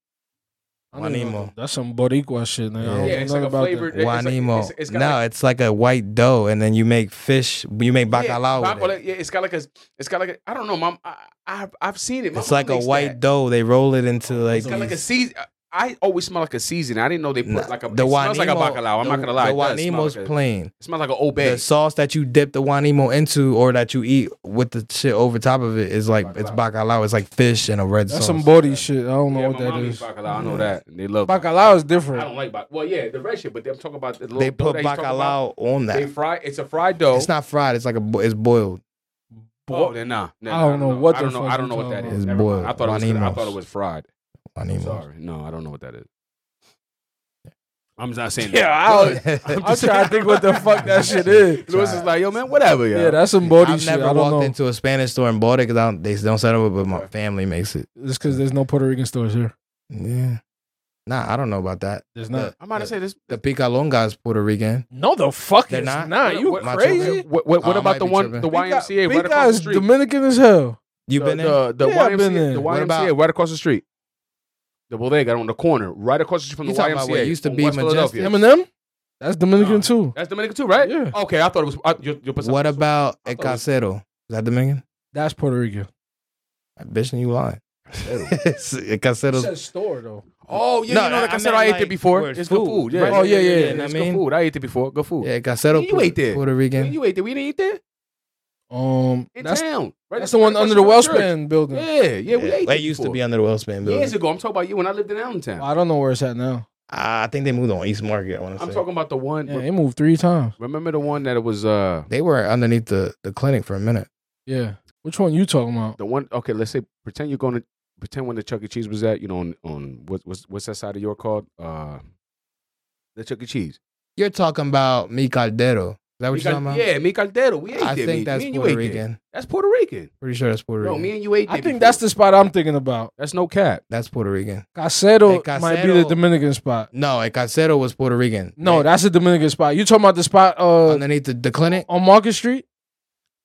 I don't even know. Juanimo. That's some Boricua shit, man. I Yeah. don't Yeah, know nothing about that. it's like- Juanimo. it's- it's got no, like- it's like a white dough, and then you make fish. You make yeah, bacalao. with it. bacala- Yeah, it's got like a. It's got like a. I don't know, mom. I, I I've seen it. My It's mom like a makes white that. dough. They roll it into like It's got like a these- season. I always smell like a season. I didn't know they put Nah, like a. The it smells like a Juanimo- bacalao. I'm the- not gonna lie. The it does smell Juanimo's like a- plain. It smells like an The obey. sauce that you dip the Juanimo into or that you eat with the shit over top of it is like it's bacalao. It's like fish and a red That's sauce. some body shit. I don't know Yeah, what my that mom is. eats bacalao. I know that. And They love Bacalao is I different. don't like bacalao. Well, yeah, the red shit, but I'm talking about the little they dough put that he's talking about. bacalao on They that. fry. It's a fried dough. It's not fried. It's like a bo- it's boiled. Oh, then nah. Nah, I don't know what I don't the know. fuck I you don't know what that talking is. about. Never mind. It's I thought it was. I boiled. thought it was fried. Juanimo. Sorry, no, I don't know what that is. I'm not saying. Yeah, that. I I'm trying to think what the fuck that shit is. Louis is like, yo, man, whatever, yo. Yeah, that's some body I've shit. never I don't walked know. into a Spanish store and bought it because I don't, they don't sell it, but my family makes it. it's because there's no Puerto Rican stores here. Yeah. Nah, I don't know about that. There's not. I'm about to say this. The Picalonga is Puerto Rican. No, the fuck They're is not? not. You What- what- crazy? What, what, what Oh, I about might the be one, tripping. the YMCA right Big across the guy's street? Dominican as hell. You the, been in? the, the Yeah, I've YMCA, been in. the What YMCA about- right across the street. The bodega on the corner, right across the street from You the talking YMCA. about what used to on be West Majestic? Philadelphia. Eminem? That's Dominican Nah. too. That's Dominican too, right? Yeah. Okay, I thought it was. I, you, you put What something- about I El thought it was- Casero? Is that Dominican? That's Puerto Rico. I bitch, you lying. El It Casero's says store though. Oh yeah, No, you know, like I, I said, meant I ate like it before. where It's it's good food, food. Yeah. right? Oh yeah, yeah. You know it's what I mean? good food. I ate it before. Good food. Yeah, Casero. You Puerto, ate there. Puerto Rican. You ate it. We didn't eat there. Um, In that's town. Right that's the one across under the from church. Wellspan building. Yeah, yeah, we ate They it used to before. be under the Wellspan building. years ago. I'm talking about you when I lived in Allentown. I don't know where it's at now. Ah, I think they moved on East Market. I want to I'm say talking about the one. Yeah, they moved three times. Remember the one that it was uh they were underneath the, the clinic for a minute. Yeah. Which one you talking about? the one? Okay, let's say pretend you're going to pretend when the Chuck E. Cheese was at. You know, on on what what's what's that side of York called? Uh, the Chuck E. Cheese. You're talking about Mi Caldero. Is Mi that what you're cal- talking about? yeah, mi caldero. We ate I there. think me, that's me and you Puerto ate there. Rican. That's Puerto Rican. Pretty sure that's Puerto Bro, Rican. me and you ate. I there think before. that's the spot I'm thinking about. that's no cap. that's Puerto Rican. Casero Hey, might be the Casero. Dominican spot. No, El Casero was Puerto Rican. No, They- that's the Dominican spot. You talking about the spot uh underneath the, the clinic. on Market Street?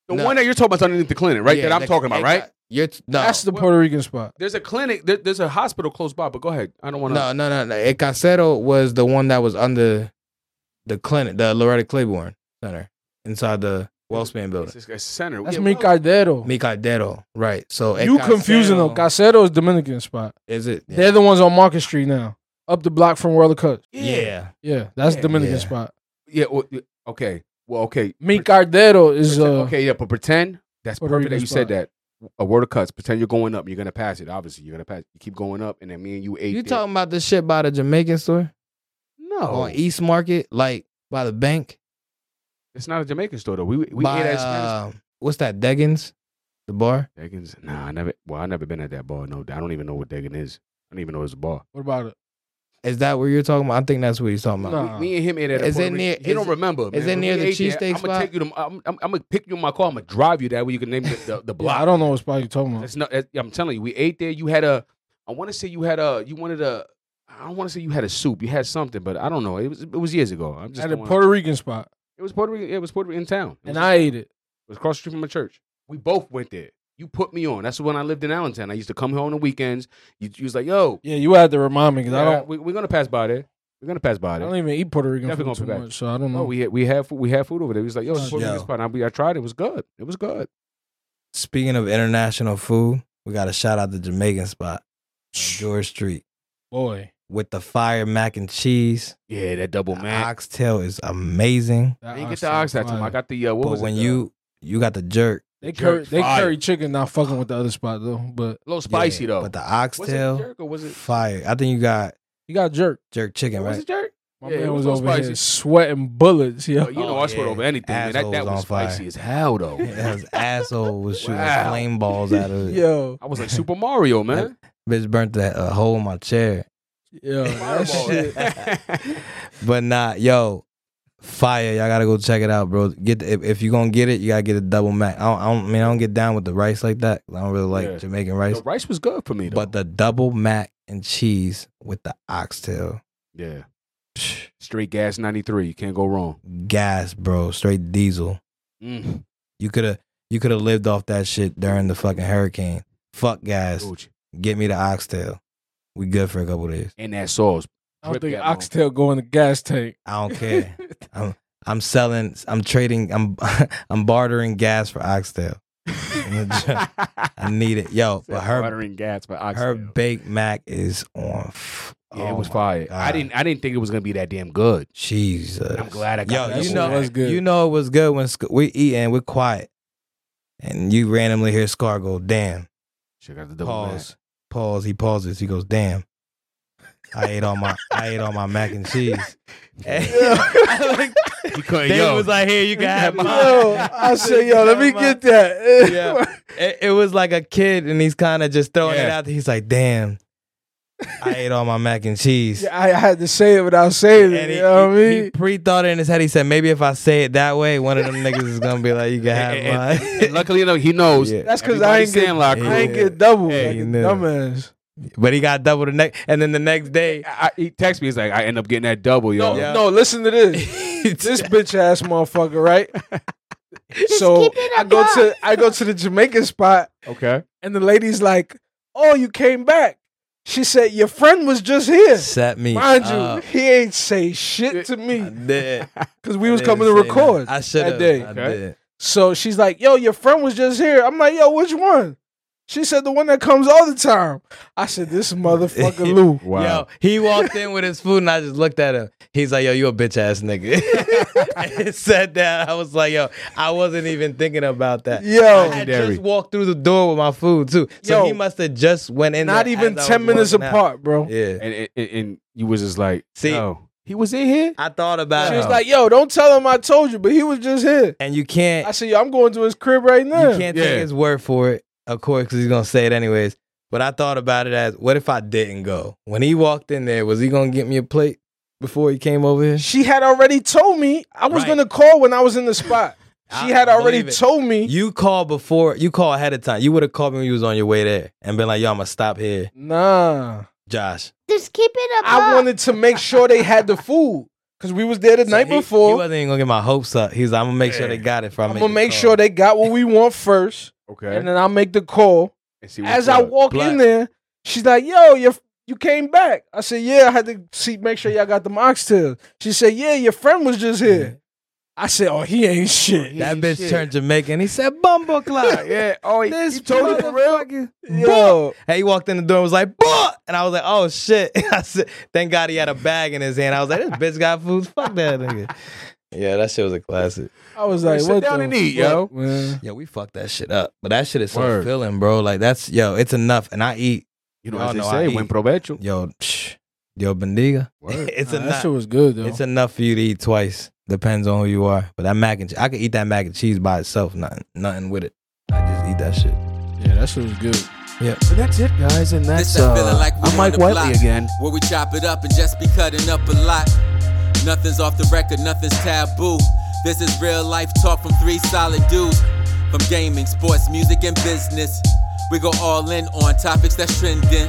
The No. one that you're talking about underneath the clinic, right? Yeah, that I'm the- talking about, El right? Ca- You're t- no. That's the Well- Puerto Rican spot. There's a clinic. There, there's a hospital close by. But go ahead. I don't want to. No, no, no, no. El Casero was the one that was under the clinic, the Loretta Claiborne Center, inside the Wellspan It's, building. it's a center. That's Yeah, Mi well, eh, Caldero. Mi Caldero, right? So El You confusing them. Casero is Dominican spot. Is it? They're the ones on Market Street now, up the block from World of Cuts. yeah. Yeah, that's Yeah, Dominican yeah. spot. Yeah. Well, yeah, okay. Well, okay. Mi Cardero is uh, Pretend- okay, yeah, but pretend that's Puerto perfect that Rican you said spot. that. A word of cuts. Pretend you're going up. You're gonna pass it. Obviously, you're gonna pass. You keep going up, and then me and you ate. You there. talking about the shit by the Jamaican store No, on East Market, like by the bank? it's not a Jamaican store though. We we by, ate at Spanish. uh, what's that? Deggins, the bar. Deggins. Nah, I never. Well, I never been at that bar. No, I don't even know what Deggin is. I don't even know it's a bar. What about it? Is that what you're talking about? I think that's what he's talking about. No. We- Me and him ate at. a Is Puerto it Rican- near- He is don't it- remember. is it near the cheesesteak I'm gonna spot? take you to. I'm, I'm, I'm gonna pick you in my car. I'm gonna drive you that way. You can name the, the, the block. Yeah, I don't know what spot you're talking about. That's not. that- I'm telling you, we ate there. You had a. I want to say you had a. You wanted a. I don't want to say you had a soup. You had something, but I don't know. It was. It was years ago. I'm just. At a don't wanna- Puerto Rican spot, it was Puerto Rican. It was Puerto Rican town. It was, and I ate it. it was across the street from my church. We both went there. You put me on. That's when I lived in Allentown. I used to come here on the weekends. You, you was like, yo, Yeah, you had to remind me because I yeah, don't. we, we're gonna pass by there. We're gonna pass by I there. don't even eat Puerto Rican Definitely food gonna too be back. much, so I don't know. No, Oh, we had, we had food. We had food over there. He was like, yo, it's a Puerto Yo. Rican spot. And I, we- I tried. It It was good. It was good. Speaking of international food, we got to shout out the Jamaican spot, George Street, Boy, with the fire mac and cheese. Yeah, that double The Oh, man. oxtail is amazing. I that didn't get ox the sound ox that time. I fire. got the uh, what but was when it? you you got the jerk, they jerk curry, they fire. curry chicken. Not fucking with the other spot though, but a little spicy yeah, though. But the was it oxtail, jerk or was it? fire. I think you got you got jerk. jerk chicken, Was right? it jerk? My Yeah, it man was was, so over spicy. here sweating bullets. Yo, Oh, you know, Oh, I sweat yeah. over anything. Man. That, that Assholes was on fire. spicy as hell, though. His asshole was shooting Wow. flame balls out of it. yo, I was like Super Mario, man. Bitch burnt that a hole in my chair. yo, that Fireball. shit. But nah, yo, fire! Y'all gotta go check it out, bro. Get the, if, if you gonna get it, you gotta get a double mac. I don't, I don't I mean I don't get down with the rice like that. 'cause I don't really like Yeah. Jamaican rice, the rice was good for me, though. but the double mac and cheese with the oxtail, yeah, Psh, straight gas ninety three. You can't go wrong. gas, bro, straight diesel. Mm. You could have you could have lived off that shit during the fucking hurricane. Fuck gas, Gucci. get me the oxtail. We good for a couple days. And that sauce. I don't Rip think that oxtail go in the gas tank. I don't care. I'm I'm selling. I'm trading. I'm I'm bartering gas for oxtail. I need it, yo. But her buttering gas, but her oxtail. baked mac is on. F- yeah, oh it was my fire. I God. didn't. I didn't think it was gonna be that damn good. Jesus. I'm glad I got Yo, that you one. know, That was good. you know it was good when Sc- we eat and we're quiet, and you randomly hear Scar go, "Damn." Check out the double Pause. Pause. He pauses. He goes, "Damn." I ate all my I ate all my mac and cheese. I like- mac. You couldn't, Dave yo. was like, "Here, you can have mine." Yo, I said, yo, let me get that. Yeah. It, it was like a kid, and he's kind of just throwing it Yeah. out. there. He's like, "Damn, I ate all my mac and cheese." Yeah, I I had to say it without saying it. And he, you know what I he- mean? he pre-thought it in his head. He said, "Maybe if I say it that way, one of them niggas is gonna be like, you can and, and- have and mine." luckily, though, he knows. Yeah. That's because I ain't get, Sandlot I ain't crew. Yeah. get double. Hey, like a nigga. dumbass. But he got double the next, and then the next day, I, he texts me. He's like, I end up getting that double, yo. No, no, listen to this. this bitch ass motherfucker, right? so I go to I go to the Jamaican spot, Okay. and the lady's like, "Oh, you came back." She said, "Your friend was just here." set me. Mind up. you, he ain't say shit to me did. because we was I didn't coming to say nothing. record. I should have. day. I Okay. did. So she's like, "Yo, your friend was just here." I'm like, "Yo, which one?" She said, "The one that comes all the time." I said, "This motherfucker Lou." Wow. Yo, he walked in with his food, and I just looked at him. He's like, "Yo, you a bitch ass nigga." I said that. I was like, "Yo, I wasn't even thinking about that." I Yo, had Legendary. just walked through the door with my food too, so Yo, he must have just went in. not there even as I was ten minutes walking out. apart, bro. Yeah, And, and- and and you was just like, "Oh, See- yo, he was in here. I thought about She it, was like, "Yo, don't tell him I told you," but he was just here. and you can't, I said, "Yo, I'm going to his crib right now." you can't Yeah. take his word for it, of course, because he's gonna say it anyways. But I thought about it as, what if I didn't go? When he walked in there, was he gonna get me a plate before he came over here? She had already told me I was Right. gonna call when I was in the spot. She I had already believe it. told me. You call before you call ahead of time. You would have called me when you was on your way there and been like, "Yo, I'm gonna stop here, nah, Josh." Just keep it up. I wanted to make sure they had the food because we was there the So night he- he before. wasn't even gonna get my hopes up. He's like, "I'm gonna make sure Yeah. they got it." Before I I'm make gonna the make call." sure they got what we want first, Okay. and then I'll make the call. And see what's As I up. walk in there, she's like, "Yo, you you came back." I said, "Yeah, I had to see make sure y'all got the oxtail." She said, "Yeah, your friend was just here." I said, "Oh, he ain't shit." that bitch turned Jamaican. He said, "Bumble clock." yeah. Oh, he, This he told you for real. Yo, Hey, he walked in the door and was like, "Bah!" And I was like, "Oh shit!" I said, "Thank God he had a bag in his hand." I was like, "This bitch got food. Fuck that nigga." Yeah, that shit was a classic. I was like, Sit "What down the and eat, yo. fuck, man? Yeah, we fucked that shit up, but that shit is so Word. filling, bro. Like that's yo, it's enough, and I eat You know, Y'all as they know I say, eat. when provecho. yo, psh, yo, bendiga. Word. it's Nah, that enough. shit was good though. It's enough for you to eat twice. Depends on who you are. But that mac and cheese, I could eat that mac and cheese by itself. Nothing, nothing with it. I just eat that shit. yeah, that shit was good. And that's it, guys. And This that feeling like we I'm Mike on the Whiteley block. again. Where we chop it up and just be cutting up a lot. Nothing's off the record, nothing's taboo. This is real life talk from three solid dudes. From gaming, sports, music, and business. We go all in on topics that's trending.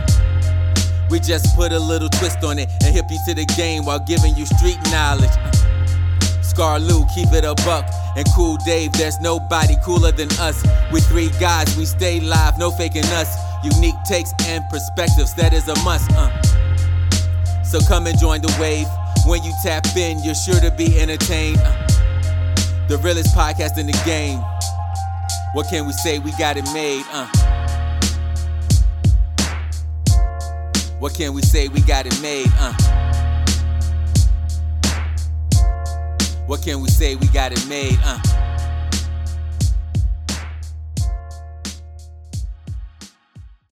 We just put a little twist on it and hip you to the game while giving you street knowledge. Scar Lou, keep it a buck. And Cool Dave, there's nobody cooler than us. We three guys, we stay live, no faking us. Unique takes and perspectives, that is a must. Uh. So come and join the wave. When you tap in, you're sure to be entertained. Uh. The realest podcast in the game. What can we say? We got it made. Uh. What can we say? We got it made. Uh. What can we say? We got it made. Uh.